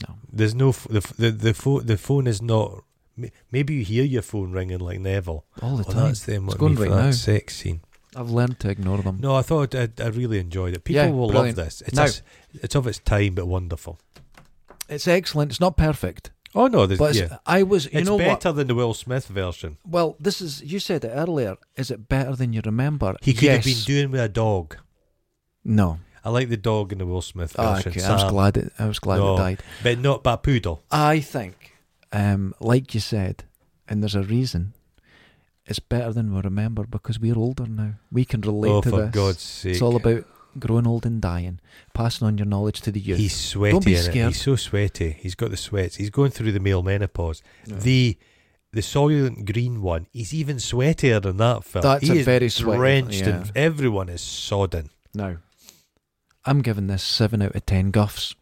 Speaker 1: no.
Speaker 2: There's no f- the f- the the phone. The phone is not. m- Maybe you hear your phone ringing like Neville.
Speaker 1: all the
Speaker 2: Oh,
Speaker 1: time.
Speaker 2: that's them.
Speaker 1: It's
Speaker 2: wanting
Speaker 1: going
Speaker 2: me for
Speaker 1: right
Speaker 2: that
Speaker 1: now.
Speaker 2: sex scene.
Speaker 1: I've learned to ignore them.
Speaker 2: No, I thought I, I really enjoyed it. People
Speaker 1: Yeah,
Speaker 2: will
Speaker 1: brilliant.
Speaker 2: love this. It's
Speaker 1: Now-
Speaker 2: a s- it's of its time, but wonderful.
Speaker 1: It's excellent. It's not perfect,
Speaker 2: Oh no, there's,
Speaker 1: but it's,
Speaker 2: yeah.
Speaker 1: I was. You
Speaker 2: it's
Speaker 1: know what?
Speaker 2: better than the Will Smith version.
Speaker 1: Well, this is. You said it earlier. Is it better than you remember?
Speaker 2: He could have been
Speaker 1: Yes.
Speaker 2: doing with a dog.
Speaker 1: No. I
Speaker 2: I like the dog in the Will Smith
Speaker 1: ah,
Speaker 2: version.
Speaker 1: okay. I was
Speaker 2: Sam.
Speaker 1: glad. It, I was glad
Speaker 2: uh, No.
Speaker 1: it died.
Speaker 2: but not by poodle.
Speaker 1: I think, um, like you said, and there's a reason. It's better than we remember because we're older now. We can relate
Speaker 2: oh,
Speaker 1: to
Speaker 2: for
Speaker 1: this.
Speaker 2: God's sake!
Speaker 1: it's all about growing old and dying, passing on your knowledge to the youth.
Speaker 2: He's sweaty.
Speaker 1: Don't be
Speaker 2: in it.
Speaker 1: scared.
Speaker 2: He's so sweaty. He's got the sweats. He's going through the male menopause.
Speaker 1: No.
Speaker 2: The the Soylent Green one, he's even sweatier than that film.
Speaker 1: That's
Speaker 2: he
Speaker 1: a
Speaker 2: is
Speaker 1: very sweaty-
Speaker 2: drenched
Speaker 1: yeah.
Speaker 2: and everyone is sodden.
Speaker 1: No. I'm giving this 7 out of 10 guffs.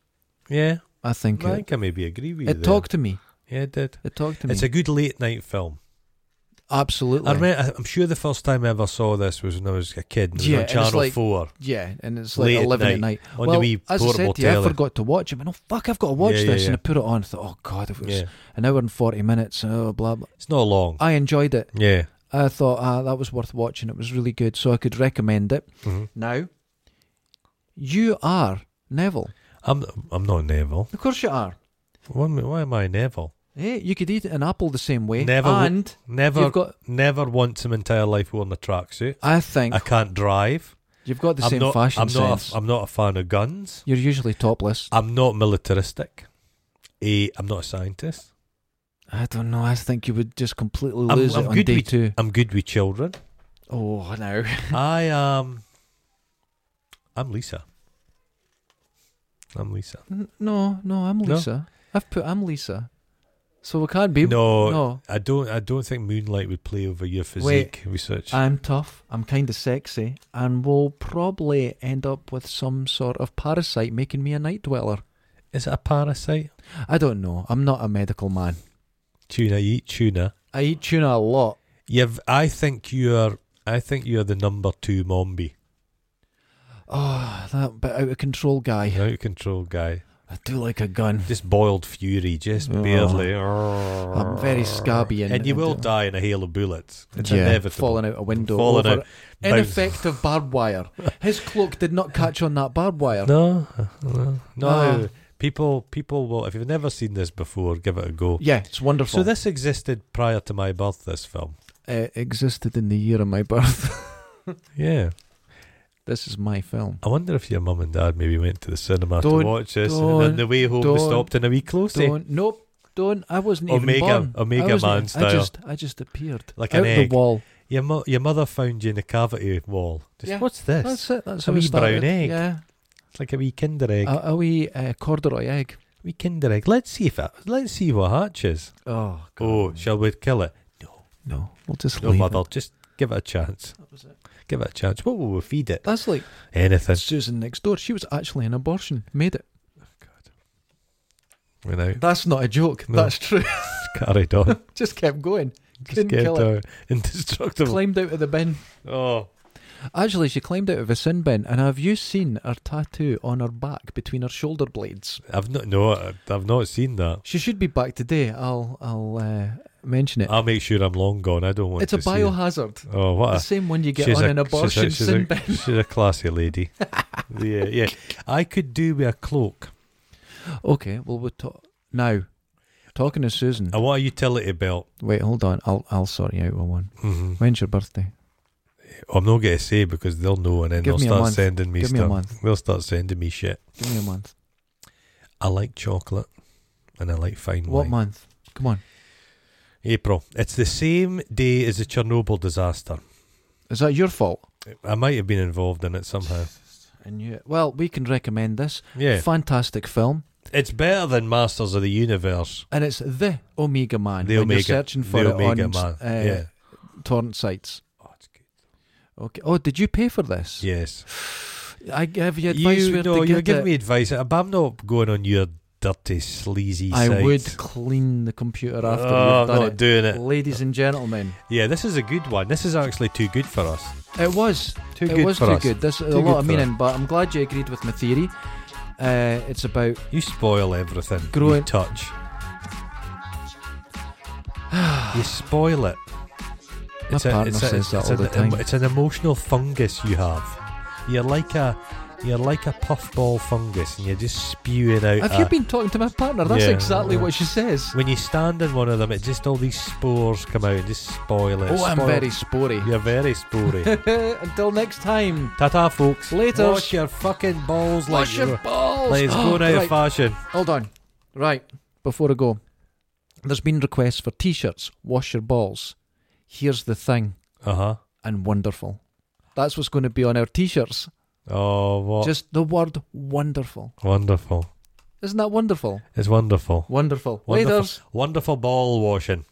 Speaker 2: Yeah,
Speaker 1: I think
Speaker 2: I
Speaker 1: it,
Speaker 2: think I maybe agree with you.
Speaker 1: it
Speaker 2: there.
Speaker 1: talked to me.
Speaker 2: Yeah, it did.
Speaker 1: It talked to me.
Speaker 2: It's a good late night film.
Speaker 1: Absolutely.
Speaker 2: I remember, I'm sure the first time I ever saw this was when I was a kid. and It was
Speaker 1: Yeah,
Speaker 2: on
Speaker 1: and it's
Speaker 2: Channel
Speaker 1: like-
Speaker 2: 4
Speaker 1: yeah, and it's like
Speaker 2: Late at
Speaker 1: 11 at
Speaker 2: night,
Speaker 1: night.
Speaker 2: on
Speaker 1: well,
Speaker 2: the wee
Speaker 1: as I
Speaker 2: portable
Speaker 1: said to you, I
Speaker 2: telly.
Speaker 1: forgot to watch it. I went, oh, fuck, I've got to watch
Speaker 2: Yeah, yeah,
Speaker 1: this.
Speaker 2: yeah.
Speaker 1: And I put it on. I thought, oh, God, if it was
Speaker 2: Yeah.
Speaker 1: an hour and 40 minutes, oh, blah, blah.
Speaker 2: It's not long.
Speaker 1: I enjoyed it.
Speaker 2: yeah.
Speaker 1: I thought, ah, that was worth watching. It was really good. So I could recommend it.
Speaker 2: Mhm.
Speaker 1: Now, you are Neville.
Speaker 2: I'm I'm not Neville.
Speaker 1: Of course you are.
Speaker 2: Why, am- why am I Neville?
Speaker 1: Eh, you could eat an apple the same way.
Speaker 2: Neville would-
Speaker 1: And
Speaker 2: Never
Speaker 1: you've got,
Speaker 2: never once in my entire life worn a tracksuit.
Speaker 1: I think,
Speaker 2: I can't drive.
Speaker 1: you've got the
Speaker 2: I'm
Speaker 1: same
Speaker 2: not,
Speaker 1: fashion
Speaker 2: I'm not
Speaker 1: sense.
Speaker 2: A, I'm not a fan of guns.
Speaker 1: You're usually topless.
Speaker 2: I'm not militaristic. i I'm not a scientist.
Speaker 1: I don't know. I think you would just completely
Speaker 2: I'm-
Speaker 1: lose
Speaker 2: I'm
Speaker 1: it on
Speaker 2: good
Speaker 1: day
Speaker 2: with-
Speaker 1: two.
Speaker 2: I'm good with children.
Speaker 1: Oh, no.
Speaker 2: I am. I'm Lisa. I'm Lisa.
Speaker 1: N- No, no, I'm
Speaker 2: No?
Speaker 1: Lisa. I've put I'm Lisa. So we can't be.
Speaker 2: No,
Speaker 1: no.
Speaker 2: I don't. I don't think Moonlight would play over your
Speaker 1: Wait.
Speaker 2: physique research.
Speaker 1: I'm tough. I'm kind of sexy. And we'll probably end up with some sort of parasite making me a night dweller.
Speaker 2: Is it a parasite?
Speaker 1: I don't know. I'm not a medical man.
Speaker 2: Tuna. You eat tuna.
Speaker 1: I eat tuna a lot.
Speaker 2: You've. I think you're. I think you're the number two mombi,
Speaker 1: Oh, that bit out of control guy.
Speaker 2: out of control guy.
Speaker 1: I do like a gun.
Speaker 2: Just boiled fury, just
Speaker 1: Oh.
Speaker 2: barely.
Speaker 1: I'm very scabby and-
Speaker 2: and you will
Speaker 1: and-
Speaker 2: die in a hail of bullets. It's inevitable.
Speaker 1: Falling out a window.
Speaker 2: Falling
Speaker 1: over
Speaker 2: out. Bounce.
Speaker 1: Ineffective barbed wire. His cloak did not catch on that barbed wire.
Speaker 2: No, no, no.
Speaker 1: Ah.
Speaker 2: People, people will. If you've never seen this before, give it a go.
Speaker 1: Yeah, it's wonderful.
Speaker 2: So this existed prior to my birth. This film.
Speaker 1: uh, existed in the year of my birth.
Speaker 2: Yeah.
Speaker 1: this is my film.
Speaker 2: I wonder if your mum and dad maybe went to the cinema
Speaker 1: Don't-
Speaker 2: to watch this, and
Speaker 1: don't-
Speaker 2: on the way home
Speaker 1: don't-
Speaker 2: they stopped in a wee closey,
Speaker 1: Don't, nope, don't. I wasn't even
Speaker 2: Omega-
Speaker 1: born.
Speaker 2: Omega
Speaker 1: I wasn't-
Speaker 2: Man style.
Speaker 1: I just, I just appeared
Speaker 2: like
Speaker 1: out
Speaker 2: an egg.
Speaker 1: the wall.
Speaker 2: Your mo- your mother found you in a cavity wall. Just,
Speaker 1: Yeah.
Speaker 2: What's this?
Speaker 1: That's it. That's
Speaker 2: A
Speaker 1: how it
Speaker 2: wee
Speaker 1: started.
Speaker 2: brown egg.
Speaker 1: Yeah,
Speaker 2: It's like a wee Kinder egg.
Speaker 1: a, a wee uh, corduroy egg.
Speaker 2: wee Kinder egg. Let's see if it, let's see what hatches.
Speaker 1: Oh, God.
Speaker 2: Oh, shall we kill it?
Speaker 1: no, we'll just
Speaker 2: No,
Speaker 1: leave
Speaker 2: mother,
Speaker 1: it.
Speaker 2: Oh, just give it a chance.
Speaker 1: That was it.
Speaker 2: Give it a chance. What will we feed it?
Speaker 1: That's like
Speaker 2: Anything.
Speaker 1: Susan next door. She was actually an abortion. Made it.
Speaker 2: Went out.
Speaker 1: That's not a joke.
Speaker 2: No.
Speaker 1: That's true.
Speaker 2: Carried on.
Speaker 1: just kept going.
Speaker 2: Just
Speaker 1: Couldn't
Speaker 2: get
Speaker 1: kill it.
Speaker 2: out. Indestructible.
Speaker 1: Climbed out of the bin.
Speaker 2: Oh,
Speaker 1: Actually, she climbed out of a sin bin, and have you seen her tattoo on her back between her shoulder blades?
Speaker 2: I've not. No, I- I've not seen that.
Speaker 1: She should be back today. I'll I'll uh, mention it.
Speaker 2: I'll make sure I'm long gone. I don't want.
Speaker 1: it's a
Speaker 2: to see it.
Speaker 1: biohazard.
Speaker 2: Oh, what
Speaker 1: The
Speaker 2: a
Speaker 1: same one you get
Speaker 2: she's
Speaker 1: on
Speaker 2: a-
Speaker 1: an abortion
Speaker 2: she's a,
Speaker 1: sin
Speaker 2: she's, a,
Speaker 1: bin.
Speaker 2: she's a classy lady. yeah, yeah. I could do with a cloak.
Speaker 1: Okay, well we're talk now. Talking to Susan.
Speaker 2: I want a utility belt.
Speaker 1: Wait, hold on. I'll I'll sort you out with one.
Speaker 2: hmm
Speaker 1: When's your birthday?
Speaker 2: I'm not going to say because they'll know, and then
Speaker 1: Give
Speaker 2: they'll
Speaker 1: me a
Speaker 2: start
Speaker 1: month.
Speaker 2: sending me
Speaker 1: Give me
Speaker 2: stuff.
Speaker 1: a month.
Speaker 2: They'll start sending me shit.
Speaker 1: Give me a month.
Speaker 2: I like chocolate, and I like fine
Speaker 1: What
Speaker 2: wine.
Speaker 1: month? Come on.
Speaker 2: April. It's the same day as the Chernobyl disaster.
Speaker 1: Is that your fault?
Speaker 2: I might have been involved in it somehow.
Speaker 1: And you. Well, we can recommend this.
Speaker 2: Yeah,
Speaker 1: Fantastic film,
Speaker 2: it's better than Masters of the Universe.
Speaker 1: and it's the Omega Man.
Speaker 2: The
Speaker 1: when
Speaker 2: Omega,
Speaker 1: you're searching for
Speaker 2: the
Speaker 1: it
Speaker 2: Omega
Speaker 1: on
Speaker 2: Man.
Speaker 1: Uh,
Speaker 2: yeah.
Speaker 1: torrent sites.
Speaker 2: Oh, it's good.
Speaker 1: Okay. Oh, did you pay for this?
Speaker 2: Yes.
Speaker 1: I give you advice
Speaker 2: you,
Speaker 1: where
Speaker 2: no,
Speaker 1: to
Speaker 2: you're
Speaker 1: get
Speaker 2: giving
Speaker 1: it.
Speaker 2: me advice. I'm I'm not going on your dirty, sleazy
Speaker 1: I
Speaker 2: site.
Speaker 1: would clean the computer after
Speaker 2: Oh,
Speaker 1: you've
Speaker 2: I'm
Speaker 1: done
Speaker 2: not
Speaker 1: it.
Speaker 2: doing it.
Speaker 1: Ladies and gentlemen,
Speaker 2: Yeah, this is a good one. This is actually too good for us.
Speaker 1: it was
Speaker 2: Too
Speaker 1: it
Speaker 2: good
Speaker 1: was
Speaker 2: for
Speaker 1: too
Speaker 2: us.
Speaker 1: good. This is a lot
Speaker 2: Too good
Speaker 1: of
Speaker 2: for us.
Speaker 1: meaning, but I'm glad you agreed with my theory. Uh, it's about
Speaker 2: You spoil everything. You
Speaker 1: Growing-
Speaker 2: touch. you spoil it.
Speaker 1: My partner says that
Speaker 2: it's
Speaker 1: all
Speaker 2: an,
Speaker 1: the time.
Speaker 2: It's an emotional fungus you have. You're like a, you're like a puffball fungus, and you're just spewing out.
Speaker 1: have
Speaker 2: a-
Speaker 1: you been talking to my partner? That's
Speaker 2: uh, Yeah.
Speaker 1: exactly what she says.
Speaker 2: When you stand in one of them, it just all these spores come out and just spoil it.
Speaker 1: Oh, I'm
Speaker 2: Spoil-
Speaker 1: very spory.
Speaker 2: You're very spory.
Speaker 1: Until next time.
Speaker 2: Ta ta, folks.
Speaker 1: Later.
Speaker 2: Wash your fucking balls like
Speaker 1: Wash your
Speaker 2: you're-
Speaker 1: balls.
Speaker 2: like it's going out
Speaker 1: oh, Right.
Speaker 2: of fashion.
Speaker 1: Hold on. Right, before I go, there's been requests for t shirts, wash your balls. Here's the thing,
Speaker 2: Uh huh.
Speaker 1: and wonderful. That's what's going to be on our t shirts.
Speaker 2: Oh, what
Speaker 1: Just the word wonderful.
Speaker 2: wonderful!
Speaker 1: Isn't that wonderful?
Speaker 2: It's wonderful.
Speaker 1: Wonderful.
Speaker 2: Wonderful.
Speaker 1: Laters.
Speaker 2: Wonderful ball washing.